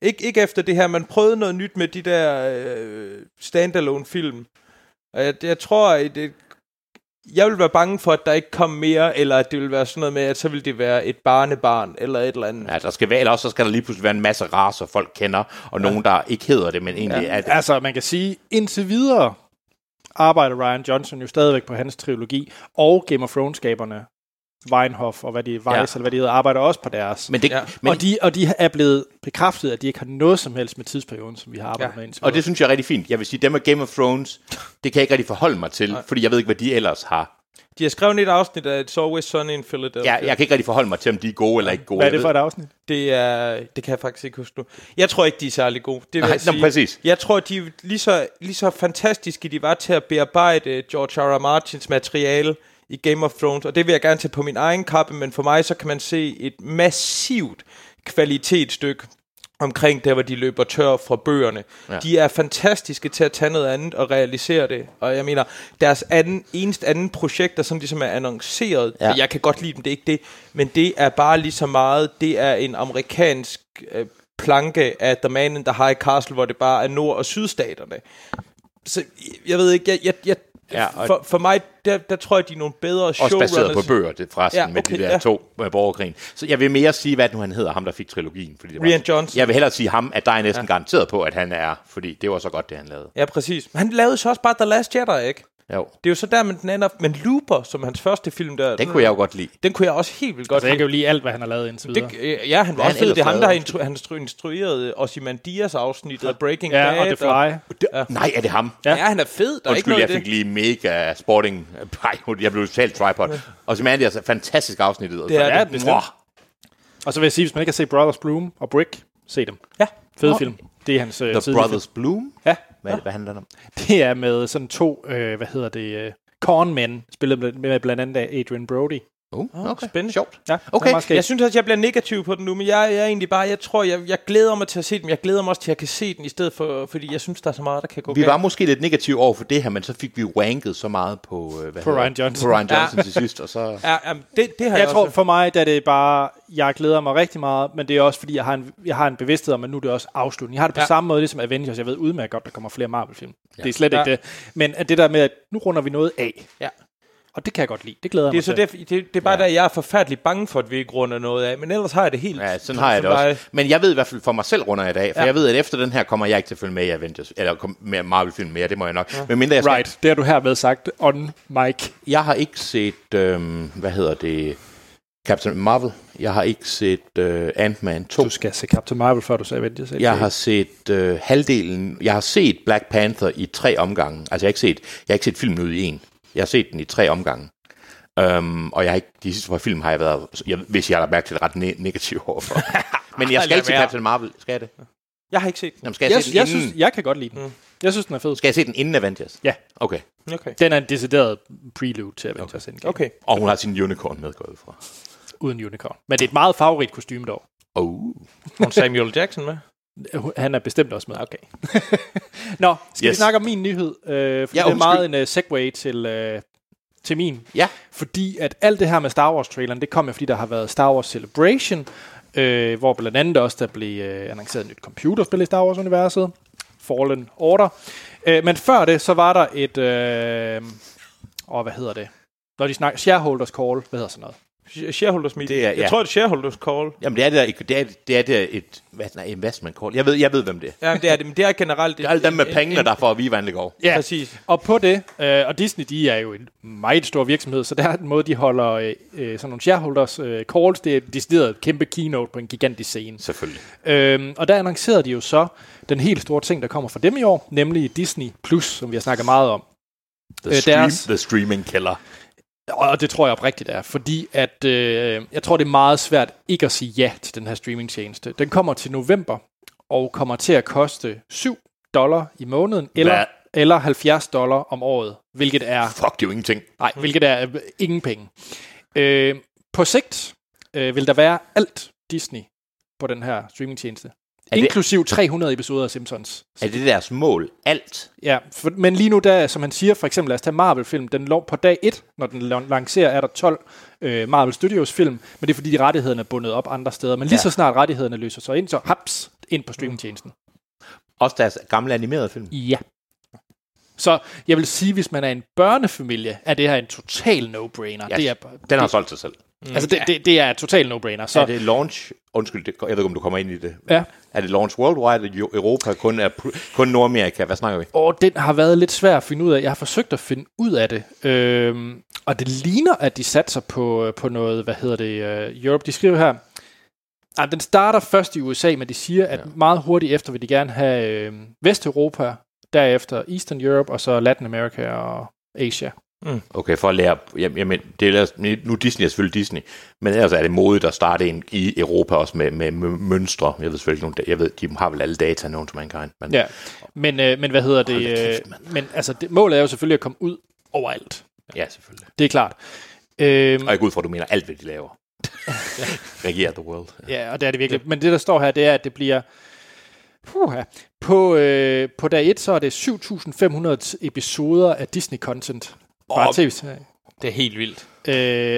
Speaker 3: Ik- ikke efter det her. Man prøvede noget nyt med de der øh, standalone-film. Og jeg, jeg tror, at det, jeg ville være bange for, at der ikke kom mere, eller at det ville være sådan noget med, at så ville det være et barnebarn, eller et eller andet.
Speaker 2: Ja, der skal være, eller også så skal der lige pludselig være en masse raser, folk kender, og nogen, der ikke hedder det, men egentlig ja. er det.
Speaker 1: Altså, man kan sige, indtil videre arbejder Ryan Johnson jo stadigvæk på hans trilogi, og Game of Thrones-skaberne, Weinhoff og hvad de, Weiss,
Speaker 2: Ja.
Speaker 1: ja. eller hvad de hedder, arbejder også på deres. Men,
Speaker 2: Men det,
Speaker 3: Ja.
Speaker 2: men,
Speaker 1: og, de, og de er blevet bekræftet, at de ikke har noget som helst med tidsperioden, som vi har arbejdet
Speaker 3: Ja.
Speaker 1: ja. med indtil
Speaker 2: Og det
Speaker 1: videre.
Speaker 2: synes jeg er rigtig fint. Jeg vil sige, dem med Game of Thrones, det kan jeg ikke rigtig forholde mig til, fordi jeg ved ikke, hvad de ellers har.
Speaker 3: De har skrevet et afsnit af It's Always Sunny in Philadelphia.
Speaker 2: Jeg, jeg kan ikke rigtig forholde mig til, om de er gode eller ikke gode.
Speaker 1: Hvad er
Speaker 2: Jeg
Speaker 1: det for et afsnit?
Speaker 3: Det, er, det kan jeg faktisk ikke huske nu. Jeg tror ikke, de er særlig gode. Det vil
Speaker 2: Nej,
Speaker 3: jeg
Speaker 2: nå,
Speaker 3: sige.
Speaker 2: præcis.
Speaker 3: Jeg tror, de er lige så, lige så fantastiske, de var til at bearbejde eh, George R. R. Martins materiale i Game of Thrones, og det vil jeg gerne tage på min egen kappe, men for mig så kan man se et massivt kvalitetsstykke omkring der, hvor de løber tør fra bøgerne. Ja. De er fantastiske til at tage noget andet og realisere det. Og jeg mener, deres anden, eneste anden projekter, som ligesom er annonceret,
Speaker 2: Ja.
Speaker 3: ja. jeg kan godt lide dem, det er ikke det, men det er bare lige så meget, det er en amerikansk øh, planke af The Man in the High Castle, hvor det bare er nord- og sydstaterne. Så jeg ved ikke, jeg, jeg, jeg, Ja, for, for mig, der, der tror jeg, de er nogle bedre
Speaker 2: Også
Speaker 3: showrunners.
Speaker 2: baseret på bøger, det forresten,
Speaker 3: Ja,
Speaker 2: ja, okay, med de
Speaker 3: okay,
Speaker 2: der
Speaker 3: ja.
Speaker 2: ja. to med borgerkrigen. Så jeg vil mere sige, hvad nu han hedder, ham der fik trilogien. Fordi det var-
Speaker 3: Rian Johnson.
Speaker 2: Jeg vil hellere sige ham, at der er jeg næsten ja. garanteret på, at han er, fordi det var så godt, det han lavede.
Speaker 3: Ja, præcis. Men han lavede så også bare The Last Jedi, ikke?
Speaker 2: Jo.
Speaker 3: Det er jo så der, man den ender. Men Looper, som er hans første film, der...
Speaker 2: Den kunne jeg jo godt lide.
Speaker 3: Den kunne jeg også helt vildt godt
Speaker 1: Så jeg kan jo lige alt, hvad han har lavet indtil videre.
Speaker 3: Det, øh, ja, han var
Speaker 2: Hvad
Speaker 3: også
Speaker 2: han
Speaker 3: fed. Det er
Speaker 2: ellers
Speaker 3: ham, der har
Speaker 2: lavede.
Speaker 3: instru- han stru- instrueret Ozymandias afsnittet af Breaking Bad.
Speaker 1: ja, og The Fly.
Speaker 2: Det, ja. Nej, er det ham?
Speaker 3: Ja. ja, han er fed. Der er ikke
Speaker 2: Undskyld,
Speaker 3: noget
Speaker 2: jeg
Speaker 3: i
Speaker 2: fik
Speaker 3: det.
Speaker 2: lige mega sporting. Nej, jeg blev totalt tripod. Og så er altså fantastisk afsnittet.
Speaker 3: Det er
Speaker 2: Så-
Speaker 3: det, bestemt.
Speaker 2: Wow.
Speaker 1: Og så vil jeg sige, hvis man ikke har set Brothers Bloom og Brick, se dem.
Speaker 3: Ja.
Speaker 1: Fede film. Det er hans øh,
Speaker 2: The
Speaker 1: tidlige
Speaker 2: Brothers Bloom?
Speaker 1: film. Ja,
Speaker 2: Hvad, ja. hvad handler det om?
Speaker 1: det er med sådan to, øh, hvad hedder det, øh, cornmen, spillet bl- med blandt andet af Adrian Brody.
Speaker 2: Uh, okay.
Speaker 3: spændende.
Speaker 2: Sjovt.
Speaker 1: Ja, den
Speaker 2: Okay,
Speaker 1: er meget skæg.
Speaker 3: Jeg synes også, jeg bliver negativ på den nu, men jeg, jeg er egentlig bare, jeg tror, jeg, jeg glæder mig til at se den. Jeg glæder mig også til, at jeg kan se den, i stedet for, fordi jeg synes, der er så meget, der kan gå
Speaker 2: Vi
Speaker 3: galt.
Speaker 2: var måske lidt negative over for det her, men så fik vi ranket så meget på, øh, hvad
Speaker 1: På
Speaker 2: hedder
Speaker 1: Ryan
Speaker 2: det?
Speaker 1: Johnson.
Speaker 2: på Ryan Johnson til sidst, og så...
Speaker 3: Ja, jamen, det, det har jeg,
Speaker 1: jeg tror
Speaker 3: også.
Speaker 1: for mig, da det er bare, jeg glæder mig rigtig meget, men det er også fordi, jeg har en, jeg har en bevidsthed om, at nu er det også afslutning. Jeg har det på
Speaker 3: Ja.
Speaker 1: ja. samme måde, ligesom Avengers. Jeg ved udmærket godt, der kommer flere Marvel-film. Ja. Det er slet
Speaker 3: Ja.
Speaker 1: ja. ikke det. Men at det der med, at nu runder vi noget af.
Speaker 3: Ja.
Speaker 1: Og det kan jeg godt lide. Det glæder jeg
Speaker 3: Det er,
Speaker 1: mig
Speaker 3: så
Speaker 1: til.
Speaker 3: det, det, det er bare ja. der, jeg er forfærdelig bange for, at vi ikke runder noget af, men ellers har jeg det helt...
Speaker 2: Ja, sådan har jeg det
Speaker 3: for mig.
Speaker 2: også. Men jeg ved i hvert fald for mig selv runder jeg i dag, for
Speaker 3: Ja.
Speaker 2: ja. jeg ved, at efter den her kommer jeg ikke til at følge med i Avengers, eller kom- med Marvel-film mere, det må jeg nok. Ja. Men mindre jeg skal,
Speaker 1: Right, det har du hermed sagt on mic.
Speaker 2: Jeg har ikke set, øhm, hvad hedder det, Captain Marvel. Jeg har ikke set øh, Ant-Man 2.
Speaker 1: Du skal se Captain Marvel, før du sagde Avengers.
Speaker 2: Jeg har set øh, halvdelen. Jeg har set Black Panther i tre omgange. Altså jeg har ikke set, jeg har ikke set filmen ud i en. Jeg har set den i tre omgange. Øhm, og jeg har ikke, de sidste par film har jeg været, jeg, hvis jeg har mærket det ret ne- negativ overfor. Men jeg skal
Speaker 3: Lad
Speaker 2: til
Speaker 3: være.
Speaker 2: Captain Marvel. Skal jeg det?
Speaker 3: Jeg har ikke set den.
Speaker 2: Jamen, skal jeg,
Speaker 1: jeg,
Speaker 2: se
Speaker 1: jeg, jeg,
Speaker 2: den inden?
Speaker 1: synes, jeg kan godt lide den. Mm. Jeg synes, den er fed.
Speaker 2: Skal jeg se den inden Avengers?
Speaker 1: Ja.
Speaker 2: Okay.
Speaker 3: Okay.
Speaker 1: Den er en decideret prelude til Avengers okay. Endgame, okay.
Speaker 3: okay.
Speaker 2: Og hun har sin unicorn med, går jeg ud fra.
Speaker 1: uden unicorn. Men det er et meget favorit kostume dog. Uh.
Speaker 2: Oh.
Speaker 3: Hun Samuel Jackson med.
Speaker 1: Han er bestemt også med. Okay. Nå, skal yes. vi
Speaker 2: Yes.
Speaker 1: snakke om min nyhed? Øh, for
Speaker 2: Ja,
Speaker 1: ja, det er
Speaker 2: undskyld.
Speaker 1: meget en uh, segue til, øh, til min.
Speaker 2: Ja.
Speaker 1: Fordi at alt det her med Star Wars-traileren, det kom jo, fordi der har været Star Wars Celebration, øh, hvor blandt andet også der blev øh, annonceret et nyt computerspil i Star Wars-universet, Fallen Order. Øh, men før det, så var der et... Øh, åh, hvad hedder det? Når de snakker shareholders call, hvad hedder sådan noget?
Speaker 3: Sh- Shareholders meeting.
Speaker 2: Det er-
Speaker 3: Jeg
Speaker 2: ja.
Speaker 3: tror, det er shareholders call.
Speaker 2: Jamen, det er det, der- det er, det er, det er et hvad, nej, investment call. Jeg ved, jeg ved, hvem det er.
Speaker 3: Ja, men det er det, men det er generelt...
Speaker 2: Det er alle dem med pengene, der får at vide, hvordan det går.
Speaker 1: Ja,
Speaker 3: Præcis.
Speaker 1: Og på det, øh, og Disney, de er jo en meget stor virksomhed, så der er den måde, de holder øh, øh, sådan nogle shareholders øh, calls, det er decideret et kæmpe keynote på en gigantisk scene.
Speaker 2: Selvfølgelig.
Speaker 1: Øhm, og der annoncerede de jo så den helt store ting, der kommer fra dem i år, nemlig Disney+, Plus, som vi har snakket meget om.
Speaker 2: The,
Speaker 1: Øh,
Speaker 2: stream,
Speaker 1: deres-
Speaker 2: the streaming killer.
Speaker 1: Og det tror jeg oprigtigt er, fordi at, øh, jeg tror, det er meget svært ikke at sige ja til den her streamingtjeneste. Den kommer til november, og kommer til at koste 7 dollar i måneden, eller,
Speaker 2: Hvad?
Speaker 1: eller 70 dollar om året, hvilket er
Speaker 2: Fuck, det er jo ingenting.
Speaker 1: Nej, hvilket er øh, ingen penge. Øh, på sigt øh, vil der være alt Disney på den her streamingtjeneste.
Speaker 2: det-
Speaker 1: Inklusiv 300 episoder af Simpsons.
Speaker 2: Er det deres mål? Alt?
Speaker 1: Ja, for, men lige nu, der, som han siger, for eksempel, lad os tage Marvel-film, den lå på dag 1, når den lan- lancerer, er der 12 øh, Marvel Studios-film, men det er fordi, de rettighederne er bundet op andre steder. Men lige
Speaker 2: Ja.
Speaker 1: så snart rettighederne løser sig ind, så haps, ind på streamingtjenesten.
Speaker 2: Også deres gamle animerede film?
Speaker 1: Ja. Så jeg vil sige, hvis man er en børnefamilie, er det her en total no-brainer.
Speaker 2: Ja,
Speaker 1: Det er,
Speaker 2: Den har solgt sig selv.
Speaker 1: Mm. Altså, det, det, det er total no-brainer.
Speaker 2: Så.
Speaker 1: Så,
Speaker 2: Er det launch... Undskyld, det, jeg ved ikke, om du kommer ind i det.
Speaker 1: ja.
Speaker 2: Er det launch worldwide, eller Europa, kun, er, kun Nordamerika? Hvad snakker vi?
Speaker 1: Og den har været lidt svær at finde ud af. Jeg har forsøgt at finde ud af det. Øhm, og det ligner, at de satser på, øh, på noget, hvad hedder det, uh, Europe. De skriver her, ej, den starter først i USA, men de siger, at ja. meget hurtigt efter vil de gerne have øh, Vesteuropa, derefter Eastern Europe, og så Latin America og Asia.
Speaker 2: Okay, for at lære... Jamen, jamen det er ellers, nu Disney er selvfølgelig Disney, men ellers er det modigt at starte en i Europa også med, med, med mønstre. Jeg ved selvfølgelig ikke, nogen, da- jeg ved, de har vel alle data, nogen som mankind. Men
Speaker 1: Ja. Men, øh, men hvad hedder det?
Speaker 2: Hold da kæft,
Speaker 1: Øh, men altså, det, målet er jo selvfølgelig at komme ud overalt.
Speaker 2: ja, selvfølgelig.
Speaker 1: Det er klart. Øhm,
Speaker 2: Og jeg går ud fra, at du mener alt, hvad de laver. Regerer the world.
Speaker 1: Ja, og det er det virkelig. Men det, der står her, det er, at det bliver... Puha. På, øh, på dag 1, så er det 7.500 episoder af Disney-content. Bare
Speaker 2: Åh.
Speaker 1: tv
Speaker 3: Det er helt vildt.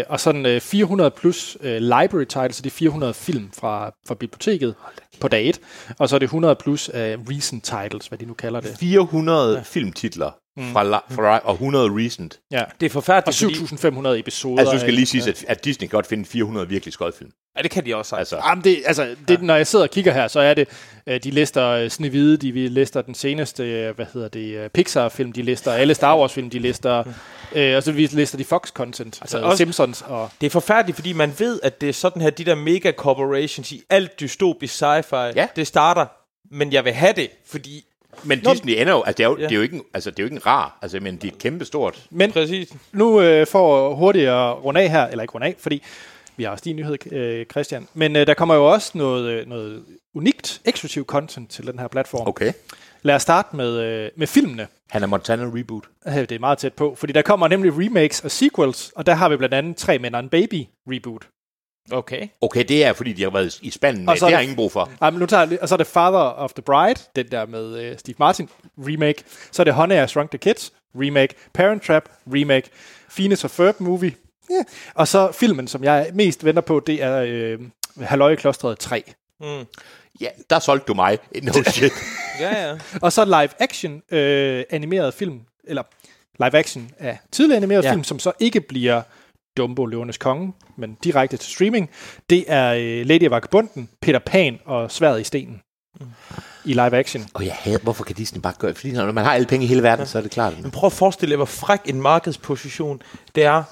Speaker 1: øh, og sådan øh, 400 plus øh, library titles, så det er 400 film fra, fra biblioteket på dag 1. Og så er det 100 plus øh, recent titles, hvad de nu kalder det.
Speaker 2: 400 filmtitler mm. fra, la- fra, og 100 recent.
Speaker 1: Ja.
Speaker 3: Det er forfærdeligt,
Speaker 1: Og
Speaker 3: fordi...
Speaker 1: 7.500 episoder.
Speaker 2: Altså, du skal
Speaker 1: af-
Speaker 2: lige sige, at, at Disney kan godt finde 400 virkelig skodfilm.
Speaker 3: Ja, det kan de også. Altså.
Speaker 2: Altså,
Speaker 1: Jamen det, altså, det, når jeg sidder og kigger her, så er det, øh, de lister øh, Snevide, de vi- lister den seneste, øh, hvad hedder det, øh, Pixar-film, de lister alle Star Wars-film, de lister, øh, og så vi- lister de Fox-content, altså
Speaker 3: også-
Speaker 1: også, Simpsons og...
Speaker 3: Det er forfærdeligt, fordi man ved, at det er sådan her, de der mega corporations i alt dystopisk sci-fi,
Speaker 2: Ja.
Speaker 3: det starter, men jeg vil have det, fordi...
Speaker 2: men Disney ender jo, altså, det er jo,
Speaker 3: Ja.
Speaker 2: det er jo ikke, en, altså, det er jo ikke en rar, altså, men det er et kæmpe stort.
Speaker 1: Men
Speaker 3: Præcis.
Speaker 1: nu øh, for hurtigt at runde af her, eller ikke runde af, fordi vi har også din nyhed, øh, Christian, men øh, der kommer jo også noget, øh, noget unikt, eksklusiv content til den her platform. Okay.
Speaker 2: Okay.
Speaker 1: Lad os starte med, øh, med filmene.
Speaker 2: Han er Montana Reboot.
Speaker 1: Øh, Det er meget tæt på, fordi der kommer nemlig remakes og sequels, og der har vi blandt andet Tre Mænd og en Baby reboot.
Speaker 3: Okay.
Speaker 2: Okay, det er, fordi de har været i spanden med.
Speaker 1: Og
Speaker 2: Det
Speaker 1: så er
Speaker 2: har
Speaker 1: det-
Speaker 2: jeg ingen brug for.
Speaker 1: Ej, men nu tager jeg, lige- og så er det Father of the Bride, den der med øh, Steve Martin, remake. Så er det Honey, I Shrunk the Kids, remake. Parent Trap, remake. Phoenix og Ferb movie. Yeah. Og så filmen, som jeg mest venter på, det er øh, Halløj i Klostret 3.
Speaker 3: Mm.
Speaker 2: Ja, der solgte du mig. No shit.
Speaker 3: Ja, ja.
Speaker 1: Og så live action øh, animeret film, eller live action af tidligere animeret
Speaker 2: Ja.
Speaker 1: ja. film, som så ikke bliver Dumbo Løvenes Konge, men direkte til streaming. Det er øh, Lady og Vagabunden, Peter Pan og Sværet i Stenen i live action.
Speaker 2: Og jeg hader, hvorfor kan Disney bare gøre det? Fordi når man har alle penge i hele verden, så er det klart.
Speaker 3: Men prøv at forestille jer, hvor fræk en markedsposition det er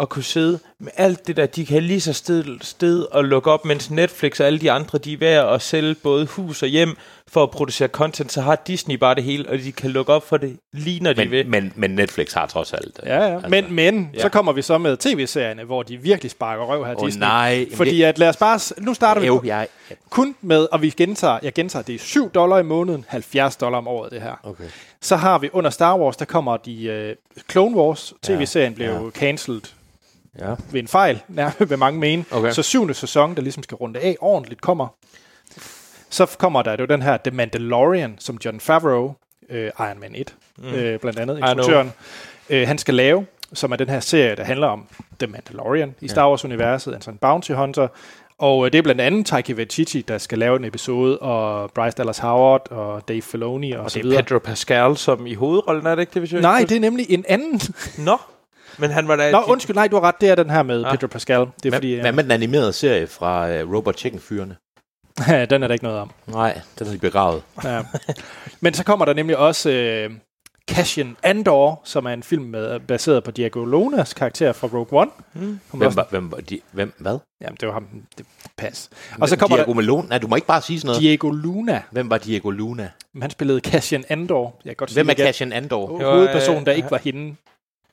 Speaker 3: at kunne sidde med alt det der, de kan lige så sted, sted og lukke op, mens Netflix og alle de andre, de er ved at sælge både hus og hjem for at producere content, så har Disney bare det hele, og de kan lukke op for det lige når de vil.
Speaker 2: Men, men, men Netflix har trods alt. øh,
Speaker 1: Ja, ja. Altså, men men ja. så kommer vi så med tv-serierne, hvor de virkelig sparker røv her
Speaker 2: Åh,
Speaker 1: Disney.
Speaker 2: nej. Jamen,
Speaker 1: Fordi
Speaker 2: det-
Speaker 1: at lad os bare... s- Nu starter vi
Speaker 2: Jo,
Speaker 1: på-
Speaker 2: jeg,
Speaker 1: kun med, og vi gentager, jeg gentager, det er 7 dollar i måneden, 70 dollar om året det her. Okay. Så har vi under Star Wars, der kommer de øh, Clone Wars, tv-serien blev jo cancelled
Speaker 2: Ja.
Speaker 1: ved en fejl, nærmest ved mange mene.
Speaker 2: Okay.
Speaker 1: Så syvende sæson, der ligesom skal runde af ordentligt, kommer. Så kommer der, det er jo den her The Mandalorian, som John Favreau, øh, Iron Man 1, mm. øh, blandt andet,
Speaker 3: know.
Speaker 1: instruktøren, øh, han skal lave, som er den her serie, der handler om The Mandalorian i Star Wars-universet, altså en bounty hunter. Og øh, det er blandt andet Taika Waititi, der skal lave en episode, og Bryce Dallas Howard, og Dave Filoni, og, og så
Speaker 3: Det er
Speaker 1: videre.
Speaker 3: Pedro Pascal, som i hovedrollen er det ikke det, hvis jeg
Speaker 1: Nej,
Speaker 3: ikke
Speaker 1: det er nemlig en anden.
Speaker 3: husker? Nå, men han var da...
Speaker 1: Nå, undskyld, nej, du har ret, det er den her med
Speaker 3: Ah.
Speaker 1: Pedro Pascal. Det er fordi,
Speaker 2: Hvad, hvad med den animerede serie fra uh, Robot Chicken-fyrene?
Speaker 1: øh, den er der ikke noget om.
Speaker 2: Nej, den er de begravet.
Speaker 1: Ja. Men så kommer der nemlig også øh, Cassian Andor, som er en film med, øh, baseret på Diego Lonas karakter fra Rogue One. Mm. Hun var
Speaker 2: Hvem,
Speaker 1: også,
Speaker 2: var, hvem, var de, hvem, hvad?
Speaker 1: jamen, det var ham. Det, pas. Og så kommer
Speaker 2: Diego
Speaker 1: Diego.
Speaker 2: Malone? Nej, du må ikke bare sige sådan
Speaker 1: der
Speaker 2: noget.
Speaker 1: Diego Luna.
Speaker 2: Hvem var Diego Luna?
Speaker 1: Men Han spillede Cassian Andor. Jeg kan godt
Speaker 2: Hvem er
Speaker 1: sige, at
Speaker 2: Cassian Andor?
Speaker 1: jeg- hovedpersonen, der ikke var hende.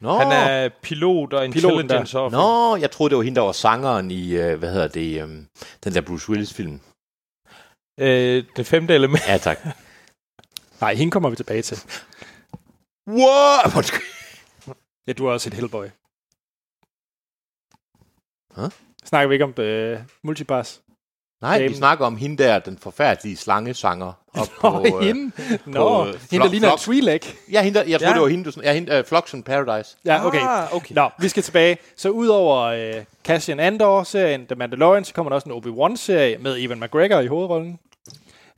Speaker 2: Nå,
Speaker 3: Han er pilot og
Speaker 1: Piloten der.
Speaker 3: intelligence officer.
Speaker 2: Nå, jeg troede, det var hende, der var sangeren i, øh, hvad hedder det, øhm, den der Bruce Willis-film.
Speaker 3: Øh, det femte element.
Speaker 2: Ja, tak.
Speaker 1: Nej, hende kommer vi tilbage til.
Speaker 2: Wow! Undskyld.
Speaker 1: Ja, du har også et Hellboy.
Speaker 2: Huh?
Speaker 1: Snakker vi ikke om øh, multipass?
Speaker 2: Nej, vi
Speaker 1: Damen.
Speaker 2: snakker om hende der, den forfærdelige slangesanger. Op
Speaker 1: Nå,
Speaker 2: øh,
Speaker 1: hende. Nå,
Speaker 2: øh,
Speaker 1: hende, der
Speaker 2: Flok-
Speaker 1: ligner en
Speaker 2: Flok.
Speaker 1: Twi'lek.
Speaker 2: Ja, hende, der- jeg troede,
Speaker 3: Ja.
Speaker 2: det var hende, du, sn- ja, hende, uh, Flux in Paradise.
Speaker 1: Ja, okay.
Speaker 3: Ah, okay.
Speaker 1: Nå, vi skal tilbage. Så udover øh, Cassian Andor-serien, The Mandalorian, så kommer der også en Obi-Wan-serie med Evan McGregor i hovedrollen.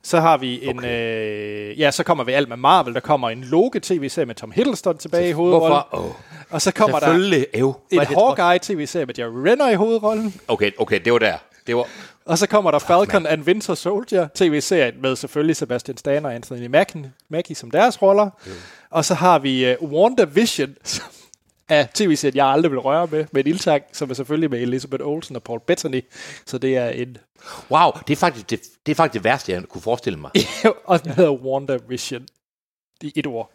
Speaker 1: Så har vi en... Okay. Øh, ja, så kommer vi alt med Marvel. Der kommer en Loki-tv-serie med Tom Hiddleston tilbage i hovedrollen.
Speaker 2: Hvorfor? Oh,
Speaker 1: Og så kommer der
Speaker 2: selvfølgelig. Ew. Hvor
Speaker 1: en
Speaker 2: er det tråd-
Speaker 1: Hawkeye-tv-serie med Jerry Renner i hovedrollen.
Speaker 2: Okay, okay, det var der. Det var,
Speaker 1: Og så kommer der Falcon and Winter Soldier tv-serien med selvfølgelig Sebastian Stan og Anthony Mackie, Mackie som deres roller. Mm. Og så har vi uh, WandaVision, som er tv-serien, jeg aldrig vil røre med, med en ildtang, som er selvfølgelig med Elizabeth Olsen og Paul Bettany. Så det er en...
Speaker 2: wow, det er, faktisk det, det er faktisk det værste, jeg kunne forestille mig.
Speaker 1: og den hedder WandaVision. I et ord.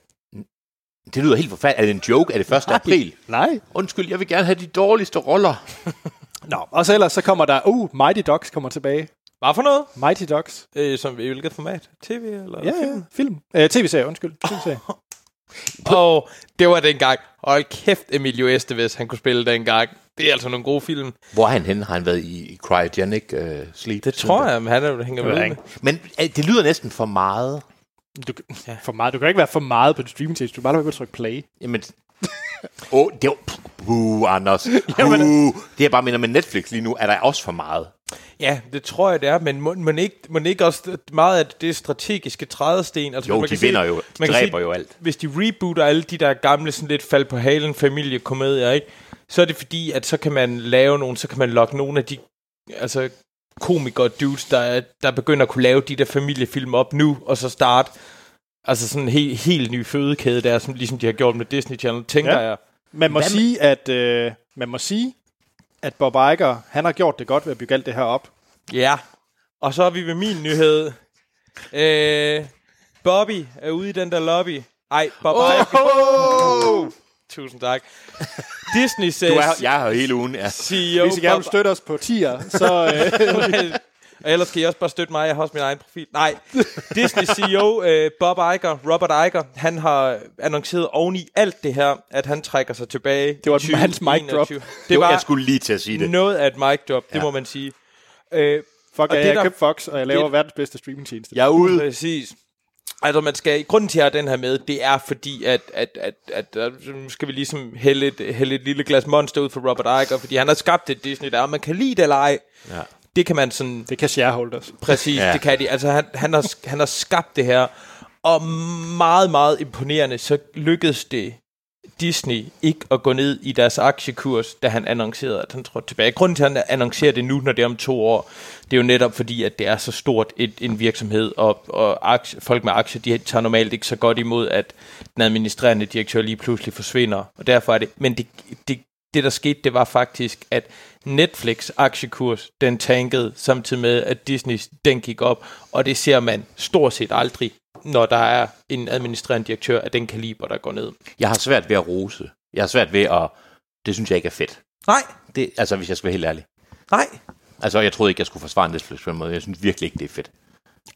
Speaker 2: Det lyder helt forfærdeligt. Er det en joke? Er det 1. april?
Speaker 1: Nej.
Speaker 2: Undskyld, jeg vil gerne have de dårligste roller.
Speaker 1: Nå, og så ellers så kommer der... Uh, Mighty Ducks kommer tilbage.
Speaker 3: Hvad for noget?
Speaker 1: Mighty Ducks.
Speaker 3: Øh, som i hvilket format? TV eller
Speaker 1: Ja, ja, film. Uh, tv-serie, undskyld. TV-serie.
Speaker 3: Og det var dengang. Hold kæft, Emilio Estevez, han kunne spille dengang. Det er altså nogle gode film.
Speaker 2: Hvor er han henne? Har han været i, i cryogenic øh, sleep?
Speaker 3: Det tror jeg, men han er, hænger med. med.
Speaker 2: Men øh, det lyder næsten for meget.
Speaker 1: Du, for meget. Du kan ikke være for meget på en streamingtjeneste. Du kan bare lade være med at trykke play.
Speaker 2: Jamen, åh, oh, det var... Buh, Anders. Buh. Det jeg bare mener med Netflix lige nu, er der også for meget.
Speaker 3: Ja, det tror jeg, det er, men må, man ikke, må ikke også meget af det strategiske trædesten? Altså,
Speaker 2: Jo,
Speaker 3: man
Speaker 2: de
Speaker 3: kan sige-
Speaker 2: vinder jo. De
Speaker 3: man kan
Speaker 2: dræber
Speaker 3: sige,
Speaker 2: jo alt.
Speaker 3: Hvis de rebooter alle de der gamle, sådan lidt fald på halen familiekomedier, ikke? så er det fordi, at så kan man lave nogle, så kan man lokke nogle af de altså, komikere dudes, der, der begynder at kunne lave de der familiefilm op nu, og så starte altså sådan en helt, helt ny fødekæde der, som ligesom de har gjort med Disney Channel, tænker
Speaker 1: Ja.
Speaker 3: ja. jeg.
Speaker 1: Man må,
Speaker 2: Hvad med-
Speaker 1: sige, at, øh, man må sige, at Bob Iger, han har gjort det godt ved at bygge alt det her op.
Speaker 3: Ja, og så er vi ved min nyhed. Øh, Bobby er ude i den der lobby. Ej, Bob oh!
Speaker 2: Oh!
Speaker 3: Tusind tak. Disney
Speaker 2: Du
Speaker 3: says
Speaker 2: er, jeg er her hele ugen. Ja.
Speaker 3: CEO
Speaker 1: Hvis I gerne vil
Speaker 3: Bob
Speaker 1: støtte os på tier, så... Øh,
Speaker 3: og ellers kan I også bare støtte mig, jeg har også min egen profil. Nej, Disney CEO øh, Bob Iger, Robert Iger, han har annonceret oveni alt det her, at han trækker sig tilbage.
Speaker 1: Det var
Speaker 3: i
Speaker 1: hans mic drop.
Speaker 3: 2021.
Speaker 2: Det
Speaker 3: Det
Speaker 2: var, jeg
Speaker 3: var
Speaker 2: skulle lige til at sige det.
Speaker 3: noget af et mic drop, det
Speaker 2: Ja.
Speaker 3: må man sige. Øh,
Speaker 1: fuck,
Speaker 3: Og
Speaker 1: ja,
Speaker 3: det
Speaker 1: jeg
Speaker 3: der-
Speaker 1: har købt Fox, og jeg laver
Speaker 3: det-
Speaker 1: verdens bedste streamingtjeneste.
Speaker 2: Jeg er ude.
Speaker 3: Præcis. Altså, man skal, grunden til, at jeg har den her med, det er fordi, at, at, at, at, at nu skal vi ligesom hælde et, hælde et lille glas monster ud for Robert Iger, fordi han har skabt et Disney, der er, om man kan lide det eller ej.
Speaker 2: Ja.
Speaker 3: Det kan man sådan,
Speaker 1: Det kan shareholders.
Speaker 3: præcis,
Speaker 2: Ja.
Speaker 3: ja. det kan de. Altså, han, han, har, han har skabt det her, og meget, meget imponerende, så lykkedes det Disney ikke at gå ned i deres aktiekurs, da han annoncerede, at han trådte tilbage. Grunden til, at han annoncerer det nu, når det er om to år, det er jo netop fordi, at det er så stort et, en virksomhed, og, og aktie, folk med aktier, de tager normalt ikke så godt imod, at den administrerende direktør lige pludselig forsvinder, og derfor er det, men det, det, det der skete, det var faktisk, at Netflix aktiekurs, den tankede samtidig med, at Disney, den gik op, og det ser man stort set aldrig, når der er en administrerende direktør af den kaliber, der går ned.
Speaker 2: Jeg har svært ved at rose. Jeg har svært ved at... Det synes jeg ikke er fedt.
Speaker 3: Nej,
Speaker 2: Det, altså, hvis jeg skal være helt ærlig.
Speaker 3: nej.
Speaker 2: Altså, jeg troede ikke, jeg skulle forsvare Netflix på den måde. Jeg synes virkelig ikke, det er fedt.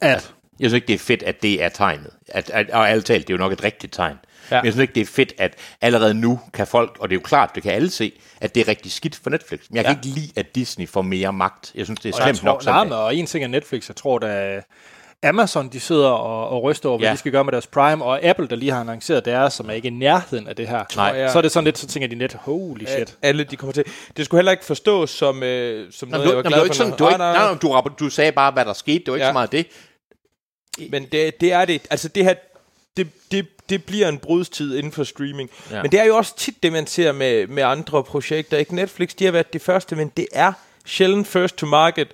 Speaker 2: Altså,
Speaker 1: At.
Speaker 2: Jeg synes ikke, det er fedt, at det er tegnet. At, at, og alt talt, det er jo nok et rigtigt tegn. Ja.
Speaker 3: Ja.
Speaker 2: Men jeg synes ikke, det er fedt, at allerede nu kan folk, og det er jo klart, det kan alle se, at det er rigtig skidt for Netflix. Men jeg ja. kan
Speaker 3: Ja.
Speaker 2: ikke lide, at Disney får mere magt. Jeg synes, det er
Speaker 1: Og jeg
Speaker 2: slemt nok.
Speaker 1: tror, nej,
Speaker 2: Sådan.
Speaker 1: men,
Speaker 2: det er.
Speaker 1: og en ting er Netflix, jeg tror, da Amazon, de sidder og, og ryster over, hvad
Speaker 2: Ja.
Speaker 1: ja. de skal gøre med deres Prime, og Apple, der lige har annonceret deres, som er ikke i nærheden af det her.
Speaker 2: Nej.
Speaker 3: jeg.
Speaker 1: Så er det sådan lidt, så tænker de net, holy shit.
Speaker 3: Alle de kommer til. Det skulle heller ikke forstås som, øh, som
Speaker 2: Nå,
Speaker 3: noget,
Speaker 2: men du- nå,
Speaker 3: jeg var
Speaker 2: men
Speaker 3: glad
Speaker 2: det var
Speaker 3: for.
Speaker 2: ikke sådan,
Speaker 3: når-
Speaker 2: du, var ikke,
Speaker 3: Nej, nej,
Speaker 2: nej, nej, du, rapper- du sagde bare, hvad der skete. Det var ikke ja.
Speaker 3: Ja.
Speaker 2: så meget det.
Speaker 3: Men det, det er det. Altså det her, det, det, det bliver en brudstid inden for streaming.
Speaker 2: Ja.
Speaker 3: Ja. Men det er jo også tit det, man ser med, med andre projekter. Ikke Netflix, de har været de første, men det er sjældent first to market,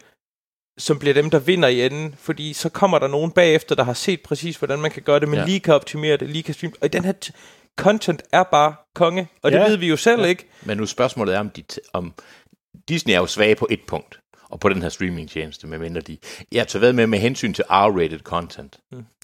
Speaker 3: som bliver dem, der vinder i enden. Fordi så kommer der nogen bagefter, der har set præcis, hvordan man kan gøre det, men
Speaker 2: Ja.
Speaker 3: ja. lige kan optimere det, lige kan streame. Og den her t- content er bare konge, og det
Speaker 1: Ja.
Speaker 3: ved vi jo selv, ja. ikke?
Speaker 2: Men nu spørgsmålet er, om, de t- om Disney er jo svage på et punkt, og på den her streamingtjeneste, medmindre de... Jeg tager ved med, med hensyn til R-rated content.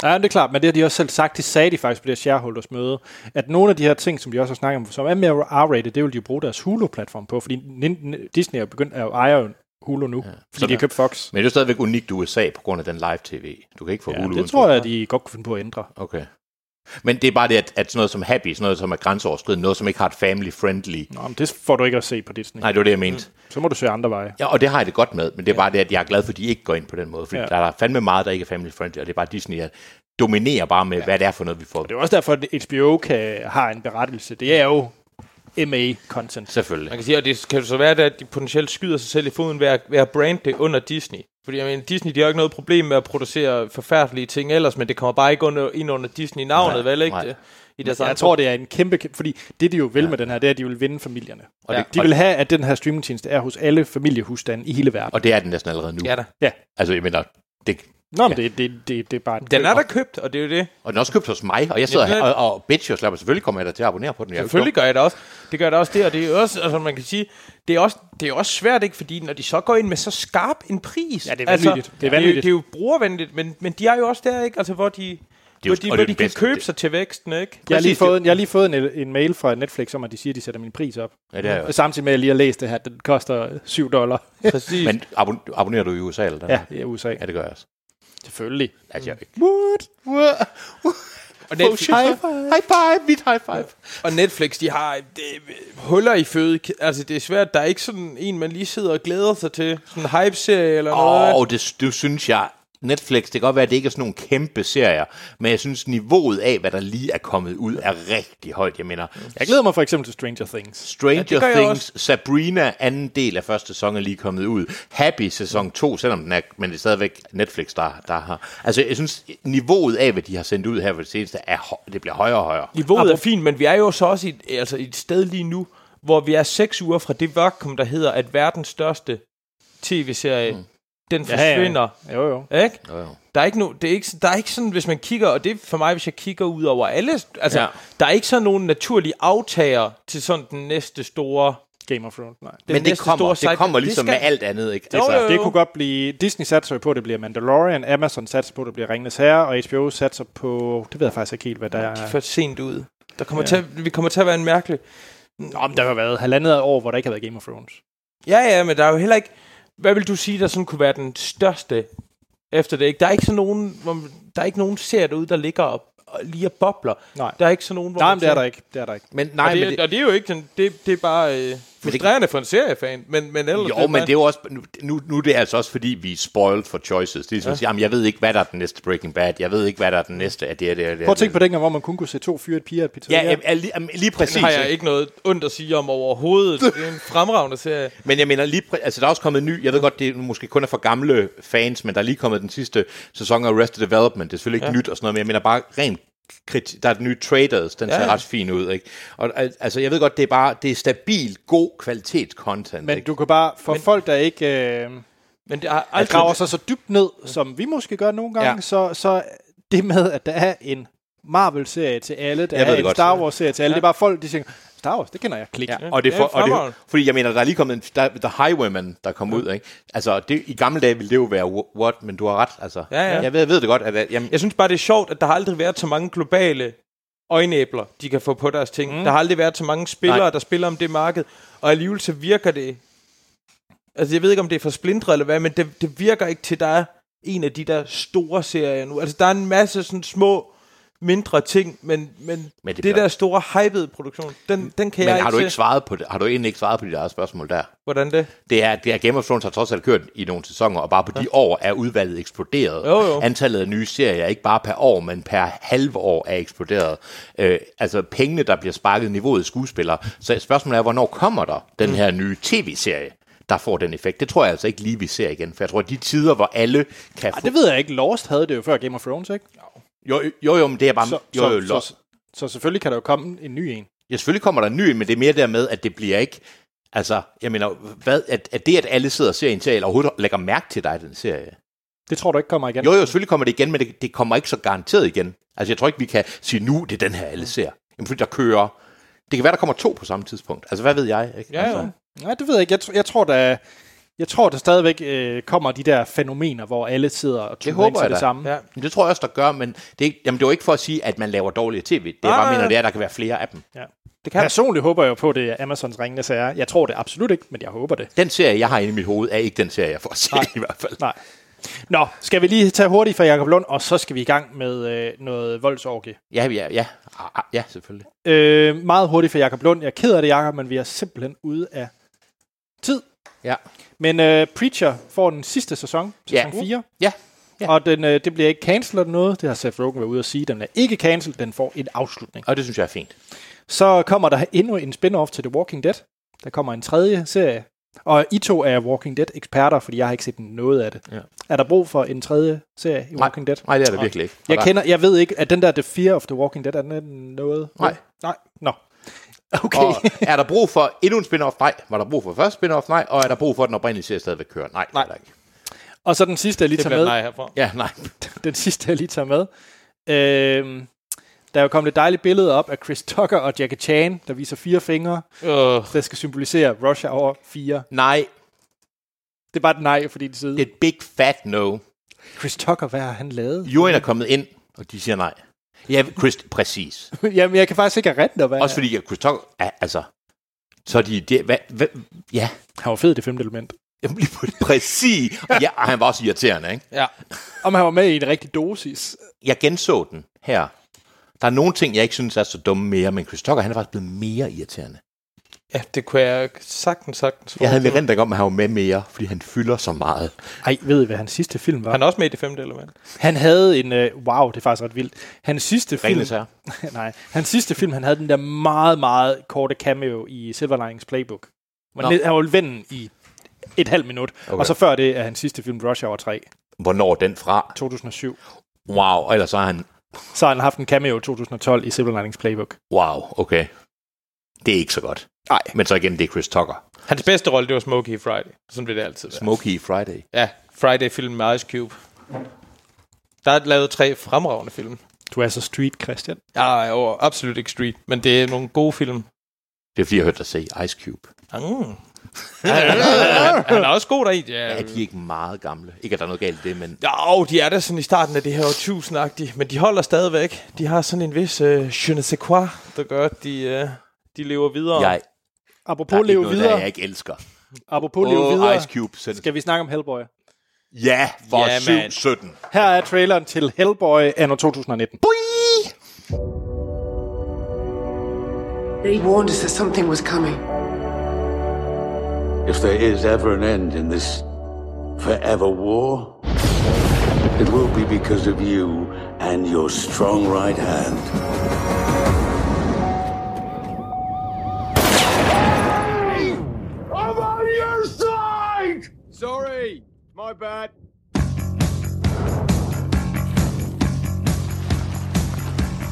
Speaker 1: Ja, det er klart, men det har de også selv sagt, det sagde de faktisk på det her shareholders møde, at nogle af de her ting, som de også har snakket om, som er mere R-rated, det vil de jo bruge deres Hulu-platform på, fordi Nin- N- Disney er jo begyndt at ejer jo Hulu nu, ja. fordi de har købt Fox.
Speaker 2: Men det er jo stadigvæk unikt i USA på grund af den live-tv. Du kan ikke få
Speaker 1: Ja,
Speaker 2: Hulu
Speaker 1: det
Speaker 2: uden
Speaker 1: tror
Speaker 2: for-
Speaker 1: jeg, de godt kunne finde på at ændre.
Speaker 2: Okay. Men det er bare det, at, at sådan noget som Happy, sådan noget som er grænseoverskridende, noget som ikke har et family-friendly...
Speaker 1: Nå, men det får du ikke at se på Disney.
Speaker 2: Nej, det var det, jeg mente. Mm.
Speaker 1: Så må du søge andre veje.
Speaker 2: Ja, og det har jeg det godt med, men det er bare det, at jeg er glad for, at de ikke går ind på den måde, fordi ja.
Speaker 1: Ja.
Speaker 2: der er fandme meget, der ikke er family-friendly, og det er bare Disney, der dominerer bare med, ja. hvad det er for noget, vi får.
Speaker 1: Det er jo også derfor, at HBO kan, har en berettelse. Det er jo MA-content.
Speaker 2: Selvfølgelig.
Speaker 3: Man kan sige, og det kan jo så være, at de potentielt skyder sig selv i foden ved at, ved at brande det under Disney. Fordi jeg mener, Disney de har jo ikke noget problem med at producere forfærdelige ting ellers, men det kommer bare ikke under, ind under Disney-navnet,
Speaker 2: Nej,
Speaker 3: vel ikke?
Speaker 2: nej.
Speaker 3: I deres
Speaker 1: Jeg
Speaker 3: andre-
Speaker 1: tror, det er en kæmpe... kæmpe fordi det, de jo vil ja. med den her, det er, at de vil vinde familierne.
Speaker 2: Og, det,
Speaker 1: De vil have, at den her streamingtjeneste er hos alle familiehusstande i hele verden.
Speaker 2: og, og det er den næsten allerede nu.
Speaker 3: Ja da.
Speaker 2: Altså, jeg mener, det,
Speaker 1: Nå, men det, det, det, det er bare...
Speaker 3: Den er der købt, og det er jo det.
Speaker 2: og den er også købt hos mig, og jeg sidder
Speaker 3: Jamen,
Speaker 2: her
Speaker 3: det-
Speaker 2: og, og bitch, og slapper selvfølgelig kommer jeg da til at abonnere på den. Jeg er jo
Speaker 3: Selvfølgelig gør jeg det også. Det gør det også det, og det er jo også, altså man kan sige, det er også, det er jo også svært, ikke? Fordi når de så går ind med så skarp en pris.
Speaker 1: Ja, det er vanvittigt.
Speaker 3: Altså,
Speaker 1: Det er
Speaker 3: det, er jo,
Speaker 1: vanvittigt.
Speaker 3: det er jo brugervenligt, men, men de er jo også der, ikke? Altså hvor de,
Speaker 2: jo- og det
Speaker 3: hvor
Speaker 2: er
Speaker 3: de, hvor
Speaker 2: den
Speaker 3: de kan
Speaker 2: bedste-
Speaker 3: købe
Speaker 2: det-
Speaker 3: sig til væksten, ikke?
Speaker 1: Jeg har, lige
Speaker 2: Præcis, det-
Speaker 1: fået, jeg har lige fået en, en mail fra Netflix om, at de siger, at de sætter min pris op.
Speaker 2: dum. Ja, det er jeg
Speaker 1: Og
Speaker 2: også.
Speaker 1: samtidig med, at jeg lige har læst det her, den koster 7 dollar
Speaker 3: Præcis.
Speaker 2: Men abon- abonnerer du i USA eller den?
Speaker 1: ja, i USA.
Speaker 2: ja, det gør jeg også.
Speaker 1: Selvfølgelig.
Speaker 2: Altså, jeg,
Speaker 1: What? What?
Speaker 3: og Netflix,
Speaker 1: High five. High five. Mit high five.
Speaker 3: Og Netflix, de har det, huller i føde. Altså, det er svært. Der er ikke sådan en, man lige sidder og glæder sig til. Sådan en hype-serie eller noget.
Speaker 2: Åh, oh, det, det synes jeg Netflix, det kan godt være, at det ikke er sådan nogle kæmpe serier, men jeg synes, niveauet af, hvad der lige er kommet ud, er rigtig højt. Jeg mener,
Speaker 1: Jeg glæder mig for eksempel til Stranger Things.
Speaker 2: Stranger
Speaker 3: gør jeg
Speaker 2: ja, Things, Sabrina, anden del af første sæson er lige kommet ud. Happy sæson 2, selvom den er, men det er stadigvæk Netflix, der, der har. Altså, jeg synes, niveauet af, hvad de har sendt ud her for det seneste, er, hø- det bliver højere og højere.
Speaker 3: Niveauet er fint, men vi er jo så også i, et- altså i et sted lige nu, hvor vi er seks uger fra det vakuum, der hedder, at verdens største tv-serie, mm. den forsvinder.
Speaker 1: Jo, jo.
Speaker 3: Ja, ja. Ikke?
Speaker 2: Jo, jo.
Speaker 3: Der er ikke no, det er ikke, der er ikke sådan, hvis man kigger, og det er for mig, hvis jeg kigger ud over alle, altså, ja.
Speaker 2: Ja.
Speaker 3: der er ikke sådan nogen naturlige aftager til sådan den næste store,
Speaker 1: Game of Thrones, nej.
Speaker 3: den
Speaker 2: Men det
Speaker 3: næste
Speaker 2: kommer,
Speaker 3: store side-
Speaker 2: det kommer ligesom
Speaker 3: skal-
Speaker 2: med alt andet, ikke? Altså,
Speaker 3: Jo, jo, jo.
Speaker 1: Det kunne godt blive... Disney satser jo på, at det bliver Mandalorian, Amazon satser på, at det bliver Ringenes Herre, og HBO satser på... Det ved jeg faktisk ikke helt, hvad der
Speaker 3: De er
Speaker 1: er.
Speaker 3: for sent ud. Der kommer
Speaker 1: Ja.
Speaker 3: ja. til, at- vi kommer til at være en mærkelig...
Speaker 1: Nå, men der har været halvandet år, hvor der ikke har været Game of Thrones.
Speaker 3: Ja, ja, men der er jo heller ikke... Hvad vil du sige, der sådan kunne være den største efter det? Ikke? Der er ikke sådan nogen, hvor man, der er ikke nogen serier derude, der ligger og, og lige og bobler.
Speaker 1: Nej.
Speaker 3: Der er ikke sådan nogen, hvor
Speaker 1: Nej,
Speaker 3: man
Speaker 1: men det er der
Speaker 3: tænker-
Speaker 1: ikke. Det er der ikke.
Speaker 2: Men, nej,
Speaker 3: og, det,
Speaker 2: men
Speaker 3: og det er jo ikke den, det, det er bare øh, frustrerende for en seriefan, men, men ellers...
Speaker 2: Jo, men det er jo også, nu, nu, nu er det altså også, fordi vi er spoiled for choices. Det er ligesom ja. at sige, jamen, jeg ved ikke, hvad der er den næste Breaking Bad. Jeg ved ikke, hvad der er den næste af det og det og det.
Speaker 1: Prøv at tænke på dengang, hvor man kun kunne se to fyre, et piger og et
Speaker 2: Ja,
Speaker 1: pizzeria.
Speaker 2: ja. ja lige, jamen, lige præcis.
Speaker 3: Den har jeg
Speaker 2: ikke?
Speaker 3: ikke noget ondt at sige om overhovedet. Det er en fremragende serie.
Speaker 2: Men jeg mener lige, præ- altså der er også kommet en ny, jeg ved godt, det er måske kun er for gamle fans, men der er lige kommet den sidste sæson af Arrested Development. Det er selvfølgelig ikke ja. nyt og sådan noget, men jeg mener bare rent kriti- der er den nye Traders, den
Speaker 3: Ja,
Speaker 2: ja, ser
Speaker 3: ja.
Speaker 2: ret fin ud, ikke? Og al- altså, jeg ved godt, det er bare, det er stabil, god kvalitet content,
Speaker 1: Men
Speaker 2: ikke?
Speaker 1: du kan bare, for men, folk, der ikke øh,
Speaker 3: Men det har
Speaker 1: der
Speaker 3: aldrig...
Speaker 1: graver sig så dybt ned, som vi måske gør nogle gange, ja.
Speaker 2: Ja.
Speaker 1: så, så det med, at der er en Marvel-serie til alle, der
Speaker 2: Jeg ved
Speaker 1: er
Speaker 2: det
Speaker 1: en
Speaker 2: godt.
Speaker 1: Star Wars-serie til alle, ja. det er bare folk, de tænker, Star Wars, det kender jeg, klik. Ja.
Speaker 2: Ja, og det, er for,
Speaker 3: Ja,
Speaker 2: og det er,
Speaker 3: fremragende.
Speaker 2: fordi jeg mener, der er lige kommet en, der, The Highwayman, der kom ja. ud, ikke? Altså, det, i gamle dage ville det jo være wh- what, men du har ret, altså.
Speaker 3: Ja, ja.
Speaker 2: Jeg ved, jeg ved det godt, at, at jamen,
Speaker 3: Jeg synes bare, det er sjovt, at der har aldrig været så mange globale øjenæbler, de kan få på deres ting. Mm. Der har aldrig været så mange spillere, Nej.
Speaker 2: Nej.
Speaker 3: der spiller om det marked, og alligevel så virker det... Altså, jeg ved ikke, om det er for splindret eller hvad, men det, det virker ikke til, der er en af de der store serier nu. Altså, der er en masse sådan små, mindre ting, men, men, men
Speaker 2: Men
Speaker 3: det, Mm.
Speaker 2: det
Speaker 3: det
Speaker 2: bliver-
Speaker 3: der store hypede produktion, den, den kan
Speaker 2: men
Speaker 3: jeg
Speaker 2: har du
Speaker 3: se.
Speaker 2: ikke svaret på det? Har du egentlig ikke svaret på dit eget spørgsmål der?
Speaker 3: Hvordan det?
Speaker 2: Det er, det er Game of Thrones har trods alt kørt i nogle sæsoner, og bare på de år er udvalget eksploderet.
Speaker 3: Jo, jo.
Speaker 2: Antallet af nye serier, ikke bare per år, men per halve år er eksploderet. Øh, altså pengene, der bliver sparket niveauet af skuespillere. Så spørgsmålet er, hvornår kommer der den her nye tv-serie? der får den effekt. Det tror jeg altså ikke lige, vi ser igen, for jeg tror, at de tider, hvor alle kan få...
Speaker 1: Det ved jeg ikke. Lost havde det jo før Game of Thrones, ikke?
Speaker 2: Jo, jo, jo, men det er bare... Så, jo, jo,
Speaker 1: så,
Speaker 2: så,
Speaker 1: så, så selvfølgelig kan der jo komme en ny en.
Speaker 2: Ja, selvfølgelig kommer der en ny, men det er mere der med, at det bliver ikke... Altså, jeg mener, hvad, at, at det, at alle sidder og ser en serie, eller overhovedet lægger mærke til dig i den serie.
Speaker 1: Det tror du ikke kommer igen.
Speaker 2: Jo, jo, selvfølgelig kommer det igen, men det, det kommer ikke så garanteret igen. Altså, jeg tror ikke, vi kan sige, nu det er den her, alle ser. Jamen, fordi der kører... Det kan være, der kommer to på samme tidspunkt. Altså, hvad ved jeg? Ikke?
Speaker 3: Ja,
Speaker 2: altså,
Speaker 3: jo.
Speaker 1: Nej, det ved jeg ikke. Jeg, tr- jeg tror, der, jeg tror, der stadigvæk øh, kommer de der fænomener, hvor alle sidder og tuner ind
Speaker 2: håber
Speaker 1: til
Speaker 2: jeg
Speaker 1: det
Speaker 2: da.
Speaker 1: samme.
Speaker 3: Ja.
Speaker 2: Men Det tror jeg også, der gør, men det, er ikke- jamen, det var ikke for at sige, at man laver dårligere tv. Det jeg
Speaker 3: Nej,
Speaker 2: bare
Speaker 3: nej,
Speaker 2: mener,
Speaker 3: nej.
Speaker 2: det er, at der kan være flere af dem.
Speaker 3: Det kan
Speaker 1: Personligt håber jeg jo på, at det er Amazons ringende sager. Jeg tror det absolut ikke, men jeg håber det.
Speaker 2: Den serie, jeg har inde i mit hoved, er ikke den serie, jeg får set
Speaker 1: Nej.
Speaker 2: i hvert fald.
Speaker 1: Nej. Nå, skal vi lige tage hurtigt fra Jakob Lund, og så skal vi i gang med øh, noget voldsorgie.
Speaker 2: Ja, ja, ja. Ah, ah, ja, selvfølgelig.
Speaker 1: Øh, meget hurtigt fra Jakob Lund. Jeg er ked af det, Jakob, men vi er simpelthen ude af tid.
Speaker 2: Ja.
Speaker 1: Men øh, Preacher får den sidste sæson, sæson
Speaker 2: Ja.
Speaker 1: 4.
Speaker 2: Ja.
Speaker 1: Ja. Og den, øh, det bliver ikke cancelled eller noget. Det har Seth Rogen været ude at sige. Den er ikke cancelled. Den får en afslutning.
Speaker 2: Og det synes jeg er fint.
Speaker 1: Så kommer der endnu en spin-off til The Walking Dead. Der kommer en tredje serie. Og I to er Walking Dead-eksperter, fordi jeg har ikke set noget af det.
Speaker 2: Ja.
Speaker 1: Er der brug for en tredje serie i
Speaker 2: Nej.
Speaker 1: Walking Dead?
Speaker 2: Nej, det er det virkelig ikke. Og
Speaker 1: Jeg
Speaker 2: der-
Speaker 1: kender, jeg ved ikke, at den der The Fear of the Walking Dead, er den noget?
Speaker 2: Nej.
Speaker 1: Nej, nå. Okay.
Speaker 2: Og er der brug for endnu en spin-off? Nej. Var der brug for første spin-off? Nej. Og er der brug for, at den oprindelige serie stadigvæk kører? Nej. det er der Ikke.
Speaker 1: Og så den sidste, jeg lige
Speaker 3: det
Speaker 1: tager
Speaker 3: bliver et
Speaker 1: med.
Speaker 3: nej herfra.
Speaker 2: Ja, nej.
Speaker 1: Den sidste, jeg lige tager med. Øhm, der er jo kommet et dejligt billede op af Chris Tucker og Jackie Chan, der viser fire fingre,
Speaker 3: Øh,
Speaker 1: der skal symbolisere Russia over fire.
Speaker 2: Nej,
Speaker 1: Det er bare et nej for din side.
Speaker 2: det er et big fat no.
Speaker 1: Chris Tucker, hvad har han lavet?
Speaker 2: Juryen er kommet ind, og de siger nej. Ja, Chris, præcis.
Speaker 1: Jamen, jeg kan faktisk ikke erindre, hvad
Speaker 2: Også fordi, at Chris Tucker, er, altså, så er de, det, hvad, hvad, ja,
Speaker 1: han var fed i det femte element.
Speaker 2: jamen lige på præcis. Og ja, og han var også irriterende, ikke?
Speaker 3: ja.
Speaker 1: Om han var med i en rigtig dosis.
Speaker 2: Jeg genså den her. Der er nogle ting, jeg ikke synes er så dumme mere, men Chris Tucker, han er faktisk blevet mere irriterende.
Speaker 3: Ja, det kunne jeg sagtens, sagtens
Speaker 2: Jeg havde
Speaker 3: forestille
Speaker 2: lidt rent om, at han var med mere, fordi han fylder så meget.
Speaker 1: Ej, ved I, hvad hans sidste film var?
Speaker 3: mig. Han er også med i det femte element.
Speaker 1: Han havde en... Øh, wow, det er faktisk ret vildt. Hans sidste film...
Speaker 2: Ringenes Herre.
Speaker 1: nej, hans sidste film, han havde den der meget, meget korte cameo i Silver Linings Playbook. Hvor
Speaker 2: Nå.
Speaker 1: Han han var vennen i et halvt minut. Okay. Og så før det er hans sidste film, Rush Hour 3,
Speaker 2: Hvornår er den fra?
Speaker 1: 2007.
Speaker 2: Wow, og ellers så er han,
Speaker 1: Så har han haft en cameo i 2012 i Silver Linings Playbook.
Speaker 2: wow, okay. Det er ikke så godt.
Speaker 3: Nej.
Speaker 2: Men så igen, det er Chris Tucker.
Speaker 3: Hans bedste rolle, det var Smokey i Friday. Sådan vil det altid være.
Speaker 2: Smokey Friday.
Speaker 3: Ja, Friday-filmen med Ice Cube. Der er lavet tre fremragende film.
Speaker 1: Du er så street, Christian.
Speaker 3: Ja, jo, absolut ikke street, men det er nogle gode film.
Speaker 2: Det er fordi, jeg hørte dig sige Ice Cube.
Speaker 3: Mm. Ja, han, han, han er også god deri. Ja,
Speaker 2: Er de ikke meget gamle? Ikke, at der er noget galt i det, men
Speaker 3: Jo, de er der sådan i starten af det her årtusindagtige, men de holder stadigvæk. De har sådan en vis øh, je ne sais quoi, der gør, at de, øh, de lever videre.
Speaker 2: jeg, der
Speaker 1: Apropos
Speaker 2: er ikke
Speaker 1: leve
Speaker 2: noget, der
Speaker 1: videre,
Speaker 2: jeg ikke elsker.
Speaker 1: apropos leve videre,
Speaker 2: Ice Cube. Send.
Speaker 1: skal vi snakke om Hellboy.
Speaker 2: Ja, for
Speaker 3: Ja, mand.
Speaker 2: 7-17.
Speaker 1: Her er traileren til Hellboy anno 2019.
Speaker 5: They warned us that something was coming.
Speaker 6: If there is ever an end in this forever war, it will be because of you and your strong right hand.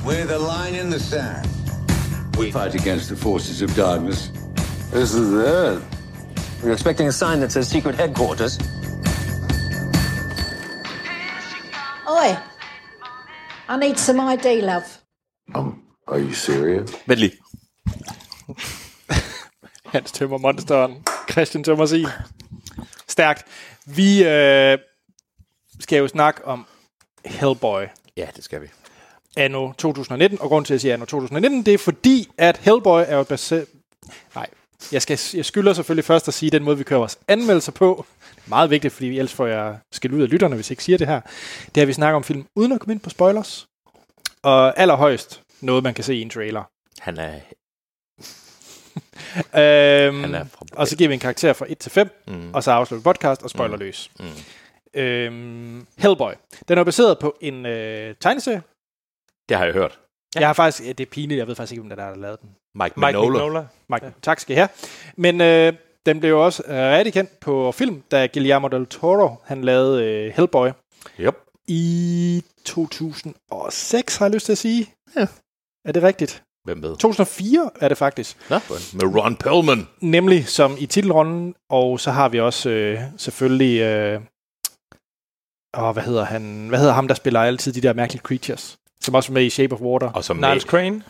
Speaker 6: We're the line in the sand. We fight against the forces of darkness. This is it.
Speaker 7: We're expecting a sign that says secret headquarters.
Speaker 8: Oi. I need some ID, love.
Speaker 6: Are you serious?
Speaker 2: Vent lige.
Speaker 1: Hans Tømmer Monsteren. Christian Tømmer Sig. Stærkt. Vi øh, skal jo snakke om Hellboy
Speaker 2: Ja, det skal vi.
Speaker 1: anno 2019, og grund til, at jeg siger anno 2019, det er fordi, at Hellboy er jo baseret... Nej, jeg, skal, jeg skylder selvfølgelig først at sige den måde, vi kører vores anmeldelser på. Det er meget vigtigt, fordi ellers får jeg skal ud af lytterne, hvis jeg ikke siger det her. Det er, at vi snakker om film uden at komme ind på spoilers. Og allerhøjst noget, man kan se i en trailer.
Speaker 2: Han er,
Speaker 1: Øhm,
Speaker 2: han er fra...
Speaker 1: og så giver vi en karakter fra 1 til 5, mm. og så afslutter vi podcast og spoiler
Speaker 2: Mm.
Speaker 1: løs.
Speaker 2: Mm.
Speaker 1: Øhm, Hellboy. Den er baseret på en øh, tegneserie.
Speaker 2: Det har jeg hørt.
Speaker 1: Ja. Jeg har faktisk, ja, det er pinligt, jeg ved faktisk ikke, hvem der er, der har lavet den.
Speaker 2: Mike,
Speaker 3: Mike
Speaker 2: Mignola.
Speaker 3: Mignola.
Speaker 1: Mark, ja. Tak skal I have. Men øh, den blev jo også øh, rigtig kendt på film, da Guillermo del Toro han lavede øh, Hellboy
Speaker 2: Yep.
Speaker 1: i 2006, har jeg lyst til at sige. Ja. Er det rigtigt?
Speaker 2: Hvem ved?
Speaker 1: 2004 er det faktisk.
Speaker 2: Nå, med Ron Perlman.
Speaker 1: Nemlig som i titelrunden, og så har vi også øh, selvfølgelig... Øh, åh, hvad hedder han? Hvad hedder ham, der spiller altid de der mærkelige creatures? Som også er med i Shape of Water.
Speaker 2: Og som
Speaker 3: Niles Crane.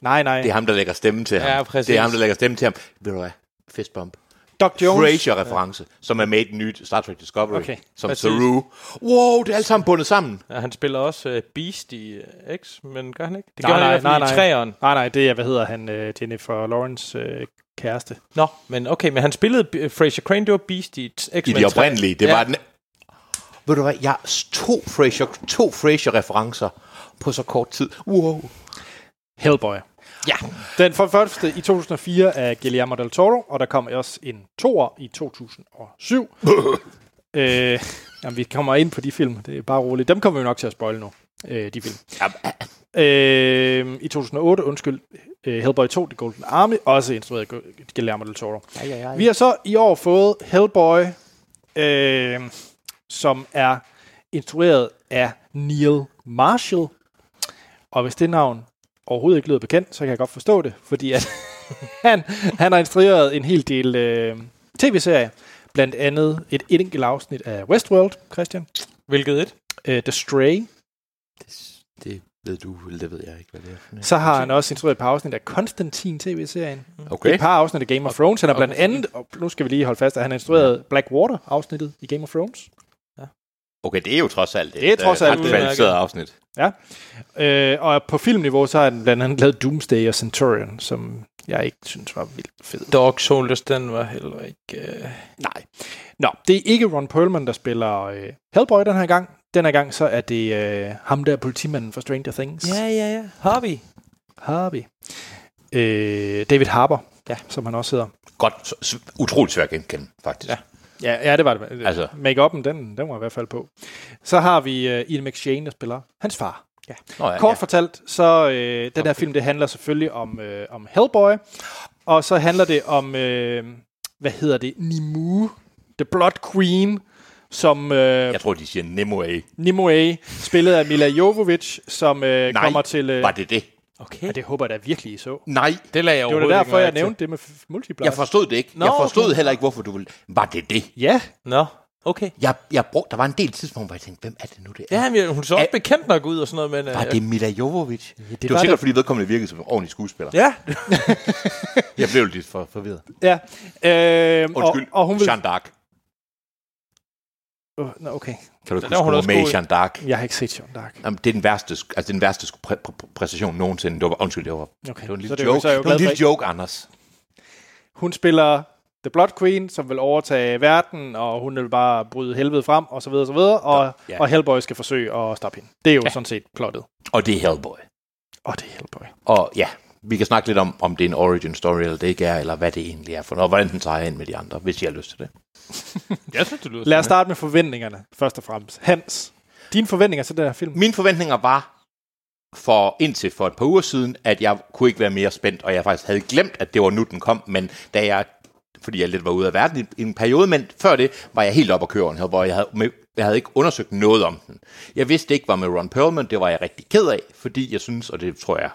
Speaker 1: Nej, nej.
Speaker 2: Det er ham, der lægger stemme til ham.
Speaker 3: Ja, præcis.
Speaker 2: Det er ham, der lægger stemme til ham. Ved du hvad? Fistbump.
Speaker 1: Doc Jones.
Speaker 2: Frasier-reference, ja. som er med i den nye Star Trek Discovery,
Speaker 1: Okay.
Speaker 2: okay. som
Speaker 3: Præcis.
Speaker 2: Saru. Wow, det er alt sammen bundet sammen.
Speaker 3: Ja, han spiller også øh, Beast i øh, X, men gør han ikke? Det
Speaker 1: Nej,
Speaker 3: gør han i
Speaker 1: nej,
Speaker 3: hvert fald
Speaker 1: nej,
Speaker 3: i
Speaker 1: nej.
Speaker 3: træeren.
Speaker 1: Nej, nej, det er, hvad hedder han? Øh, Jennifer Lawrence øh, kæreste.
Speaker 3: Nå, men okay, men han spillede øh, Fraser Crane, det var Beast i t- X-Men
Speaker 2: I de oprindelige. Det
Speaker 3: ja.
Speaker 2: ja. var den... Ved du hvad? Jeg to Frasier, to Frasier-referencer på så kort tid. Wow.
Speaker 1: Hellboy.
Speaker 3: Ja.
Speaker 1: Den for første i 2004 af Guillermo del Toro, og der kom også en toer i 2007. øh, jamen, vi kommer ind på de film, det er bare roligt. Dem kommer vi nok til at spoile nu, øh, de film. Øh, I 2008, undskyld, øh, Hellboy 2, The Golden Army, også instrueret af Gu- Guillermo del Toro. Ej, ej, ej. Vi har så i år fået Hellboy, øh, som er instrueret af Neil Marshall. Og hvis det navn overhovedet ikke lyder bekendt, så kan jeg godt forstå det, fordi at han, han har instrueret en hel del øh, tv-serier. Blandt andet et enkelt afsnit af Westworld, Christian.
Speaker 3: Hvilket et?
Speaker 1: Øh, The Stray.
Speaker 2: Det ved du, eller det ved jeg ikke, hvad det er. for noget.
Speaker 1: Så har han også instrueret et par afsnit af Constantine tv-serien.
Speaker 2: Mm. Okay.
Speaker 1: Et par afsnit af Game of Thrones. Han har blandt andet, og nu skal vi lige holde fast, at han har instrueret Blackwater-afsnittet i Game of Thrones.
Speaker 2: Okay, det er jo trods alt et,
Speaker 1: Det er trods
Speaker 2: øh,
Speaker 1: alt
Speaker 2: ret
Speaker 1: et-
Speaker 2: kvalificeret afsnit.
Speaker 1: Øh, og på filmniveau, så har han blandt andet lavet Doomsday og Centurion, som jeg ikke synes var vildt fed.
Speaker 3: Dog Soldiers, den var heller ikke... Øh...
Speaker 1: Nej. Nå, det er ikke Ron Perlman, der spiller øh, Hellboy den her gang. Den her gang, så er det øh, ham der, politimanden fra Stranger Things.
Speaker 3: ja, ja. Hobby.
Speaker 1: Harvey. Øh, David Harper ja. som han også hedder.
Speaker 2: Godt, så- så, utroligt svært at genkende, faktisk. Ja.
Speaker 1: Ja, ja det var det.
Speaker 2: Altså.
Speaker 1: Altså. Make-up'en, den, den var i hvert fald på. Så har vi uh, Ian McShane, der spiller hans far. Ja.
Speaker 2: Nå ja,
Speaker 1: Kort
Speaker 2: ja.
Speaker 1: fortalt, så øh, den her film, det handler selvfølgelig om, øh, om Hellboy, og så handler det om, øh, hvad hedder det, Nimue, The Blood Queen, som øh,
Speaker 2: Jeg tror, de siger Nimue.
Speaker 1: Nimue, spillet af Mila Jovovich, som øh,
Speaker 2: Nej,
Speaker 1: kommer til... Øh,
Speaker 2: Var det det?
Speaker 1: ja, det håber jeg da virkelig, I så.
Speaker 2: Nej, det lagde jeg
Speaker 1: Det var da derfor, jeg nævnte det med f- Multiblast.
Speaker 2: Jeg forstod det ikke. Nå, jeg
Speaker 3: Nå,
Speaker 2: forstod
Speaker 3: okay.
Speaker 2: heller ikke, hvorfor du ville... Var det det?
Speaker 1: Ja,
Speaker 3: Nå, okay.
Speaker 2: Jeg, jeg brugte, der var en del tidspunkter, hvor jeg tænkte, hvem er det nu, det er?
Speaker 3: Ja, men hun så også
Speaker 2: Ja.
Speaker 3: bekendt nok ud og sådan noget, men... øh,
Speaker 2: Var det Mila Jovovich? Ja, det, det var,
Speaker 1: var
Speaker 2: sikkert,
Speaker 1: det.
Speaker 2: fordi vedkommende virkede som en ordentlig skuespiller. Ja.
Speaker 3: Ja,
Speaker 2: Jeg blev lidt for forvirret.
Speaker 1: ja. Øh,
Speaker 2: Undskyld,
Speaker 1: Og, og hun vil...
Speaker 2: Jeanne d'Arc.
Speaker 1: Åh, Nå, okay.
Speaker 2: Kan du ikke huske,
Speaker 3: Der var hun
Speaker 2: hun var
Speaker 3: også
Speaker 2: med i
Speaker 3: god i.
Speaker 2: Jeanne d'Arc?
Speaker 1: Jeg har ikke set John Dark.
Speaker 2: Jamen, det er den værste, sk- altså, det er den værste sk- præ- præ- præ- præstation nogensinde. Det var, undskyld, det var,
Speaker 1: Okay,
Speaker 2: det var en
Speaker 1: så
Speaker 2: lille
Speaker 1: det er jo-
Speaker 2: joke.
Speaker 1: så er jeg jo
Speaker 2: det var en
Speaker 1: glad for
Speaker 2: lille
Speaker 1: ikke-
Speaker 2: joke, Anders.
Speaker 1: Hun spiller The Blood Queen, som vil overtage verden, og hun vil bare bryde helvede frem, og så videre, og så videre, og,
Speaker 2: Ja.
Speaker 1: ja. og Hellboy skal forsøge at stoppe hende. Det er jo ja. sådan set plottet.
Speaker 2: Og det er Hellboy.
Speaker 1: Og det er Hellboy.
Speaker 2: Og ja, vi kan snakke lidt om, om det er en origin story, eller det ikke er, eller hvad det egentlig er for noget, og hvordan den tager ind med de andre, hvis jeg har lyst til det.
Speaker 3: jeg synes, det lyder
Speaker 1: Lad os starte med forventningerne, først og fremmest. Hans, dine forventninger til den her film?
Speaker 2: Mine forventninger var for indtil for et par uger siden, at jeg kunne ikke være mere spændt, og jeg faktisk havde glemt, at det var nu, den kom, men da jeg, fordi jeg lidt var ude af verden i- i en periode, men før det var jeg helt op at køre her, hvor jeg havde, med, jeg havde ikke undersøgt noget om den. Jeg vidste ikke, hvad med Ron Perlman, det var jeg rigtig ked af, fordi jeg synes, og det tror jeg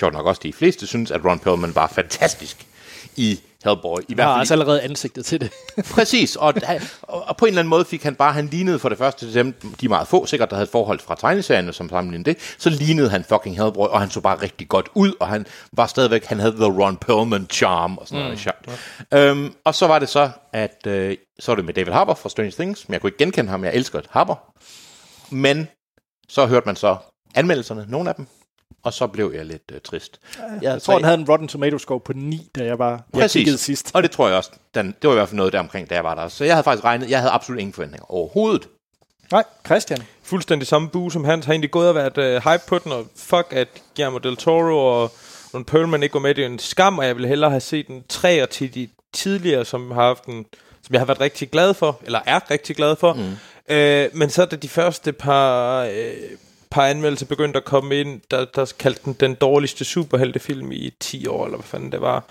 Speaker 2: sjovt nok også de fleste synes, at Ron Perlman var fantastisk i Hellboy. I hvert
Speaker 1: Jeg har
Speaker 2: fald i-
Speaker 1: altså allerede ansigtet til det.
Speaker 2: Præcis, og, og og på en eller anden måde fik han bare, han lignede for det første til dem, de er meget få sikkert, der havde et forhold fra tegneserierne som sammenlignede det, så lignede han fucking Hellboy, og han så bare rigtig godt ud, og han var stadigvæk, han havde The Ron Perlman Charm og sådan mm. noget. sjovt. Øhm, og så var det så, at øh, så var det med David Harbour fra Strange Things, men jeg kunne ikke genkende ham, jeg elsker Harbour. Men så hørte man så anmeldelserne, nogle af dem, og så blev jeg lidt øh, trist.
Speaker 1: Jeg tror, den havde en Rotten Tomato score på 9, da jeg var jeg kiggede sidst.
Speaker 2: Og det tror jeg også. Den, det var i hvert fald noget der omkring, da jeg var der. Så jeg havde faktisk regnet, jeg havde absolut ingen forventninger overhovedet.
Speaker 1: Nej, Christian.
Speaker 3: fuldstændig samme bue som Hans, har egentlig gået og været øh, hype på den, og fuck, at Guillermo del Toro og Ron Perlman ikke går med, det er en skam, og jeg ville hellere have set en træer til de tidligere, som har haft en, som jeg har været rigtig glad for, eller er rigtig glad for. Mm. Øh, men så da de første par, øh, par anmeldelser begyndte at komme ind, der, der kaldte den den dårligste superheltefilm i 10 år, eller hvad fanden det var,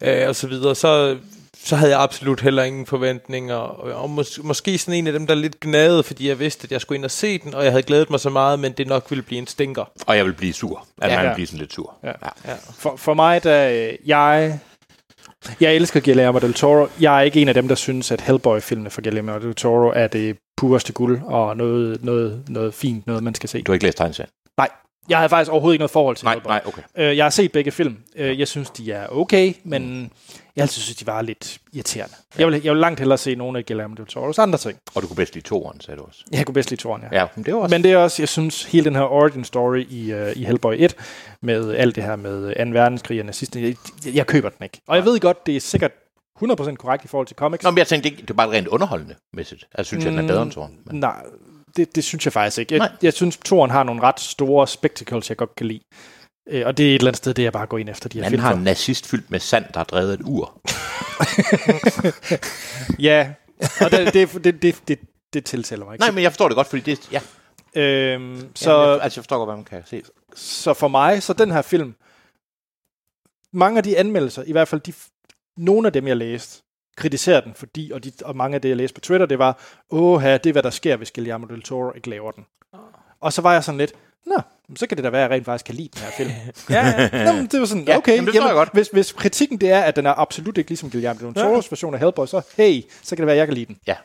Speaker 3: øh, og så videre, så så havde jeg absolut heller ingen forventninger, og og mås- måske sådan en af dem, der lidt gnagede, fordi jeg vidste, at jeg skulle ind og se den, og jeg havde glædet mig så meget, men det nok ville blive en stinker.
Speaker 2: Og jeg ville blive sur. At ja,
Speaker 1: Ja.
Speaker 2: man ville
Speaker 1: Ja.
Speaker 2: blive sådan lidt sur. Ja. Ja.
Speaker 1: For, for mig, da øh, jeg... Jeg elsker Guillermo del Toro. Jeg er ikke en af dem, der synes, at Hellboy-filmene fra Guillermo del Toro er det pureste guld og noget, noget, noget fint, noget man skal se.
Speaker 2: Du har ikke læst tegneserien?
Speaker 1: Nej, jeg havde faktisk overhovedet ikke noget forhold til
Speaker 2: Nej,
Speaker 1: Hellboy.
Speaker 2: nej, okay.
Speaker 1: Øh, Jeg har set begge film. Øh, Jeg synes, de er okay, men jeg altid synes, de var lidt irriterende. Jeg vil, jeg vil langt hellere se nogle af Guillermo del Toros andre ting.
Speaker 2: Og du kunne bedst lide toeren, sagde du også.
Speaker 1: Jeg kunne bedst lide Toren, ja.
Speaker 2: Ja, men det var også...
Speaker 1: Men det er også, jeg synes, hele den her origin story i, uh, i Hellboy 1, med alt det her med 2. verdenskrig og nazisten, jeg, jeg køber den ikke. Og jeg ved godt, det er sikkert 100% korrekt i forhold til comics.
Speaker 2: Nå, men jeg tænkte, det, det var bare rent underholdende mæssigt. Altså, Jeg synes, jeg, den er bedre end toeren. Men...
Speaker 1: Nej, det, det synes jeg faktisk ikke. Jeg,
Speaker 2: Nej.
Speaker 1: jeg synes, Toren har nogle ret store spectacles, jeg godt kan lide. Øh, Og det er et eller andet sted, det jeg bare går ind efter de her
Speaker 2: Han
Speaker 1: film.
Speaker 2: har
Speaker 1: for.
Speaker 2: en nazist fyldt med sand, der har drevet et ur.
Speaker 1: Ja, og det, det, det, det, det, det tiltaler mig ikke.
Speaker 2: Nej, men jeg forstår det godt, fordi det... Ja,
Speaker 1: Øhm,
Speaker 2: så...
Speaker 1: så,
Speaker 2: jeg, altså, jeg forstår godt, hvad man kan se.
Speaker 1: så for mig, så den her film, mange af de anmeldelser, i hvert fald de, f- nogle af dem, jeg læste, kritiserer den, fordi, og, de, og mange af det, jeg læste på Twitter, det var, åh, det er, hvad der sker, hvis Guillermo del Toro ikke laver den. Og så var jeg sådan lidt, nå, men så kan det da være, at jeg rent faktisk kan lide den her film.
Speaker 3: Ja, ja.
Speaker 1: Nå, men det var sådan,
Speaker 2: Ja,
Speaker 1: okay,
Speaker 2: jamen, det forstår jeg godt.
Speaker 1: Hvis, hvis kritikken det er, at den er absolut ikke ligesom Guillermo del Toros version af Hellboy, så hey, så kan det være, at jeg kan lide den.
Speaker 2: Ja.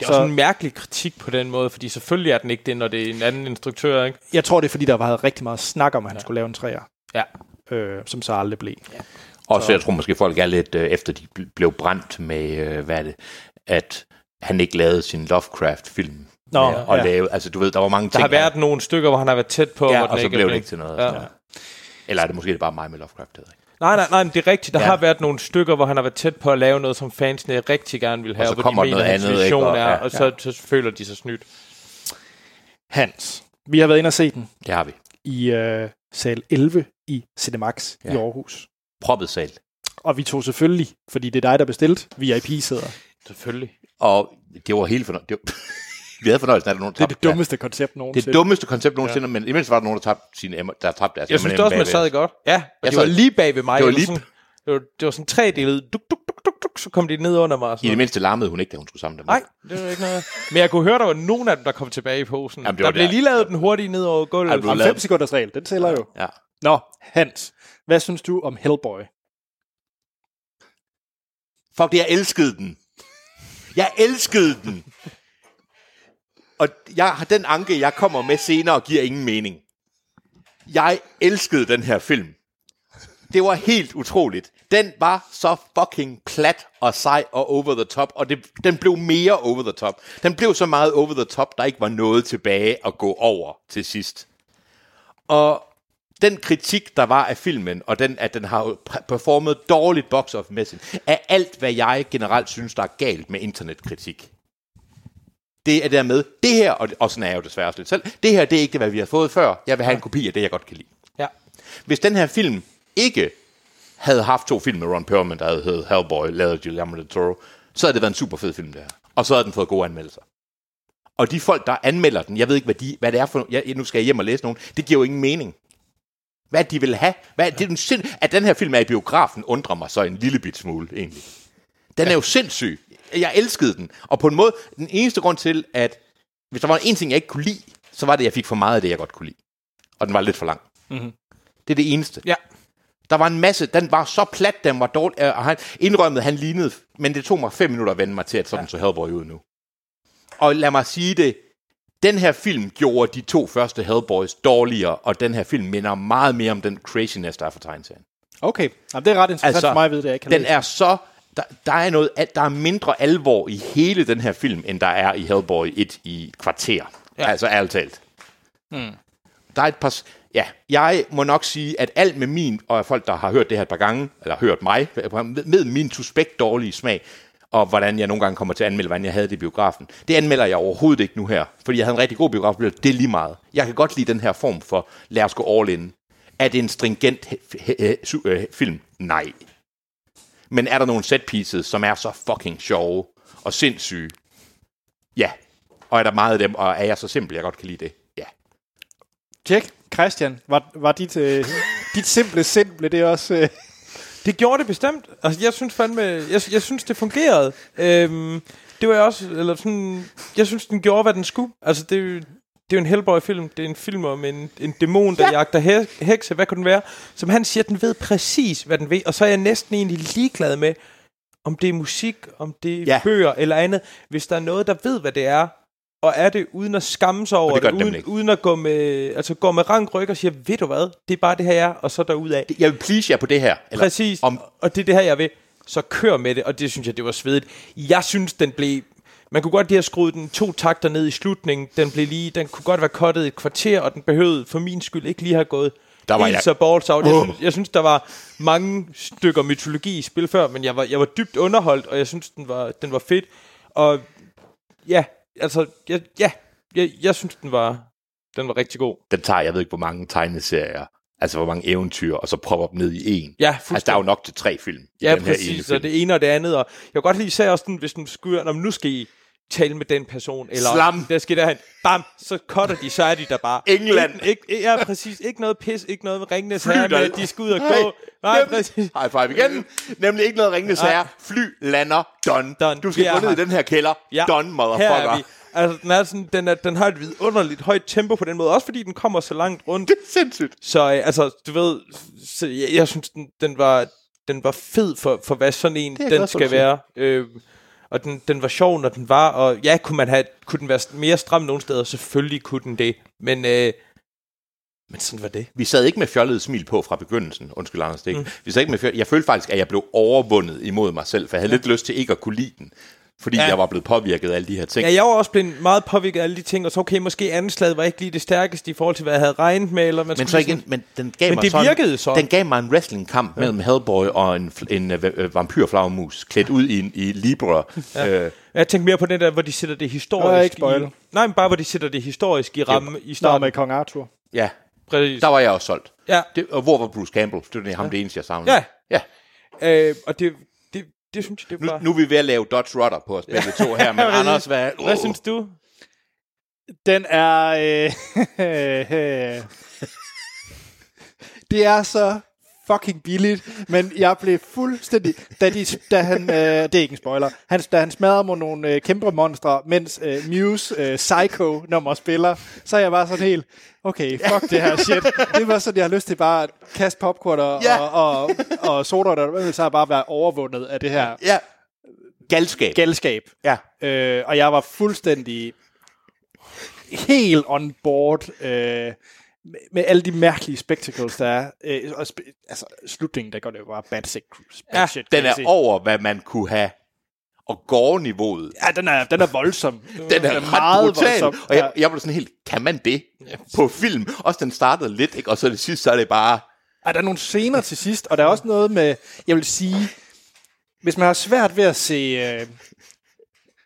Speaker 3: Det er
Speaker 1: Så-
Speaker 3: også en mærkelig kritik på den måde, fordi selvfølgelig er den ikke det, når det er en anden instruktør, ikke?
Speaker 1: Jeg tror, det er, fordi der var rigtig meget snak om, at han ja. skulle lave en træer,
Speaker 3: Ja.
Speaker 1: øh, som så aldrig blev.
Speaker 2: Og så jeg tror måske, folk er lidt, øh, efter de bl- blev brændt med, øh, hvad er det, at han ikke lavede sin Lovecraft-film.
Speaker 1: Nå,
Speaker 2: mere, og
Speaker 1: ja.
Speaker 2: lave, altså du ved, der var mange
Speaker 3: Der
Speaker 2: ting.
Speaker 3: har været nogle stykker, hvor han har været tæt på,
Speaker 2: Ja,
Speaker 3: hvor den
Speaker 2: og så
Speaker 3: ikke
Speaker 2: blev
Speaker 3: er
Speaker 2: det
Speaker 3: blevet-
Speaker 2: ikke til noget.
Speaker 3: Ja.
Speaker 2: Ja. Eller er det måske det er bare mig med Lovecraft? Det ved jeg ikke.
Speaker 3: Nej, nej, nej, men det er rigtigt. Der
Speaker 2: Ja.
Speaker 3: ja. har været nogle stykker, hvor han har været tæt på at lave noget, som fansene rigtig gerne vil have,
Speaker 2: så
Speaker 3: og, hvor
Speaker 2: kommer
Speaker 3: de mener,
Speaker 2: noget
Speaker 3: hans
Speaker 2: andet, ikke?
Speaker 3: vision
Speaker 2: Og-
Speaker 3: er,
Speaker 2: ja,
Speaker 3: og så, så føler de sig snydt.
Speaker 1: Hans, vi har været inde og se den.
Speaker 2: Det har vi.
Speaker 1: i øh, sal 11 i Cinemax ja. i Aarhus.
Speaker 2: Proppet sal.
Speaker 1: Og vi tog selvfølgelig, fordi det er dig, der bestilte, VIP-sæder.
Speaker 3: Selvfølgelig.
Speaker 2: Og det var helt fornøjelse. Vi havde fornøjelsen af, at der var nogen
Speaker 1: Det er
Speaker 2: tabte.
Speaker 1: det dummeste koncept
Speaker 2: Det
Speaker 1: nogensinde.
Speaker 2: er det dummeste koncept nogensinde, ja. men imens var der nogen, der tabte, sine, M- der tabte deres
Speaker 3: Jeg synes
Speaker 2: M&M
Speaker 3: det også, man
Speaker 2: bagved.
Speaker 3: sad godt. Ja, og
Speaker 2: Jeg
Speaker 3: det var
Speaker 2: sad-
Speaker 3: lige bag ved mig.
Speaker 2: det var
Speaker 3: Eller
Speaker 2: lige-
Speaker 3: Sådan, det, var, det var sådan tre dele. Duk, duk, duk, duk, duk, så kom de ned under mig. og
Speaker 2: I
Speaker 3: Sådan.
Speaker 2: det mindste larmede hun ikke, da hun skulle sammen med
Speaker 3: Nej, det var ikke noget. Men jeg kunne høre, der var nogen af dem, der kom tilbage i posen.
Speaker 2: Jamen,
Speaker 3: Jamen,
Speaker 2: det
Speaker 3: det
Speaker 2: var
Speaker 3: der blev
Speaker 2: det.
Speaker 3: lige lavet den hurtigt ned over gulvet.
Speaker 2: Ej, det blev
Speaker 1: Om
Speaker 2: lavet-
Speaker 1: 5 sekunders regel, den tæller jo.
Speaker 2: Ja.
Speaker 1: Nå, Hans, hvad synes du om Hellboy?
Speaker 2: Fuck det, jeg elskede den. Jeg elskede den. Og jeg har den anke, jeg kommer med senere, giver ingen mening. Jeg elskede den her film. Det var helt utroligt. Den var så fucking plat og sej og over the top, og det, den blev mere over the top. Den blev så meget over the top, der ikke var noget tilbage at gå over til sidst. Og den kritik, der var af filmen, og den, at den har jo pre- performet dårligt box office er alt, hvad jeg generelt synes, der er galt med internetkritik. Det er dermed, det her, og, og sådan er jeg jo desværre også lidt selv, det her, det er ikke det, hvad vi har fået før. Jeg vil have en kopi af det, jeg godt kan lide.
Speaker 3: Ja.
Speaker 2: Hvis den her film ikke havde haft to film med Ron Perlman, der havde heddet Hellboy, lavet af Guillermo del Toro, så havde det været en super fed film, der. Og så havde den fået gode anmeldelser. Og de folk, der anmelder den, jeg ved ikke, hvad, de, hvad det er for... Jeg, nu skal jeg hjem og læse nogen. Det giver jo ingen mening. Hvad de vil have. Hvad, det er den sind, at den her film er i biografen, undrer mig så en lille bit smule, egentlig. Den er jo sindssyg. Jeg elskede den. Og på en måde, den eneste grund til, at hvis der var en ting, jeg ikke kunne lide, så var det, at jeg fik for meget af det, jeg godt kunne lide. Og den var lidt for lang. Mm-hmm. Det er det eneste.
Speaker 3: Ja.
Speaker 2: Der var en masse, den var så plat, den var dårlig, øh, og han indrømmede, han lignede, men det tog mig fem minutter at vende mig til, at sådan ja. så Hellboy ud nu. Og lad mig sige det, den her film gjorde de to første Hellboys dårligere, og den her film minder meget mere om den craziness, der er for tegneserien.
Speaker 1: Okay, Jamen, det er ret interessant altså, for mig at vide, det jeg ikke har
Speaker 2: den
Speaker 1: læst.
Speaker 2: er så, der, der, er noget, at der er mindre alvor i hele den her film, end der er i Hellboy 1 i et kvarter. Ja. Altså ærligt talt.
Speaker 1: Hmm.
Speaker 2: Der er et par... s- Ja, jeg må nok sige, at alt med min, og folk, der har hørt det her et par gange, eller hørt mig, med, med min suspekt dårlige smag, og hvordan jeg nogle gange kommer til at anmelde, hvordan jeg havde det i biografen. Det anmelder jeg overhovedet ikke nu her, fordi jeg havde en rigtig god biograf, det er lige meget. Jeg kan godt lide den her form for, lad os gå all in. Er det en stringent he- he- he- su- øh, film? Nej. Men er der nogle set pieces, som er så fucking sjove og sindssyge? Ja. Og er der meget af dem, og er jeg så simpel, jeg godt kan lide det? Ja.
Speaker 1: Tjek, Christian, var, var dit, øh, dit simple simple, det er også... Øh,
Speaker 3: Det gjorde det bestemt. Altså, jeg synes fandme, jeg, jeg synes, det fungerede. Øhm, det var jeg også, eller sådan, jeg synes, den gjorde, hvad den skulle. Altså, det, er jo- det er jo en Hellboy-film. Det er en film om en, en dæmon, der ja. jagter he- hekse. Hvad kunne den være? Som han siger, den ved præcis, hvad den ved. Og så er jeg næsten egentlig ligeglad med, om det er musik, om det er
Speaker 2: Ja.
Speaker 3: ja. bøger eller andet. Hvis der er noget, der ved, hvad det er, og er det uden at skamme sig over
Speaker 2: det gør den nemlig
Speaker 3: uden,
Speaker 2: ikke.
Speaker 3: uden at gå med, altså gå med rank ryg og sige, ved du hvad, det er bare det her, jeg er, og så derudad.
Speaker 2: Jeg vil please jer på det her. Eller
Speaker 3: Præcis,
Speaker 2: Om,
Speaker 3: om... og det er det her, jeg vil. Så kør med det, og det synes jeg, det var svedigt. Jeg synes, den blev... Man kunne godt lige have skruet den to takter ned i slutningen. Den blev lige, den kunne godt være kottet et kvarter, og den behøvede for min skyld ikke lige have gået
Speaker 2: Der var
Speaker 3: helt
Speaker 2: jeg-
Speaker 3: så balls out. Jeg synes, jeg synes, der var mange stykker mytologi i spil før, men jeg var, jeg var dybt underholdt, og jeg synes, den var, den var fedt. Og ja, altså, jeg, ja, jeg, jeg synes, den var, den var rigtig god.
Speaker 2: den tager, jeg ved ikke, hvor mange tegneserier, altså hvor mange eventyr, og så propper dem ned i en.
Speaker 3: Ja,
Speaker 2: Altså, der er jo nok til tre film. i
Speaker 3: Ja,
Speaker 2: den her ene
Speaker 3: præcis,
Speaker 2: film.
Speaker 3: og det ene og det andet, og jeg kan godt lide især også, den, hvis den skyder, når nu skal I tale med den person, eller
Speaker 2: Slam.
Speaker 3: der skal derhen, bam, så cutter de, så er de der bare.
Speaker 2: England.
Speaker 3: Ikke, ikke, ja, præcis, ikke noget pis, ikke noget med ringende
Speaker 2: Fly,
Speaker 3: her,
Speaker 2: der-
Speaker 3: med, at de skal ud og
Speaker 2: Hey,
Speaker 3: gå. Nej,
Speaker 2: nem-
Speaker 3: præcis.
Speaker 2: High five igen. Nemlig ikke noget ringende sager. Fly lander. Done.
Speaker 3: Done.
Speaker 2: Du skal
Speaker 3: Vi er
Speaker 2: gå ned i
Speaker 3: her.
Speaker 2: den her kælder. Done,
Speaker 3: Her er
Speaker 2: motherfucker.
Speaker 3: vi. Altså, den, er sådan, den, er, den har et vidunderligt højt tempo på den måde, også fordi den kommer så langt rundt.
Speaker 2: Det er sindssygt.
Speaker 3: Så øh, altså, du ved, så jeg, jeg synes, den, den, var, den var fed for, for hvad sådan en
Speaker 2: jeg
Speaker 3: den
Speaker 2: glad for, du
Speaker 3: skal
Speaker 2: siger.
Speaker 3: være. Øh, og den, den var sjov, når den var, og ja, kunne, man have, kunne den være mere stram nogle steder? Selvfølgelig kunne den det, men, øh, men sådan var det.
Speaker 2: Vi sad ikke med fjollet smil på fra begyndelsen. Undskyld, Anders. Det ikke. Mm. Vi sad ikke med fjollet. Jeg følte faktisk, at jeg blev overvundet imod mig selv, for jeg havde ja. lidt lyst til ikke at kunne lide den. Fordi ja. jeg var blevet påvirket af alle de her ting.
Speaker 3: Ja, jeg var også blevet meget påvirket af alle de ting, og så okay, måske anslaget var ikke lige det stærkeste i forhold til, hvad jeg havde regnet med, eller man
Speaker 2: Men
Speaker 3: skulle
Speaker 2: så
Speaker 3: ligesom-
Speaker 2: igen, men den gav
Speaker 3: Men
Speaker 2: mig
Speaker 3: det
Speaker 2: sådan,
Speaker 3: virkede sådan.
Speaker 2: Den gav mig en wrestlingkamp ja. mellem Hellboy og en, fl- en øh, øh, vampyrflagermus, klædt ud i, en, i Libra. Ja. Øh,
Speaker 3: Jeg tænkte mere på den der, hvor de sætter det
Speaker 1: Nå,
Speaker 3: historisk
Speaker 1: ikke spoil.
Speaker 3: i... Nej, men bare hvor de sætter det historisk i ramme i
Speaker 1: Nå,
Speaker 3: starten.
Speaker 1: med Kong Arthur.
Speaker 2: ja,
Speaker 3: Præcis.
Speaker 2: der var jeg også soldt.
Speaker 3: Ja.
Speaker 2: Det, og hvor var Bruce Campbell? Det var det- ham det eneste, jeg savnede.
Speaker 3: Ja.
Speaker 2: ja.
Speaker 3: Øh, og det, det, det synes jeg, det
Speaker 2: Nu,
Speaker 3: var...
Speaker 2: nu er vi ved at lave Dodge Rudder på os begge to her, men Anders, hvad,
Speaker 3: Hvad synes du?
Speaker 1: Den er... Øh, det er så fucking billigt, men jeg blev fuldstændig... Da, de, da han, øh, det er ikke en spoiler. Han, da han smadrer mod nogle øh, kæmpe monstre, mens øh, Muse øh, Psycho-nummer spiller, så er jeg bare sådan helt... Okay, fuck det her shit. Det var sådan, jeg har lyst til bare at kaste popcorn og,
Speaker 2: Ja.
Speaker 1: ja. og, og, og soda, og så har jeg bare været overvundet af det her
Speaker 2: Ja. Galskab.
Speaker 1: galskab.
Speaker 2: Ja.
Speaker 1: Øh, og jeg var fuldstændig helt on board øh, med, med alle de mærkelige spectacles, der er. Øh, og spe- altså, slutningen, der går det jo bare bad, sick, bad
Speaker 3: Ja,
Speaker 1: shit. kan
Speaker 2: Den
Speaker 1: jeg
Speaker 2: er
Speaker 1: sige.
Speaker 2: over, hvad man kunne have. Og gårdniveauet,
Speaker 1: Ja, den er, den er voldsom.
Speaker 2: den er,
Speaker 1: Den
Speaker 2: ret
Speaker 1: er meget
Speaker 2: brutal.
Speaker 1: voldsom,
Speaker 2: Og jeg,
Speaker 1: ja.
Speaker 2: jeg blev sådan helt, kan man det på film? Også den startede lidt, ikke? og så det sidste, så er det bare...
Speaker 1: Ej, der er nogle scener til sidst, og der er også noget med, jeg vil sige, hvis man har svært ved at se, øh,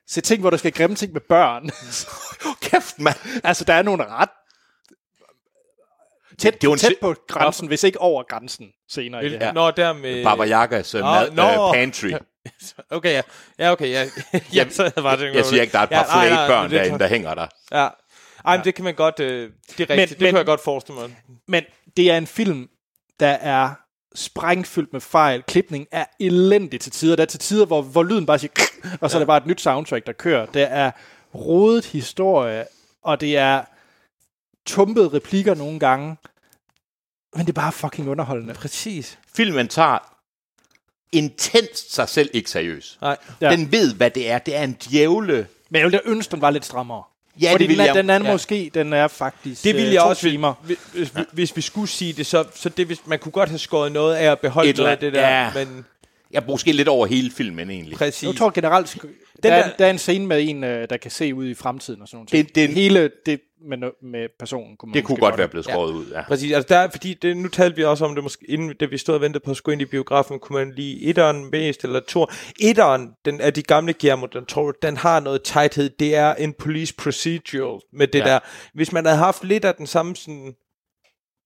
Speaker 1: se ting, hvor der skal grimme ting med børn,
Speaker 2: Kæft, mand!
Speaker 1: altså der er nogle ret tæt,
Speaker 2: Det er jo en
Speaker 1: tæt
Speaker 2: se-
Speaker 1: på grænsen, hvis ikke over grænsen senere. i det her.
Speaker 3: Ja. Nå, der med...
Speaker 2: Baba Yagas uh, mad,
Speaker 3: nå.
Speaker 2: uh, pantry.
Speaker 3: Okay, ja. Ja, okay, ja. ja
Speaker 2: Jamen,
Speaker 3: så havde jeg, bare tænkt
Speaker 2: Jeg
Speaker 3: over
Speaker 2: siger
Speaker 3: det.
Speaker 2: ikke, der er et par
Speaker 3: nej, nej,
Speaker 2: flere børn
Speaker 3: det er
Speaker 2: derinde, der hænger der.
Speaker 3: klart. Ja. Ej, men det kan man godt... Øh, det er rigtigt. Men, det
Speaker 1: men-
Speaker 3: kan jeg godt forestille mig.
Speaker 1: Men det er en film, der er sprængfyldt med fejl. Klipning er elendig til tider. Der er til tider, hvor, hvor lyden bare siger, "Krik", og så er der bare et nyt soundtrack, der kører. Der er rodet historie, og det er tumpede replikker nogle gange. Men det er bare fucking underholdende.
Speaker 3: Præcis.
Speaker 2: Filmen tager intenst sig selv ikke seriøst.
Speaker 3: Nej.
Speaker 1: Ja.
Speaker 2: Den ved, hvad det er. Det er en djævle.
Speaker 1: Men jeg ville da ønske, den var lidt strammere.
Speaker 2: Ja,
Speaker 1: Fordi
Speaker 2: det vil
Speaker 1: den er,
Speaker 2: jeg.
Speaker 1: den er
Speaker 3: ja.
Speaker 1: måske, den er faktisk
Speaker 3: Det ville
Speaker 1: øh,
Speaker 3: jeg
Speaker 1: to
Speaker 3: også...
Speaker 1: timer.
Speaker 3: Hvis, hvis, ja. hvis vi skulle sige det, så, så det, hvis, man kunne godt have skåret noget af at beholde
Speaker 2: Et
Speaker 3: noget af det
Speaker 2: eller-
Speaker 3: der.
Speaker 2: ja.
Speaker 3: Men
Speaker 2: Jeg bruger måske lidt over hele filmen, egentlig.
Speaker 1: Jeg
Speaker 3: præcis.
Speaker 1: tror generelt, sk- der, er,
Speaker 3: der-
Speaker 1: der er en scene med en, øh, der kan se ud i fremtiden og sådan noget.
Speaker 2: Det- det-
Speaker 1: Hele det med, no- med personen. Kunne man
Speaker 2: Det kunne
Speaker 1: måske
Speaker 2: godt være blevet skåret ud, ja.
Speaker 3: Præcis, altså der, er- fordi det, nu talte vi også om det, måske, inden da vi stod og ventede på at skulle ind i biografen, kunne man lige etteren mest, eller to. Etteren, den er de gamle Guillermo del Toro, den har noget tighthed, det er en police procedural med det
Speaker 2: Ja.
Speaker 3: ja. der. Hvis man havde haft lidt af den samme sådan,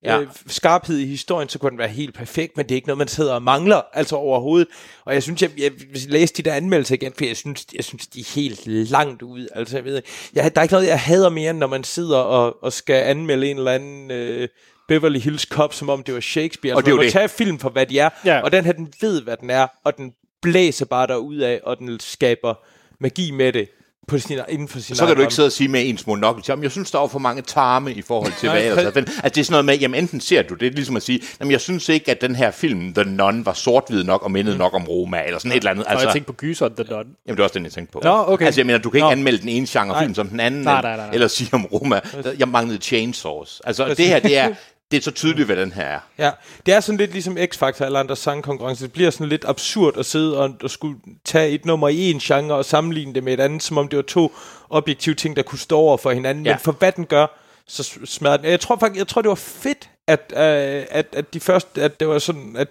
Speaker 2: Ja.
Speaker 3: ja. øh, skarphed i historien, så kunne den være helt perfekt, men det er ikke noget, man sidder og mangler, altså overhovedet. Og jeg synes, jeg, jeg læste de der anmeldelser igen, for jeg synes, jeg synes de er helt langt ud. Altså, jeg ved, ikke. jeg, der er ikke noget, jeg hader mere, end når man sidder og, og skal anmelde en eller anden... Øh, Beverly Hills Cop, som om det var Shakespeare.
Speaker 2: Og
Speaker 3: Altså,
Speaker 2: det er
Speaker 3: man
Speaker 2: jo
Speaker 3: må
Speaker 2: det.
Speaker 3: tage film for, hvad de er,
Speaker 1: Ja.
Speaker 3: og den her, den ved, hvad den er, og den blæser bare derud af, og den skaber magi med det på sin, inden for sin
Speaker 2: Så kan
Speaker 3: egen
Speaker 2: du ikke
Speaker 3: ramme.
Speaker 2: sidde og sige med ens monokkel, jamen jeg synes, der var for mange tarme i forhold til, hvad jeg ellers havde fundet." Altså det er sådan noget med, jamen enten ser du det, det er ligesom at sige, jamen jeg synes ikke, at den her film, The Nun, var sort-hvid nok og mindede nok om Roma, eller sådan et eller andet.
Speaker 1: Altså,
Speaker 2: Altså,
Speaker 1: Mm. og jeg tænkte på Gyser og The Nun.
Speaker 2: jamen det er også den, jeg tænkte på.
Speaker 1: Nå, okay.
Speaker 2: Altså jeg mener, du kan ikke
Speaker 1: Nå.
Speaker 2: anmelde den ene genre film som den anden,
Speaker 1: Nej, nej, nej, nej.
Speaker 2: eller sige om Roma, jeg manglede chainsaws. Altså det her, det er, det er så tydeligt, hvad den her er.
Speaker 3: Ja, det er sådan lidt ligesom X-Factor eller andre sangkonkurrencer. Det bliver sådan lidt absurd at sidde og, og skulle tage et nummer i en genre og sammenligne det med et andet, som om det var to objektive ting, der kunne stå over for hinanden.
Speaker 2: Ja.
Speaker 3: Ja. Men for hvad den gør, så s- smadrer den. Jeg tror faktisk, jeg tror det var fedt, at, øh, at, at de første, at det var sådan, at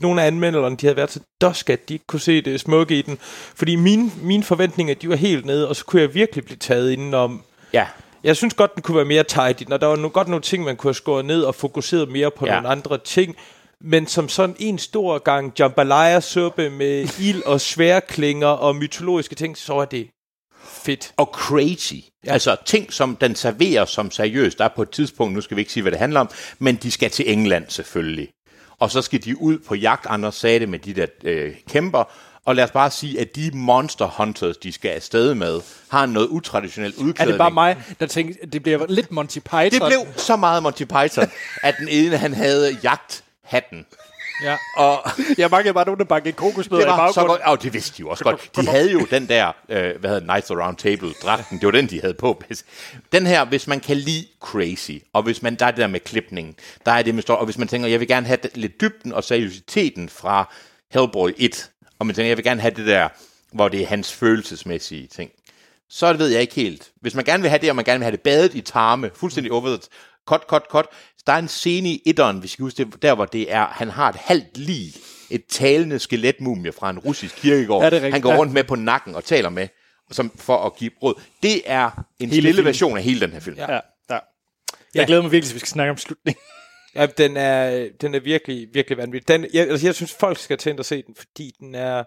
Speaker 3: nogle af anmelderne, de havde været så dusk, at de ikke kunne se det smukke i den. Fordi mine, mine forventninger, de var helt nede, og så kunne jeg virkelig blive taget indenom.
Speaker 2: Ja.
Speaker 3: Jeg synes godt, den kunne være mere tight i den, og der var nu godt nogle ting, man kunne have skåret ned og fokuseret mere på
Speaker 2: Ja.
Speaker 3: ja. nogle andre ting. Men som sådan en stor gang jambalaya-suppe med ild og sværklinger og mytologiske ting, så er det fedt.
Speaker 2: og crazy. Ja. Altså ting, som den serverer som seriøst. Der er på et tidspunkt, nu skal vi ikke sige, hvad det handler om, men de skal til England selvfølgelig. Og så skal de ud på jagt, Anders sagde det med de der øh, kæmper, og lad os bare sige, at de monster hunters, de skal afsted med, har en noget utraditionel udklædning.
Speaker 1: Er det bare mig, der tænkte, det bliver lidt Monty Python?
Speaker 2: Det blev så meget Monty Python, at den ene, han havde jagthatten.
Speaker 1: Ja.
Speaker 2: Og
Speaker 1: Jeg mangler bare nogen, der bankede kokosnødder
Speaker 2: det
Speaker 1: i
Speaker 2: var så
Speaker 1: baggrunden.
Speaker 2: godt. Oh, det vidste de jo også godt. De havde jo den der, øh, hvad hedder Knights of the Round Table, dragten. Det var den, de havde på. Den her, hvis man kan lide crazy, og hvis man, der er det der med klipningen, der er det med stor, og hvis man tænker, jeg vil gerne have det- lidt dybden og seriøsiteten fra Hellboy 1, og man tænker, jeg vil gerne have det der, hvor det er hans følelsesmæssige ting, så ved jeg ikke helt. Hvis man gerne vil have det, og man gerne vil have det badet i tarme,
Speaker 1: Mm.
Speaker 2: fuldstændig over the cut, cut, cut. Der er en scene i etteren, hvis I kan huske det, der hvor det er, han har et halvt lig, et talende skeletmumie fra en russisk kirkegård,
Speaker 1: Ja, det er rigtigt.
Speaker 2: han går
Speaker 1: Ja.
Speaker 2: rundt med på nakken og taler med, som, for at give råd. Det er en hele stille
Speaker 1: filmen.
Speaker 2: version af hele den her film. Ja.
Speaker 1: Ja, ja. Jeg glæder mig virkelig, til, at vi skal snakke om slutningen.
Speaker 3: Ja, den er, den er virkelig, virkelig vanvittig. Den, jeg, altså, jeg synes, folk skal tage ind og se den, fordi den er...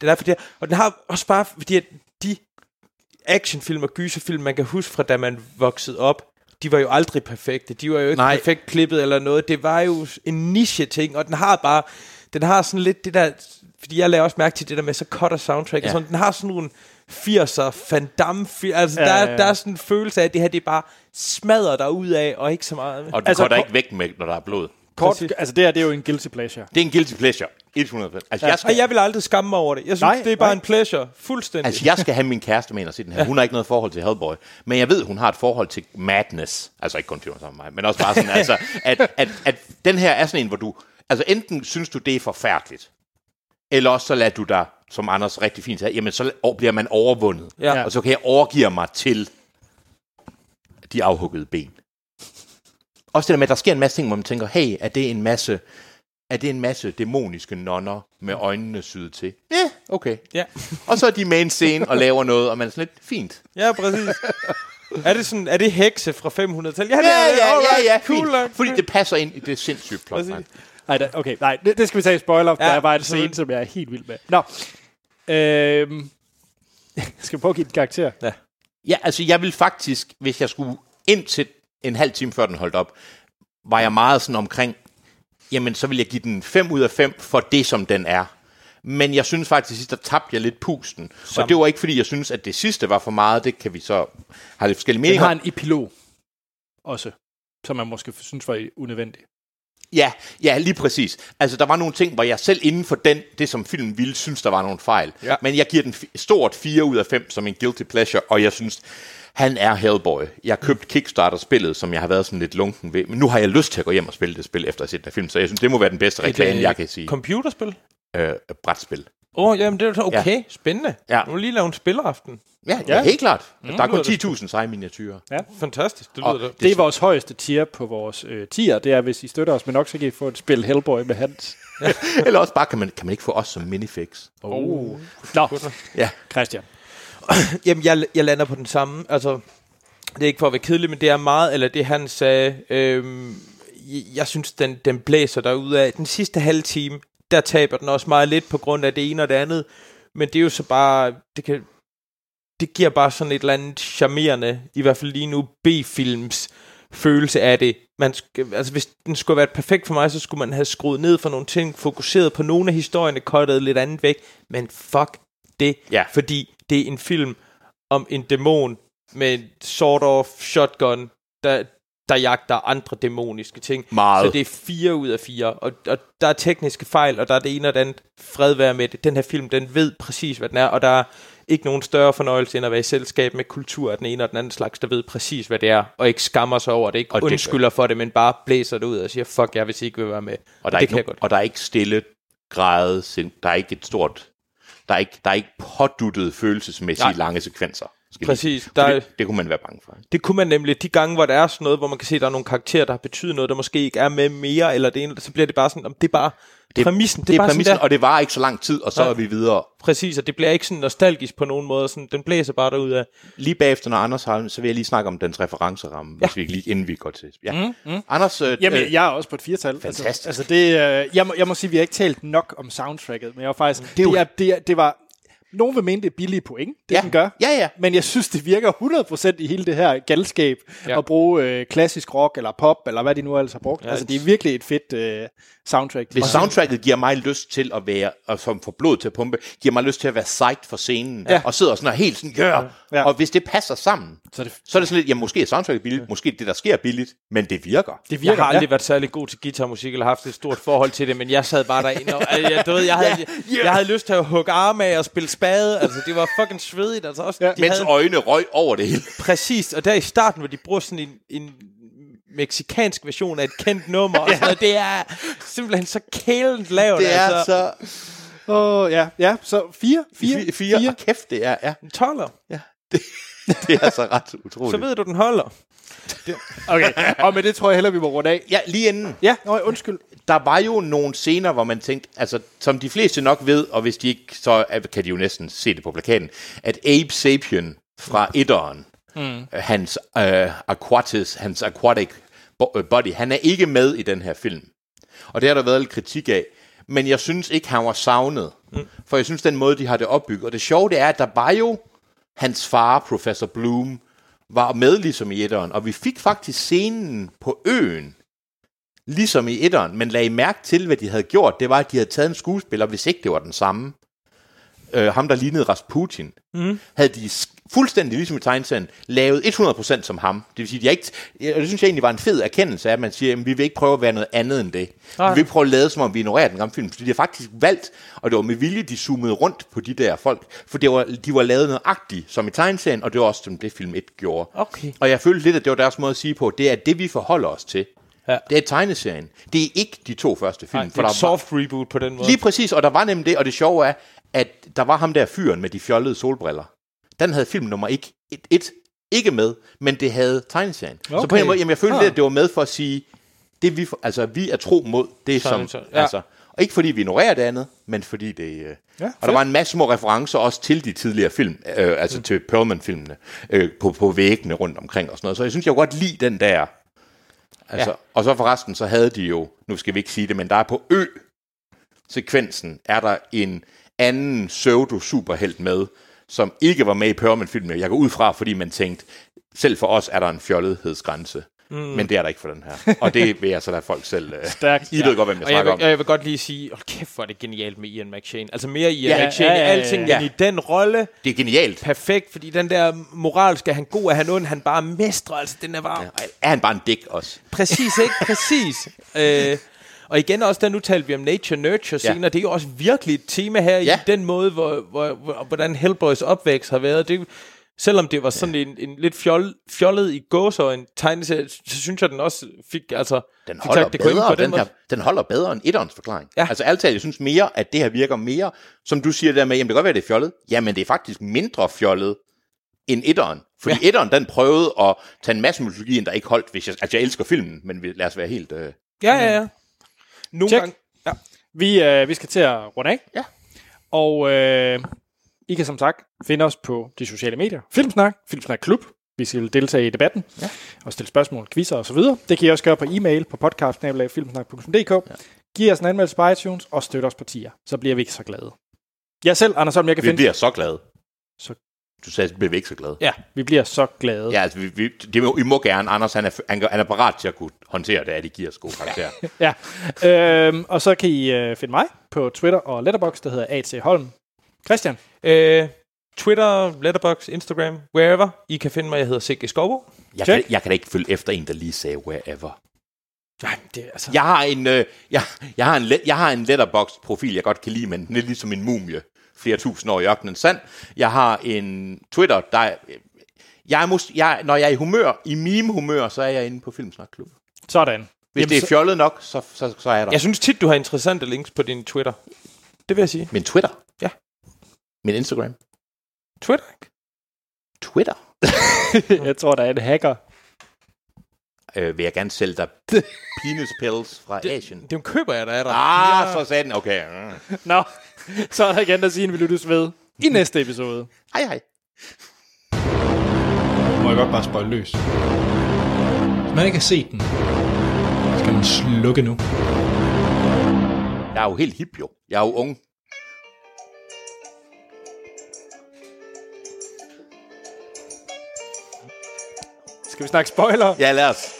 Speaker 3: Den er fordi, og den har også bare, fordi at de actionfilm og gyserfilm, man kan huske fra da man voksede op, de var jo aldrig perfekte. De var jo ikke
Speaker 2: Nej.
Speaker 3: perfekt klippet eller noget. Det var jo en niche-ting, og den har bare... Den har sådan lidt det der... Fordi jeg lader også mærke til det der med, så cutter soundtrack ja.
Speaker 2: Ja.
Speaker 3: og sådan. Den har sådan nogle 80'er, Van Damme... fi- Altså, ja,
Speaker 1: Ja,
Speaker 3: der,
Speaker 1: ja,
Speaker 3: ja,
Speaker 1: ja.
Speaker 3: der er sådan en følelse af, at det her, det er bare smadrer dig ud af, og ikke så meget...
Speaker 2: Og du
Speaker 1: Altså,
Speaker 2: altså, går
Speaker 1: ko-
Speaker 2: ikke væk med, når der er blod.
Speaker 1: Kort,
Speaker 3: Præcis.
Speaker 1: altså det her, det er jo en guilty pleasure.
Speaker 2: Det er en guilty pleasure. 100%. Altså, ja. jeg,
Speaker 3: Og
Speaker 2: skal,
Speaker 3: jeg vil aldrig skamme mig over det. Jeg synes,
Speaker 1: Nej,
Speaker 3: nej, det er bare
Speaker 1: nej.
Speaker 3: nej. en pleasure. Fuldstændig.
Speaker 2: altså, jeg skal have min kæreste med ind og se den her. Hun har ikke noget forhold til Hellboy. Men jeg ved, hun har et forhold til madness. Altså ikke kun filmen sammen med mig, men også bare sådan, altså, at, at, at den her er sådan en, hvor du... Altså enten synes du, det er forfærdeligt, eller også så lader du dig, som Anders rigtig fint sagde, jamen så la- bliver man overvundet.
Speaker 3: Ja.
Speaker 2: Og så kan jeg overgive mig til de afhuggede ben. Også det der med, at der sker en masse ting, hvor man tænker, hey, er det en masse, er det en masse dæmoniske nonner med øjnene syet til? Ja, okay.
Speaker 3: Ja.
Speaker 2: Og så er de med i en scene og laver noget, og man er sådan lidt, fint.
Speaker 3: ja, præcis. er det sådan, er det hekse fra 500-tallet? Ja, det
Speaker 2: Ja,
Speaker 3: er det.
Speaker 2: ja, ja,
Speaker 3: Alright,
Speaker 2: ja,
Speaker 3: cool. nok.
Speaker 2: fint. Fordi det passer ind i det sindssyge plot.
Speaker 3: Præcis.
Speaker 1: Ej, da, okay, nej, det, det skal vi tage i spoiler, for
Speaker 3: Ja,
Speaker 1: ja, der er bare en scene,
Speaker 3: selvfølgelig.
Speaker 1: som jeg er helt vild med. Nå, øhm, skal vi prøve at give den karakter?
Speaker 2: Ja, altså jeg vil faktisk, hvis jeg skulle ind til en halv time før den holdt op, var jeg meget sådan omkring, jamen så vil jeg give den 5 ud af 5 for det, som den er. Men jeg synes faktisk, at sidst, der tabte jeg lidt pusten. Sammen. Og det var ikke, fordi jeg synes, at det sidste var for meget. Det kan vi så have lidt forskellige
Speaker 1: Den
Speaker 2: meninger.
Speaker 1: har
Speaker 2: om.
Speaker 1: en epilog også, som man måske synes var unødvendig.
Speaker 2: Ja, ja, lige præcis. Altså, der var nogle ting, hvor jeg selv inden for den, det som filmen ville, synes, der var nogle fejl. Ja. Men jeg giver den fi- stort 4 ud af 5 som en guilty pleasure, og jeg synes, han er Hellboy. Jeg købte Kickstarter-spillet, som jeg har været sådan lidt lunken ved, men nu har jeg lyst til at gå hjem og spille det spil, efter at have set den her film, så jeg synes, det må være den bedste reklame, jeg kan sige.
Speaker 3: Computerspil?
Speaker 2: Øh, brætspil.
Speaker 3: Åh, oh, jamen det er så okay. Ja. Spændende.
Speaker 2: Ja.
Speaker 3: Nu må vi lige lave en spilleraften.
Speaker 2: Ja, ja, helt klart. Mm, der er kun
Speaker 3: lyder det
Speaker 2: 10.000 seje miniatyrer.
Speaker 3: Fantastisk. Det lyder
Speaker 2: Og
Speaker 3: det.
Speaker 1: Det er vores højeste tier på vores øh, tier, det er, hvis I støtter os, men også så kan I få et spil Hellboy med Hans.
Speaker 2: Eller også bare, kan man, kan man ikke få os som minifix?
Speaker 1: Oh. Nå,
Speaker 2: Ja.
Speaker 1: Christian.
Speaker 3: Jamen, jeg, jeg lander på den samme. Altså, det er ikke for at være kedelig, men det er meget, eller det han sagde, øhm, jeg- jeg synes, den, den blæser derude af. Den sidste halve time, der taber den også meget lidt på grund af det ene og det andet. Men det er jo så bare, det kan, det giver bare sådan et eller andet charmerende, i hvert fald lige nu, B-films følelse af det. Man sk- altså, hvis den skulle have været perfekt for mig, så skulle man have skruet ned for nogle ting, fokuseret på nogle af historierne, kottet lidt andet væk. Men fuck det,
Speaker 2: Ja.
Speaker 3: fordi det er en film om en dæmon med en sort of shotgun, der, der jagter andre dæmoniske ting.
Speaker 2: Meget.
Speaker 3: Så det er fire ud af fire, og, og der er tekniske fejl, og der er det ene og det andet fred være med det. Den her film, den ved præcis, hvad den er, og der er ikke nogen større fornøjelse end at være i selskab med kultur af den ene og den anden slags, der ved præcis, hvad det er, og ikke skammer sig over det, ikke
Speaker 2: Og
Speaker 3: og
Speaker 2: det-
Speaker 3: undskylder for det, men bare blæser det ud og siger, fuck jeg hvis I ikke vil være med.
Speaker 2: Og der, er
Speaker 3: det
Speaker 2: ikke
Speaker 3: kan jeg
Speaker 2: no-
Speaker 3: godt.
Speaker 2: og der er ikke stille græde, sind- der er ikke et stort, der er ikke, der er ikke påduttet følelsesmæssige
Speaker 3: Nej.
Speaker 2: Nej. lange sekvenser. Skal jeg lige-
Speaker 3: Præcis.
Speaker 2: For
Speaker 3: Der er,
Speaker 2: det, det kunne man være bange for.
Speaker 3: Det kunne man nemlig, de gange, hvor der er sådan noget, hvor man kan se, at der er nogle karakterer, der har betydet noget, der måske ikke er med mere, eller det ene, så bliver det bare sådan, om det er bare det, præmissen.
Speaker 2: det er
Speaker 3: bare
Speaker 2: præmissen,
Speaker 3: sådan der.
Speaker 2: og det var ikke så lang tid, og så
Speaker 3: Nej.
Speaker 2: er vi videre.
Speaker 3: Præcis, og det bliver ikke sådan nostalgisk på nogen måde, sådan, den blæser bare derud af.
Speaker 2: Lige bagefter, når Anders har den, så vil jeg lige snakke om dens referenceramme, ja. hvis vi ikke lige, inden vi går til. Ja. Mm, mm. Anders, øh,
Speaker 1: Jamen,
Speaker 2: øh,
Speaker 1: øh, jeg er også på et firtal.
Speaker 2: Fantastisk.
Speaker 1: Altså, altså det, øh, jeg, må, jeg må sige, at vi har ikke talt nok om soundtracket, men jeg var faktisk... Det,
Speaker 2: jo-
Speaker 1: det, er, det, er, det var... Nogen vil mene, det er billige point, det
Speaker 2: Ja.
Speaker 1: den gør.
Speaker 2: Ja, ja.
Speaker 1: Men jeg synes, det virker 100% i hele det her galskab
Speaker 3: Ja.
Speaker 1: ja. at bruge øh, klassisk rock eller pop, eller hvad de nu ellers har brugt. Ja, altså, det er virkelig et fedt øh, soundtrack. de
Speaker 2: hvis
Speaker 1: har.
Speaker 2: soundtracket giver mig lyst til at være, og som får blod til at pumpe, giver mig lyst til at være psyched for scenen, ja. og sidder sådan og helt sådan, gør. Ja.
Speaker 1: Ja.
Speaker 2: Og hvis det passer sammen,
Speaker 1: Så det,
Speaker 2: så er det sådan lidt, ja, måske er soundtracket billigt, ja. måske er det, der sker er billigt, men det virker.
Speaker 1: det virker,
Speaker 3: Jeg har aldrig ja. været særlig god til guitarmusik, eller haft et stort forhold til det, men jeg sad bare derinde, og altså, jeg, du ved, jeg, havde, yeah. jeg havde lyst til at hugge arme af og spille spade, altså det var fucking svedigt, altså også, ja. de
Speaker 2: Mens
Speaker 3: havde,
Speaker 2: øjne røg over det hele.
Speaker 3: præcis, og der i starten, hvor de bruger sådan en, en meksikansk version af et kendt nummer, og sådan noget, det er simpelthen så kælent lavt,
Speaker 2: Det er
Speaker 3: altså.
Speaker 2: så...
Speaker 1: ja. Åh, ja, ja, så fire, fire,
Speaker 2: Fire, fire. fire. kæft, det er, ja.
Speaker 3: En toller.
Speaker 2: Det er så ret utroligt.
Speaker 3: Så ved du, den holder.
Speaker 1: Okay, og med det tror jeg heller, vi må runde af.
Speaker 2: Ja, lige inden.
Speaker 1: Ja, nøj, undskyld.
Speaker 2: Der var jo nogle scener, hvor man tænkte, altså, som de fleste nok ved, og hvis de ikke, så er- kan de jo næsten se det på plakaten, at Abe Sapien fra etteren, mm. hans øh, Aquatis, hans Aquatic bo- øh, Buddy, han er ikke med i den her film. Og det har der været lidt kritik af. Men jeg synes ikke, han var savnet. Mm. For jeg synes, den måde, de har det opbygget. Og det sjove, det er, at der var jo hans far, Professor Bloom, var med ligesom i etteren. Og vi fik faktisk scenen på øen, ligesom i etteren. Men lagde mærke til, hvad de havde gjort. Det var, at de havde taget en skuespiller, hvis ikke det var den samme. Øh, ham, der lignede Rasputin. Mm. Havde de sk- fuldstændig ligesom i tegneserien lavet 100% som ham. Det vil sige, de er ikke... Og det synes jeg egentlig var en fed erkendelse af, at man siger, at vi vil ikke prøve at være noget andet end det. Vi vil ikke prøve at lade, som om vi ignorerer den gamle film. Så de har faktisk valgt, og det var med vilje, de zoomede rundt på de der folk, for det var, de var lavet nøjagtigt som i tegneserien, og det var også som det film 1 gjorde.
Speaker 3: Okay.
Speaker 2: Og jeg følte lidt, at det var deres måde at sige på, det er det, vi forholder os til.
Speaker 3: Ja.
Speaker 2: Det er tegneserien. Det er ikke de to første film.
Speaker 3: Nej, det er
Speaker 2: der
Speaker 3: et
Speaker 2: var-
Speaker 3: soft reboot på den måde.
Speaker 2: Lige præcis, og der var nemlig det, og det sjove er, at der var ham der fyren med de fjollede solbriller. Den havde film nummer 1, et, et, ikke med, men det havde tegneserien. Okay. Så på en måde, jamen, jeg følte lidt, at det var med for at sige, det vi, for- altså, vi er tro mod det, som...
Speaker 3: Sådan, så- ja.
Speaker 2: Altså, og ikke fordi vi ignorerer det andet, men fordi det... Øh, ja, og der var en masse små referencer også til de tidligere film, øh, altså mm. til Perlman-filmene, øh, på, på væggene rundt omkring og sådan noget. Så jeg synes, jeg kunne godt lide den der... Altså, ja. Og så forresten, så havde de jo, nu skal vi ikke sige det, men der er på ø sekvensen er der en anden pseudo-superhelt med, som ikke var med i Perlman-filmen. Jeg går ud fra, fordi man tænkte, selv for os er der en fjollethedsgrænse. Mm. Men det er der ikke for den her. Og det vil jeg så lade folk selv... øh,
Speaker 1: Stærkt.
Speaker 2: I ved godt, hvem jeg
Speaker 3: Og jeg,
Speaker 2: snakker
Speaker 3: vil,
Speaker 2: om.
Speaker 3: og jeg vil godt lige sige, hold kæft, hvor er det genialt med Ian McShane. Altså mere Ian
Speaker 2: Ja,
Speaker 3: ja, McShane
Speaker 1: ja,
Speaker 3: ja,
Speaker 1: ja,
Speaker 3: ja,
Speaker 1: ja, ja.
Speaker 3: alting,
Speaker 2: Ja.
Speaker 3: men i den rolle,
Speaker 2: Det er genialt.
Speaker 3: perfekt, fordi den der moral, skal han god, er han ond, han bare mestre, altså den er bare... Ja.
Speaker 2: Er han bare en dæk også?
Speaker 3: Præcis, ikke? Præcis. øh, og igen også, der nu talte vi om nature nurture
Speaker 2: Ja.
Speaker 3: senere, det er jo også virkelig et tema her,
Speaker 2: Ja.
Speaker 3: ja. i den måde, hvor, hvor, hvor, hvordan Hellboys opvækst har været. Det, selvom det var sådan ja. en, en lidt fjol, fjollet i gås og en tegneserie, så synes jeg, den også fik, altså,
Speaker 2: Den
Speaker 3: fik
Speaker 2: holder,
Speaker 3: sagt, det kunne ind
Speaker 2: bedre,
Speaker 3: på
Speaker 2: den, den,
Speaker 3: måde.
Speaker 2: her, den holder bedre end etterens forklaring. Ja.
Speaker 3: Ja.
Speaker 2: Altså alt talt, jeg synes mere, at det her virker mere, som du siger det der med, jamen det kan godt være, det er fjollet. Jamen det er faktisk mindre fjollet end etteren. Fordi ja. etteren, den prøvede at tage en masse mytologi ind, der ikke holdt. Hvis jeg, altså jeg elsker filmen, men vi- lad os være helt... Øh,
Speaker 3: Ja, ja, ja. Nogle
Speaker 1: Tjek.
Speaker 3: gange, ja.
Speaker 1: Vi, øh, vi skal til at runde af.
Speaker 2: Ja.
Speaker 1: Og øh, I kan som sagt finde os på de sociale medier. Filmsnak, Filmsnak Klub. Vi skal deltage i debatten ja. og stille spørgsmål, quizzer osv. Det kan I også gøre på e-mail på podcast.filmsnak.dk. Ja. Giv os en anmeldelse på iTunes og støt os på tier. Så bliver vi ikke så glade. Jeg selv, Anders Holm, jeg kan
Speaker 2: vi
Speaker 1: finde.
Speaker 2: bliver så glade.
Speaker 1: Så-
Speaker 2: Du sagde, at vi ikke så glade.
Speaker 1: Ja, vi bliver så glade.
Speaker 2: Ja, altså, vi, vi, det må, I må gerne. Anders, han er, han, gør- han er parat til at kunne håndtere det, at I giver os gode karakterer.
Speaker 1: Ja. Øhm, og så kan I øh, finde mig på Twitter og Letterboxd, der hedder A.T. Holm. Christian,
Speaker 3: Øh, Twitter, Letterbox, Instagram, wherever. I kan finde mig, jeg hedder Sigge Skovbo.
Speaker 2: Jeg,
Speaker 1: Check.
Speaker 2: kan, jeg kan da ikke følge efter en, der lige sagde wherever.
Speaker 3: Nej, det er altså...
Speaker 2: Jeg har en, øh, jeg, jeg har en, let, jeg har en letterboxd profil, jeg godt kan lide, men den er ligesom en mumie. Flere tusind år i ørkenen sand. Jeg har en Twitter, der er, øh, jeg er mus, jeg, når jeg er i humør, i meme humør, så er jeg inde på Filmsnakklub. Hvis
Speaker 1: sådan.
Speaker 2: Jamen, det er fjollet nok, så, så, så er jeg der.
Speaker 3: Jeg synes tit, du har interessante links på din Twitter. Det vil jeg sige.
Speaker 2: Min Twitter?
Speaker 3: Ja.
Speaker 2: Min Instagram?
Speaker 3: Twitter, ikke?
Speaker 2: Twitter?
Speaker 1: Jeg tror, der er en hacker.
Speaker 2: Øh, vil jeg gerne sælge dig penis pills fra Asien?
Speaker 3: Det er jo en køber, jeg der er der.
Speaker 2: Ah, så sagde den. Okay. Mm.
Speaker 1: Nå, så er der igen, der siger, vi lyttes ved i næste episode.
Speaker 2: Hej hej.
Speaker 9: må jeg godt bare spøjle løs. Hvis man ikke har set den, skal man slukke nu.
Speaker 2: Jeg er jo helt hip, jo. Jeg er jo ung.
Speaker 1: Skal vi snakke spoiler? Ja.
Speaker 2: Ja, lad os.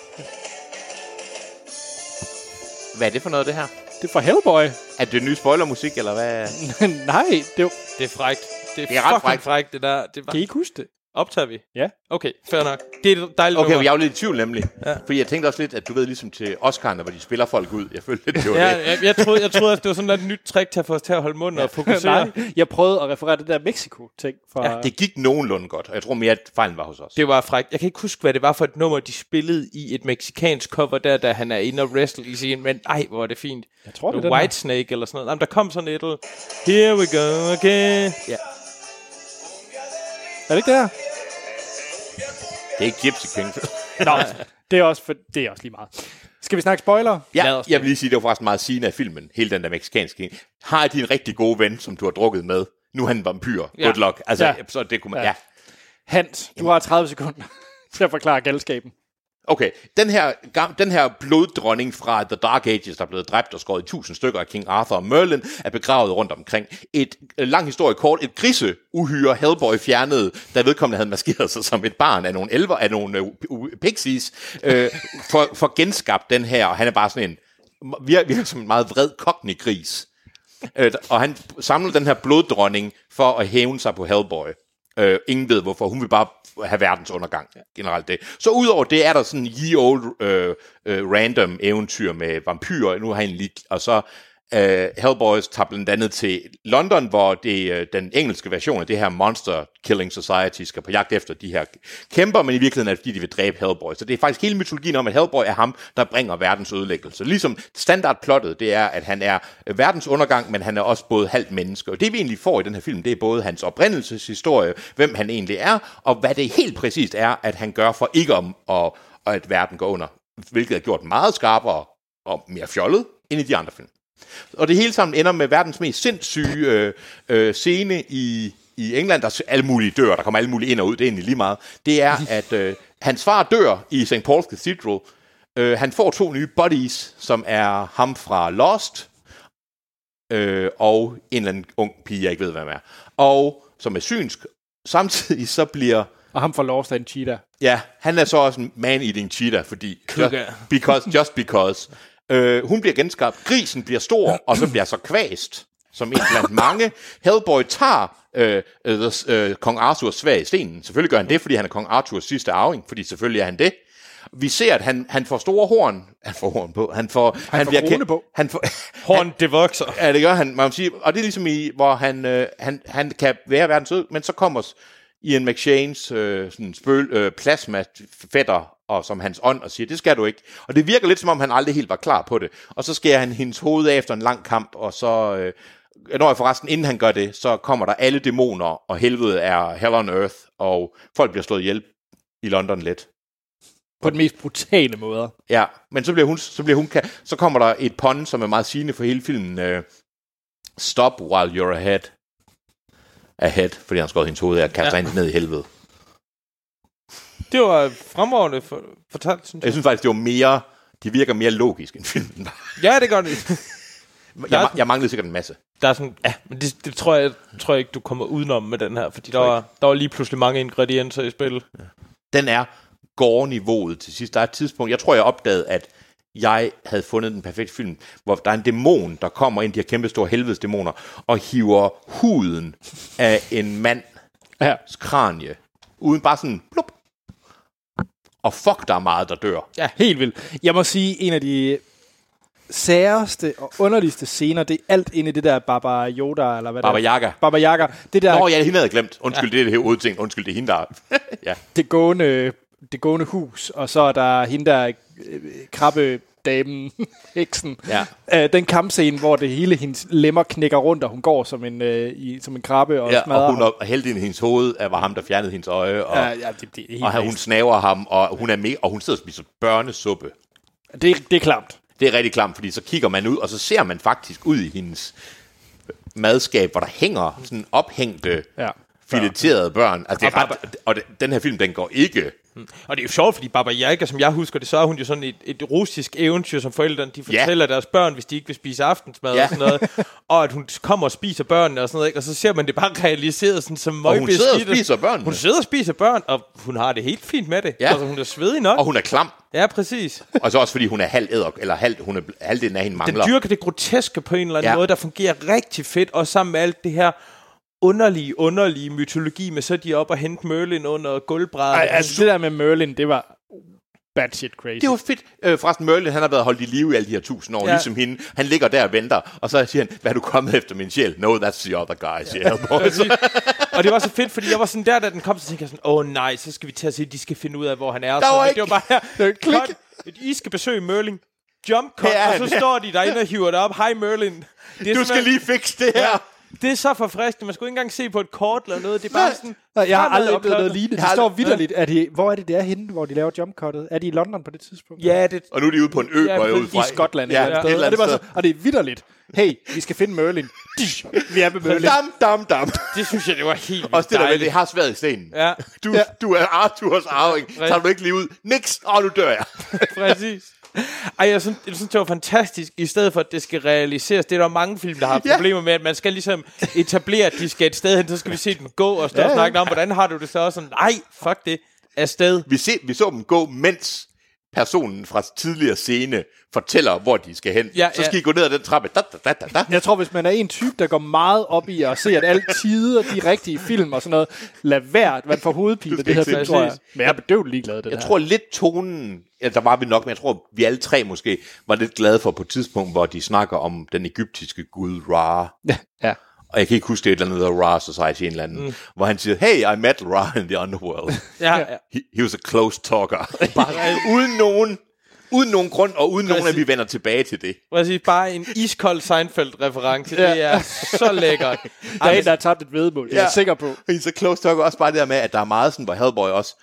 Speaker 2: Hvad er det for noget, det her?
Speaker 1: Det er fra Hellboy.
Speaker 2: Er det ny spoilermusik, eller hvad?
Speaker 1: Nej, det var...
Speaker 3: Det er frækt. Det er,
Speaker 2: Det er ret frækt.
Speaker 3: fucking frækt. frækt, det der. Det var...
Speaker 1: Kan I ikke huske det?
Speaker 3: Optager vi?
Speaker 1: Ja.
Speaker 3: Okay, fair nok. Det er dejligt.
Speaker 2: Okay,
Speaker 3: nummer.
Speaker 2: men jeg var lidt i tvivl nemlig. Ja. Fordi jeg tænkte også lidt, at du ved, ligesom til Oscar'erne, hvor de spiller folk ud. Jeg følte lidt, det var
Speaker 3: Ja,
Speaker 2: det.
Speaker 3: jeg, jeg, troede, jeg troede, at det var sådan et nyt trick til at få os til at holde munden og fokusere.
Speaker 1: Nej, jeg prøvede at referere det der Mexico-ting fra... Ja, det...
Speaker 2: Det gik nogenlunde godt, og jeg tror mere, at fejlen var hos os.
Speaker 3: Det var frækt. Jeg kan ikke huske, hvad det var for et nummer, de spillede i et meksikansk cover der, da han er inde og wrestle i scenen, men ej, hvor er det fint. Jeg
Speaker 1: tror, det er den her.
Speaker 3: White Snake eller sådan noget. Jamen, der kom sådan et eller... Here we go again. Ja.
Speaker 1: Er det ikke det her?
Speaker 2: Det er ikke Gypsy King.
Speaker 1: Nå, det er, også for... det er også lige meget. Skal vi snakke spoiler?
Speaker 2: ja, jeg vil lige sige, det var faktisk meget sigende af filmen, hele den der meksikanske en. Har de en rigtig god ven, som du har drukket med? Nu er han en vampyr. Ja.
Speaker 3: Ja.
Speaker 2: Good luck. Altså, ja.
Speaker 1: Ja.
Speaker 2: så det kunne man... Ja.
Speaker 1: Ja. Hans, du har 30 sekunder til at forklare galskaben.
Speaker 2: Okay, den her, gam- den her bloddronning fra The Dark Ages, der er blevet dræbt og skåret i tusind stykker af King Arthur og Merlin, er begravet rundt omkring. Et øh, lang historie kort, et griseuhyre Hellboy fjernede, da vedkommende havde maskeret sig som et barn af nogle elver, af nogle øh, u- pixies, øh, for, for genskabt den her, og han er bare sådan en, virker, virker som en meget vred kognigris. Øh, og han samlede den her bloddronning for at hævne sig på Hellboy. Øh, ingen ved hvorfor. Hun vil bare have verdens undergang, generelt det. Så udover det er der sådan ye old øh, øh, random eventyr med vampyrer, nu har han lige, og så øh, Hellboys tager blandt andet til London, hvor det, øh, den engelske version af det her Monster Killing Society skal på jagt efter de her kæmper, men i virkeligheden er det fordi, de vil dræbe Hellboy. Så det er faktisk hele mytologien om, at Hellboy er ham, der bringer verdens ødelæggelse. Ligesom standardplottet, det er, at han er verdens undergang, men han er også både halvt menneske. Og det vi egentlig får i den her film, det er både hans oprindelseshistorie, hvem han egentlig er, og hvad det helt præcist er, at han gør for ikke om, og, og at verden går under. Hvilket er gjort meget skarpere og mere fjollet end i de andre film. Og det hele sammen ender med verdens mest sindssyge øh, øh, scene i, i England, der er alle mulige dør, der kommer alle mulige ind og ud, det er egentlig lige meget. Det er, at øh, hans far dør i St. Paul's Cathedral. Øh, han får to nye buddies, som er ham fra Lost, øh, og en eller anden ung pige, jeg ikke ved, hvem er. Og som er synsk. Samtidig så bliver
Speaker 1: Og ham fra Lost er en cheater.
Speaker 2: Ja, han er så også en man-eating cheater, fordi... Just because, just because. Øh, hun bliver genskabt, grisen bliver stor, og så bliver så kvæst, som en blandt mange. Hellboy tager øh, øh, øh, kong Arthurs svag i stenen. Selvfølgelig gør han det, fordi han er kong Arthurs sidste arving, fordi selvfølgelig er han det. Vi ser, at han, han får store horn. Han får horn på. Han får, han
Speaker 1: får
Speaker 2: bliver
Speaker 1: krone
Speaker 2: kendt-
Speaker 1: på.
Speaker 2: Han får,
Speaker 3: Horn, det vokser.
Speaker 2: Ja, det gør han. Man må sige, og det er ligesom i, hvor han, øh, han, han kan være verdens sød, men så kommer s- Ian McShane's øh, sådan spøl, øh, plasmafætter og som hans ånd og siger, det skal du ikke. Og det virker lidt som om, han aldrig helt var klar på det. Og så skærer han hendes hoved af efter en lang kamp, og så... Øh, når jeg forresten, inden han gør det, så kommer der alle dæmoner, og helvede er hell on earth, og folk bliver slået ihjel i London let.
Speaker 1: På den mest brutale måde.
Speaker 2: Ja, men så bliver hun, så bliver hun ka- så kommer der et pun, som er meget sigende for hele filmen. Øh, Stop while you're ahead. Ahead, fordi han har skåret hendes hoved af og kaster ja. hende ned i helvede.
Speaker 3: Det var fremragende for, fortalt, synes jeg.
Speaker 2: Jeg synes faktisk, det var mere, de virker mere logisk end filmen. var.
Speaker 3: Ja, det gør det.
Speaker 2: Jeg, ma- jeg manglede sikkert en masse.
Speaker 3: Der er sådan, ja, men det, det tror, jeg, tror jeg ikke, du kommer udenom med den her, fordi der var, der var lige pludselig mange ingredienser i spil.
Speaker 2: Den er gårdniveauet til sidst. Der er et tidspunkt, jeg tror, jeg opdagede, at jeg havde fundet den perfekte film, hvor der er en dæmon, der kommer ind, de her kæmpe store helvedesdæmoner, og hiver huden af en mand
Speaker 1: Ja.
Speaker 2: kranje, uden bare sådan plup. Og fuck, der er meget, der dør.
Speaker 1: Ja, helt vildt. Jeg må sige, en af de særeste og underligste scener, det er alt inde i det der Baba Yoda, eller hvad
Speaker 2: Baba
Speaker 1: det er.
Speaker 2: Yaga.
Speaker 1: Baba Yaga. Det der
Speaker 2: Nå, ja, hende havde jeg glemt. Undskyld, ja. det er det her hovedting. Undskyld, det er hende, der... ja.
Speaker 1: det, gående, det gående hus, og så er der hende der øh, krabbe damen, heksen.
Speaker 2: Ja.
Speaker 1: Øh, den kampscene, hvor det hele hendes lemmer knækker rundt, og hun går som en, øh, i, som en krabbe og
Speaker 2: ja
Speaker 1: smadrer
Speaker 2: og hun
Speaker 1: ham.
Speaker 2: er heldig i hendes hoved, at var ham, der fjernede hendes øje, og,
Speaker 1: Ja,
Speaker 2: ja,
Speaker 1: ja, det, det, er helt
Speaker 2: og hun
Speaker 1: blæst.
Speaker 2: snaver ham, og hun, er med, og hun sidder og spiser børnesuppe.
Speaker 1: det, det er klamt.
Speaker 2: Det er rigtig klamt, fordi så kigger man ud, og så ser man faktisk ud i hendes madskab, hvor der hænger sådan ophængte,
Speaker 1: Ja.
Speaker 2: ja. fileterede børn. Altså, det er ret, og det, den her film, den går ikke
Speaker 3: Og det er jo sjovt, fordi Baba Yaga, som jeg husker det, så er hun jo sådan et, et russisk eventyr, som forældrene de
Speaker 2: Ja.
Speaker 3: fortæller deres børn, hvis de ikke vil spise aftensmad ja.
Speaker 2: Ja.
Speaker 3: og sådan noget. Og at hun kommer og spiser børnene og sådan noget, ikke? og så ser man det bare realiseret sådan som
Speaker 2: Og hun sidder og
Speaker 3: møgbeskidte.
Speaker 2: spiser børnene.
Speaker 3: Hun sidder og spiser børn, og hun har det helt fint med det. Ja.
Speaker 2: Ja.
Speaker 3: Altså, hun er svedig nok.
Speaker 2: Og hun er klam.
Speaker 3: Ja, præcis.
Speaker 2: Og så også fordi hun er halv æder, eller halv, hun er, halvdelen af hende
Speaker 3: Den
Speaker 2: mangler.
Speaker 3: dyrker det groteske på en eller anden ja.
Speaker 2: Ja.
Speaker 3: måde, der fungerer rigtig fedt, og sammen med alt det her underlige, underlige mytologi med, så er de op og hente Merlin under gulvbrædder.
Speaker 1: Ej, altså, det der med Merlin, det var bad shit crazy.
Speaker 2: Det var fedt. Øh, forresten, Merlin, han har været holdt i live i alle de her tusind år,
Speaker 3: Ja.
Speaker 2: ja. ligesom hende. Han ligger der og venter, og så siger han, hvad er du kommet efter min sjæl? No, that's the other guy, siger Hellboy. Så-
Speaker 3: og det var så fedt, fordi jeg var sådan der, da den kom, så tænkte jeg sådan, åh oh, nej, så skal vi til at se, de skal finde ud af, hvor han er. så,
Speaker 2: var
Speaker 3: men
Speaker 2: ikke-
Speaker 3: Det var bare her.
Speaker 1: klik.
Speaker 3: Cut. I skal besøge Merlin. Jump cut,
Speaker 2: Her er
Speaker 3: og så
Speaker 2: han.
Speaker 3: står de derinde og hiver det op. Hej Merlin. Det er
Speaker 2: du skal
Speaker 3: simpelthen-
Speaker 2: lige fikse det her.
Speaker 3: Det er så forfriskende. Man skulle ikke engang se på et kort eller noget. Det er bare sådan...
Speaker 1: Nej, jeg har aldrig
Speaker 3: fremad
Speaker 1: oplevet noget
Speaker 3: opklaret.
Speaker 1: lignende. De står vidderligt. Er de, hvor er det, det er henne, hvor de laver jumpcuttet? Er de i London på det tidspunkt?
Speaker 3: Ja, det,
Speaker 2: Og nu er de ude på en ø,
Speaker 3: Ja,
Speaker 2: går jeg ud
Speaker 3: i
Speaker 2: fra.
Speaker 1: I Skotland.
Speaker 2: Ja,
Speaker 1: et eller andet
Speaker 2: et eller
Speaker 1: sted. Og det
Speaker 2: andet
Speaker 1: var så,
Speaker 2: sted.
Speaker 1: og det er vidderligt. Hey, vi skal finde Merlin. Dish, Vi er ved Merlin.
Speaker 2: Dam, dam, dam.
Speaker 3: det synes jeg, det var helt vildt
Speaker 2: Og det der med,
Speaker 3: dejligt.
Speaker 2: det har sværet i stenen.
Speaker 3: Ja,
Speaker 2: Du, du er Arthurs arving. Tager du ikke lige ud? Niks. Åh, nu dør jeg.
Speaker 3: præcis. Ej, jeg synes, jeg synes, det var fantastisk, i stedet for, at det skal realiseres. Det er der mange film, der har
Speaker 2: Ja.
Speaker 3: problemer med, at man skal ligesom etablere, at de skal et sted hen, så skal vi se dem gå og stå og snakke om, hvordan har du det så? Og sådan, nej, fuck det, afsted.
Speaker 2: Vi, se, vi så dem gå, mens personen fra tidligere scene fortæller, hvor de skal hen.
Speaker 3: Ja,
Speaker 2: så skal
Speaker 3: ja.
Speaker 2: I gå ned ad den trappe. Da, da, da, da, da.
Speaker 1: Jeg tror, hvis man er en type, der går meget op i at se, at alle tider de rigtige film og sådan noget, lad være, at man får hovedpine af det her
Speaker 2: ikke
Speaker 1: film,
Speaker 3: se
Speaker 1: tror
Speaker 3: det.
Speaker 1: jeg. Men jeg er bedøvet ligeglad, af det
Speaker 2: Jeg
Speaker 1: der.
Speaker 2: tror lidt tonen, ja, der var vi nok, men jeg tror, vi alle tre måske var lidt glade for på et tidspunkt, hvor de snakker om den egyptiske gud Ra.
Speaker 1: Ja.
Speaker 2: Og jeg kan ikke huske det er et eller andet, der hedder Ra Society, en eller anden, mm. hvor han siger, hey, I met Ra in the underworld.
Speaker 3: Ja, ja.
Speaker 2: he, he was a close talker. Bare, uden nogen uden nogen grund, og uden nogen, at vi vender tilbage til det.
Speaker 3: Præcis, bare en iskold Seinfeld-reference. Det er så lækkert.
Speaker 1: Der er en, der har tabt et vedmål, det er jeg sikker på.
Speaker 2: He's a close talker, også bare det der med, at der er meget sådan, hvor Hellboy også,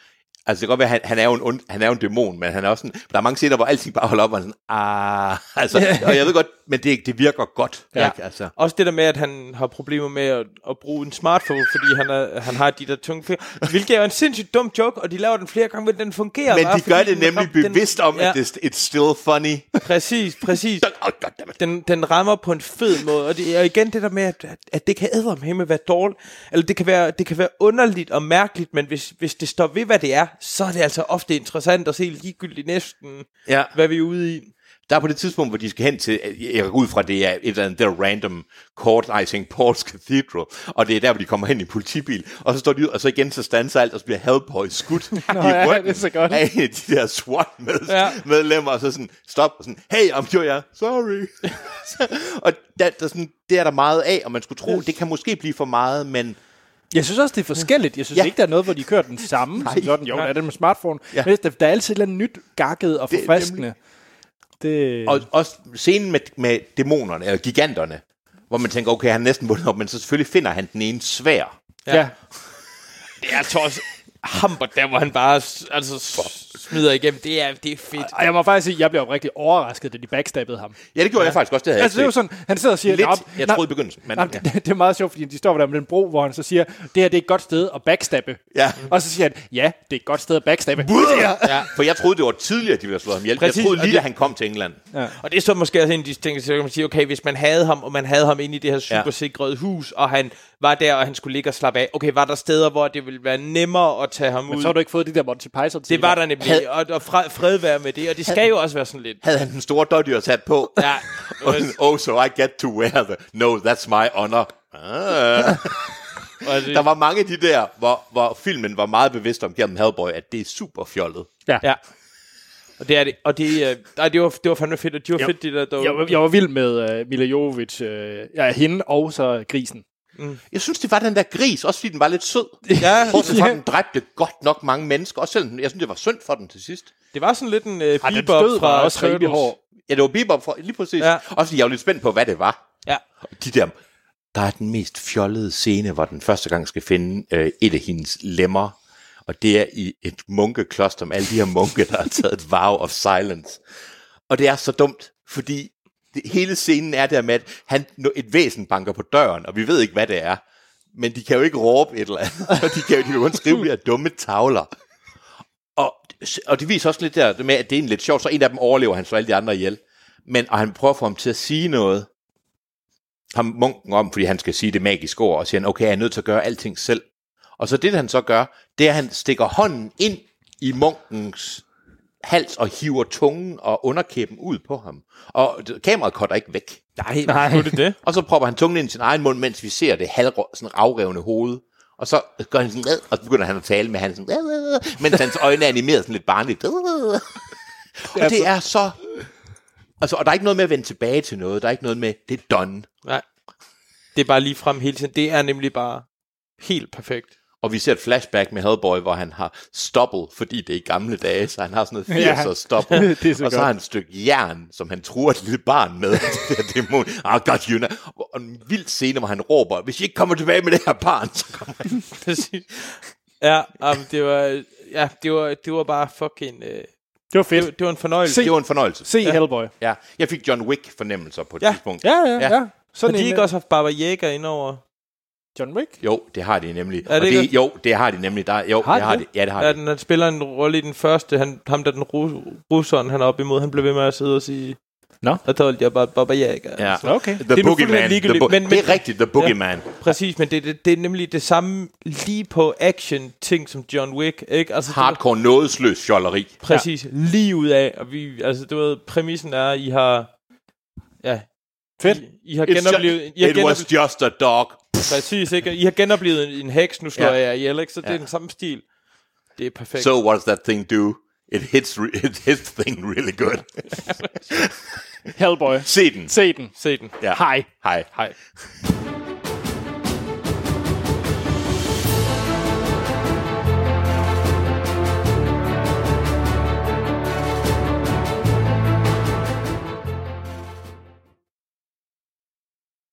Speaker 2: altså det kan godt være, han, han, er jo en, ond, han er jo en dæmon, men han er også sådan, der er mange scener, hvor alting bare holder op, og han er sådan, ah, altså, og jeg ved godt, men det, det virker godt, ja. ikke, altså.
Speaker 3: Også det der med, at han har problemer med at, at bruge en smartphone, fordi han, er, han har de der tunge fingre. Hvilket er en sindssygt dum joke, og de laver den flere gange, men den fungerer
Speaker 2: Men
Speaker 3: bare,
Speaker 2: de gør
Speaker 3: fordi
Speaker 2: det
Speaker 3: den
Speaker 2: nemlig
Speaker 3: rammer- den-
Speaker 2: bevidst om,
Speaker 3: ja,
Speaker 2: at det, it's still funny.
Speaker 3: Præcis, præcis.
Speaker 2: Oh, goddammit.
Speaker 3: Den, den rammer på en fed måde, og, det, og igen det der med, at, at- at det kan med være dårligt, eller det kan være, det kan være underligt og mærkeligt, men hvis, hvis det står ved, hvad det er, så er det altså ofte interessant at se ligegyldigt næsten,
Speaker 2: Ja.
Speaker 3: hvad vi er ude i.
Speaker 2: Der er på det tidspunkt, hvor de skal hen til, jeg går ud fra, det er et eller andet der random court, I St. Paul's Cathedral, og det er der, hvor de kommer hen i politibil, og så står de ud, og så igen, så standser alt, og så bliver Hellboy skudt i
Speaker 1: ja,
Speaker 2: ryggen
Speaker 1: det er så godt.
Speaker 2: af en af de der
Speaker 3: Ja.
Speaker 2: SWAT-medlemmer, og så sådan, stop, og sådan, hey, I'm sure jeg, sorry. Så- og der, der sådan, det er der meget af, og man skulle tro, det kan måske blive for meget, men
Speaker 1: Jeg synes også, det er forskelligt. Jeg synes
Speaker 2: Ja.
Speaker 1: ja. ikke, der er noget, hvor de kører den samme. som sådan. Jo, der er den med smartphone.
Speaker 2: Ja.
Speaker 1: Ja. Men der, der er altid et eller andet nyt, gakket og
Speaker 2: Det er
Speaker 1: forfriskende. Det,
Speaker 2: Og også scenen med, med dæmonerne, eller giganterne, hvor man tænker, okay, han er næsten vundet op, men så selvfølgelig finder han den ene svær.
Speaker 1: ja. ja.
Speaker 3: Det er altså også Humbert, der hvor han bare s- altså, s- smider igennem. Det er, det er fedt.
Speaker 1: Og jeg må faktisk sige, jeg blev rigtig overrasket, da de backstabbede ham.
Speaker 2: Ja, det gjorde ja. jeg faktisk også, det havde
Speaker 1: Altså, det er
Speaker 2: jeg
Speaker 1: jo
Speaker 2: ikke set.
Speaker 1: sådan, han sidder og siger...
Speaker 2: Lidt,
Speaker 1: "Nå,
Speaker 2: jeg
Speaker 1: nej,
Speaker 2: troede i begyndelsen, men-
Speaker 1: nej,
Speaker 2: ja.
Speaker 1: det, det, er meget sjovt, fordi de står der med den bro, hvor han så siger, det her det er et godt sted at backstabbe.
Speaker 2: Ja.
Speaker 1: Og så siger han, ja, det er et godt sted at backstabbe.
Speaker 2: Ja. For jeg troede, det var tidligere, de ville have slået ham ihjel.
Speaker 3: Præcis,
Speaker 2: jeg troede
Speaker 3: og
Speaker 2: lige,
Speaker 3: det-
Speaker 2: da han kom til England. Ja.
Speaker 3: Og det er så måske også en af de ting, så kan man sige, okay, hvis man havde ham, og man havde ham inde i det her
Speaker 2: Ja.
Speaker 3: supersikrede ja. hus, og han var der, og han skulle ligge og slappe af. Okay, var der steder, hvor det ville være nemmere at tage ham
Speaker 1: Men
Speaker 3: ud?
Speaker 1: så har du ikke fået de der Monty Python
Speaker 3: det var der nemlig,
Speaker 2: Havde-
Speaker 3: og, og fred, fred være med det, og det skal jo også være sådan lidt.
Speaker 2: Havde han den store dodger sat på?
Speaker 3: Ja,
Speaker 2: Og sådan, oh, so I get to wear the... No, that's my honor. Ah. Der var mange af de der, hvor, hvor filmen var meget bevidst om gennem Hellboy, at det er super fjollet.
Speaker 3: ja. Og det er det. Og det, øh, nej, det, var, det var fandme fedt, og det var fedt, det der dog.
Speaker 1: Jeg, var- jeg var vild med uh, Mila Jovovich, uh, ja, hende og så grisen.
Speaker 2: Jeg synes, det var den der gris, også fordi den var lidt sød.
Speaker 3: Ja.
Speaker 2: Bortset fra, at den dræbte godt nok mange mennesker, også selvom den- jeg synes, det var synd for den til sidst.
Speaker 3: Det var sådan lidt en øh,
Speaker 1: Ej, den
Speaker 3: bebop
Speaker 1: stød
Speaker 3: fra
Speaker 1: var også rimelig
Speaker 3: Turtles.
Speaker 1: hård.
Speaker 2: Ja, det var Bebop for, lige præcis.
Speaker 3: Ja.
Speaker 2: Ja. Også fordi jeg var lidt spændt på, hvad det var.
Speaker 3: Ja.
Speaker 2: De der, der er den mest fjollede scene, hvor den første gang skal finde øh, et af hendes lemmer. Og det er i et munkekloster med alle de her munke, der har taget et vow of silence. Og det er så dumt, fordi det, hele scenen er der med, at han, et væsen banker på døren, og vi ved ikke, hvad det er. Men de kan jo ikke råbe et eller andet, og de kan jo, de kan jo kun skrive de her dumme tavler. Og, og det viser også lidt der det med, at det er en lidt sjovt, så en af dem overlever han så alle de andre ihjel. Men, og han prøver at få ham til at sige noget. Ham munken om, fordi han skal sige det magiske ord, og siger han, okay, jeg er nødt til at gøre alting selv. Og så det, han så gør, det er, at han stikker hånden ind i munkens hals og hiver tungen og underkæben ud på ham. Og det- kameraet cutter ikke væk.
Speaker 3: Nej, nej. Nu er det det.
Speaker 2: Og så propper han tungen ind i sin egen mund, mens vi ser det halv, sådan afrevne hoved. Og så gør han sådan, "Ad," og så begynder han at tale med han sådan, "Ad, ad, ad," mens hans øjne er animeret sådan lidt barnligt. "Ad, ad, ad." Og det er så... Altså, og der er ikke noget med at vende tilbage til noget. Der er ikke noget med, det er done.
Speaker 3: Nej. Det er bare lige frem hele tiden. Det er nemlig bare helt perfekt.
Speaker 2: Og vi ser et flashback med Hellboy, hvor han har stubble, fordi det er i gamle dage, så han har sådan noget 80'er ja. stubble. det er så og så godt. har han et stykke jern, som han truer et lille barn med. det dæmon. Oh, God, you know. Og en vild scene, hvor han råber, hvis I ikke kommer tilbage med det her barn, så kommer han.
Speaker 3: ja, um, det var, ja det, var, det var bare fucking... Øh,
Speaker 1: det var fedt.
Speaker 3: Det, det var en fornøjelse.
Speaker 2: Se, det var en fornøjelse.
Speaker 1: Se ja. Hellboy.
Speaker 2: Ja, jeg fik John Wick-fornemmelser på et
Speaker 3: ja.
Speaker 2: tidspunkt.
Speaker 1: Ja, ja, ja. ja.
Speaker 3: Sådan har de ikke også haft Barbara Jæger indover?
Speaker 1: John Wick?
Speaker 2: Jo, det har de nemlig.
Speaker 3: Er det
Speaker 2: og
Speaker 3: ikke
Speaker 2: det, jo, det har de nemlig. Der, jo,
Speaker 1: Har
Speaker 2: det
Speaker 1: de
Speaker 2: har
Speaker 1: det?
Speaker 2: de. Ja, det har
Speaker 3: Ja,
Speaker 2: de.
Speaker 3: den, han spiller en rolle i den første. Han, ham der den rus, russeren, han er op imod, han blev ved med at sidde og sige...
Speaker 1: Nå.
Speaker 3: Og der jeg bare Baba Yaga.
Speaker 2: Ja.
Speaker 1: Nå, okay.
Speaker 2: The
Speaker 3: nu
Speaker 2: Boogeyman.
Speaker 3: fuldstændig
Speaker 2: The
Speaker 3: ligegyldigt,
Speaker 2: bo-
Speaker 3: men-
Speaker 2: det er
Speaker 3: men-
Speaker 2: rigtigt, The Boogeyman. Ja.
Speaker 3: Præcis, men det, det, det, er nemlig det samme lige på action-ting som John Wick, ikke? Altså, det var-
Speaker 2: Hardcore nådesløs fjolleri.
Speaker 3: Præcis, ja. lige ud af. Og vi, altså, du ved, præmissen er, at I har... Ja,
Speaker 1: Fedt.
Speaker 3: I, I har
Speaker 2: It's ju-
Speaker 3: genoplevet... I har
Speaker 2: It was
Speaker 3: genoplevet
Speaker 2: just a dog.
Speaker 3: præcis, ikke? I har genoplevet en, en heks, nu slår
Speaker 2: Ja.
Speaker 3: ja. jeg jer ihjel, ikke? Så det
Speaker 2: Ja.
Speaker 3: er den samme stil. Det er perfekt.
Speaker 2: So what does that thing do? It hits, re- it hits thing really good.
Speaker 1: Hellboy.
Speaker 2: Se den.
Speaker 1: Se den.
Speaker 3: Se den.
Speaker 2: Ja.
Speaker 1: Hej.
Speaker 2: Hej.
Speaker 1: Hej.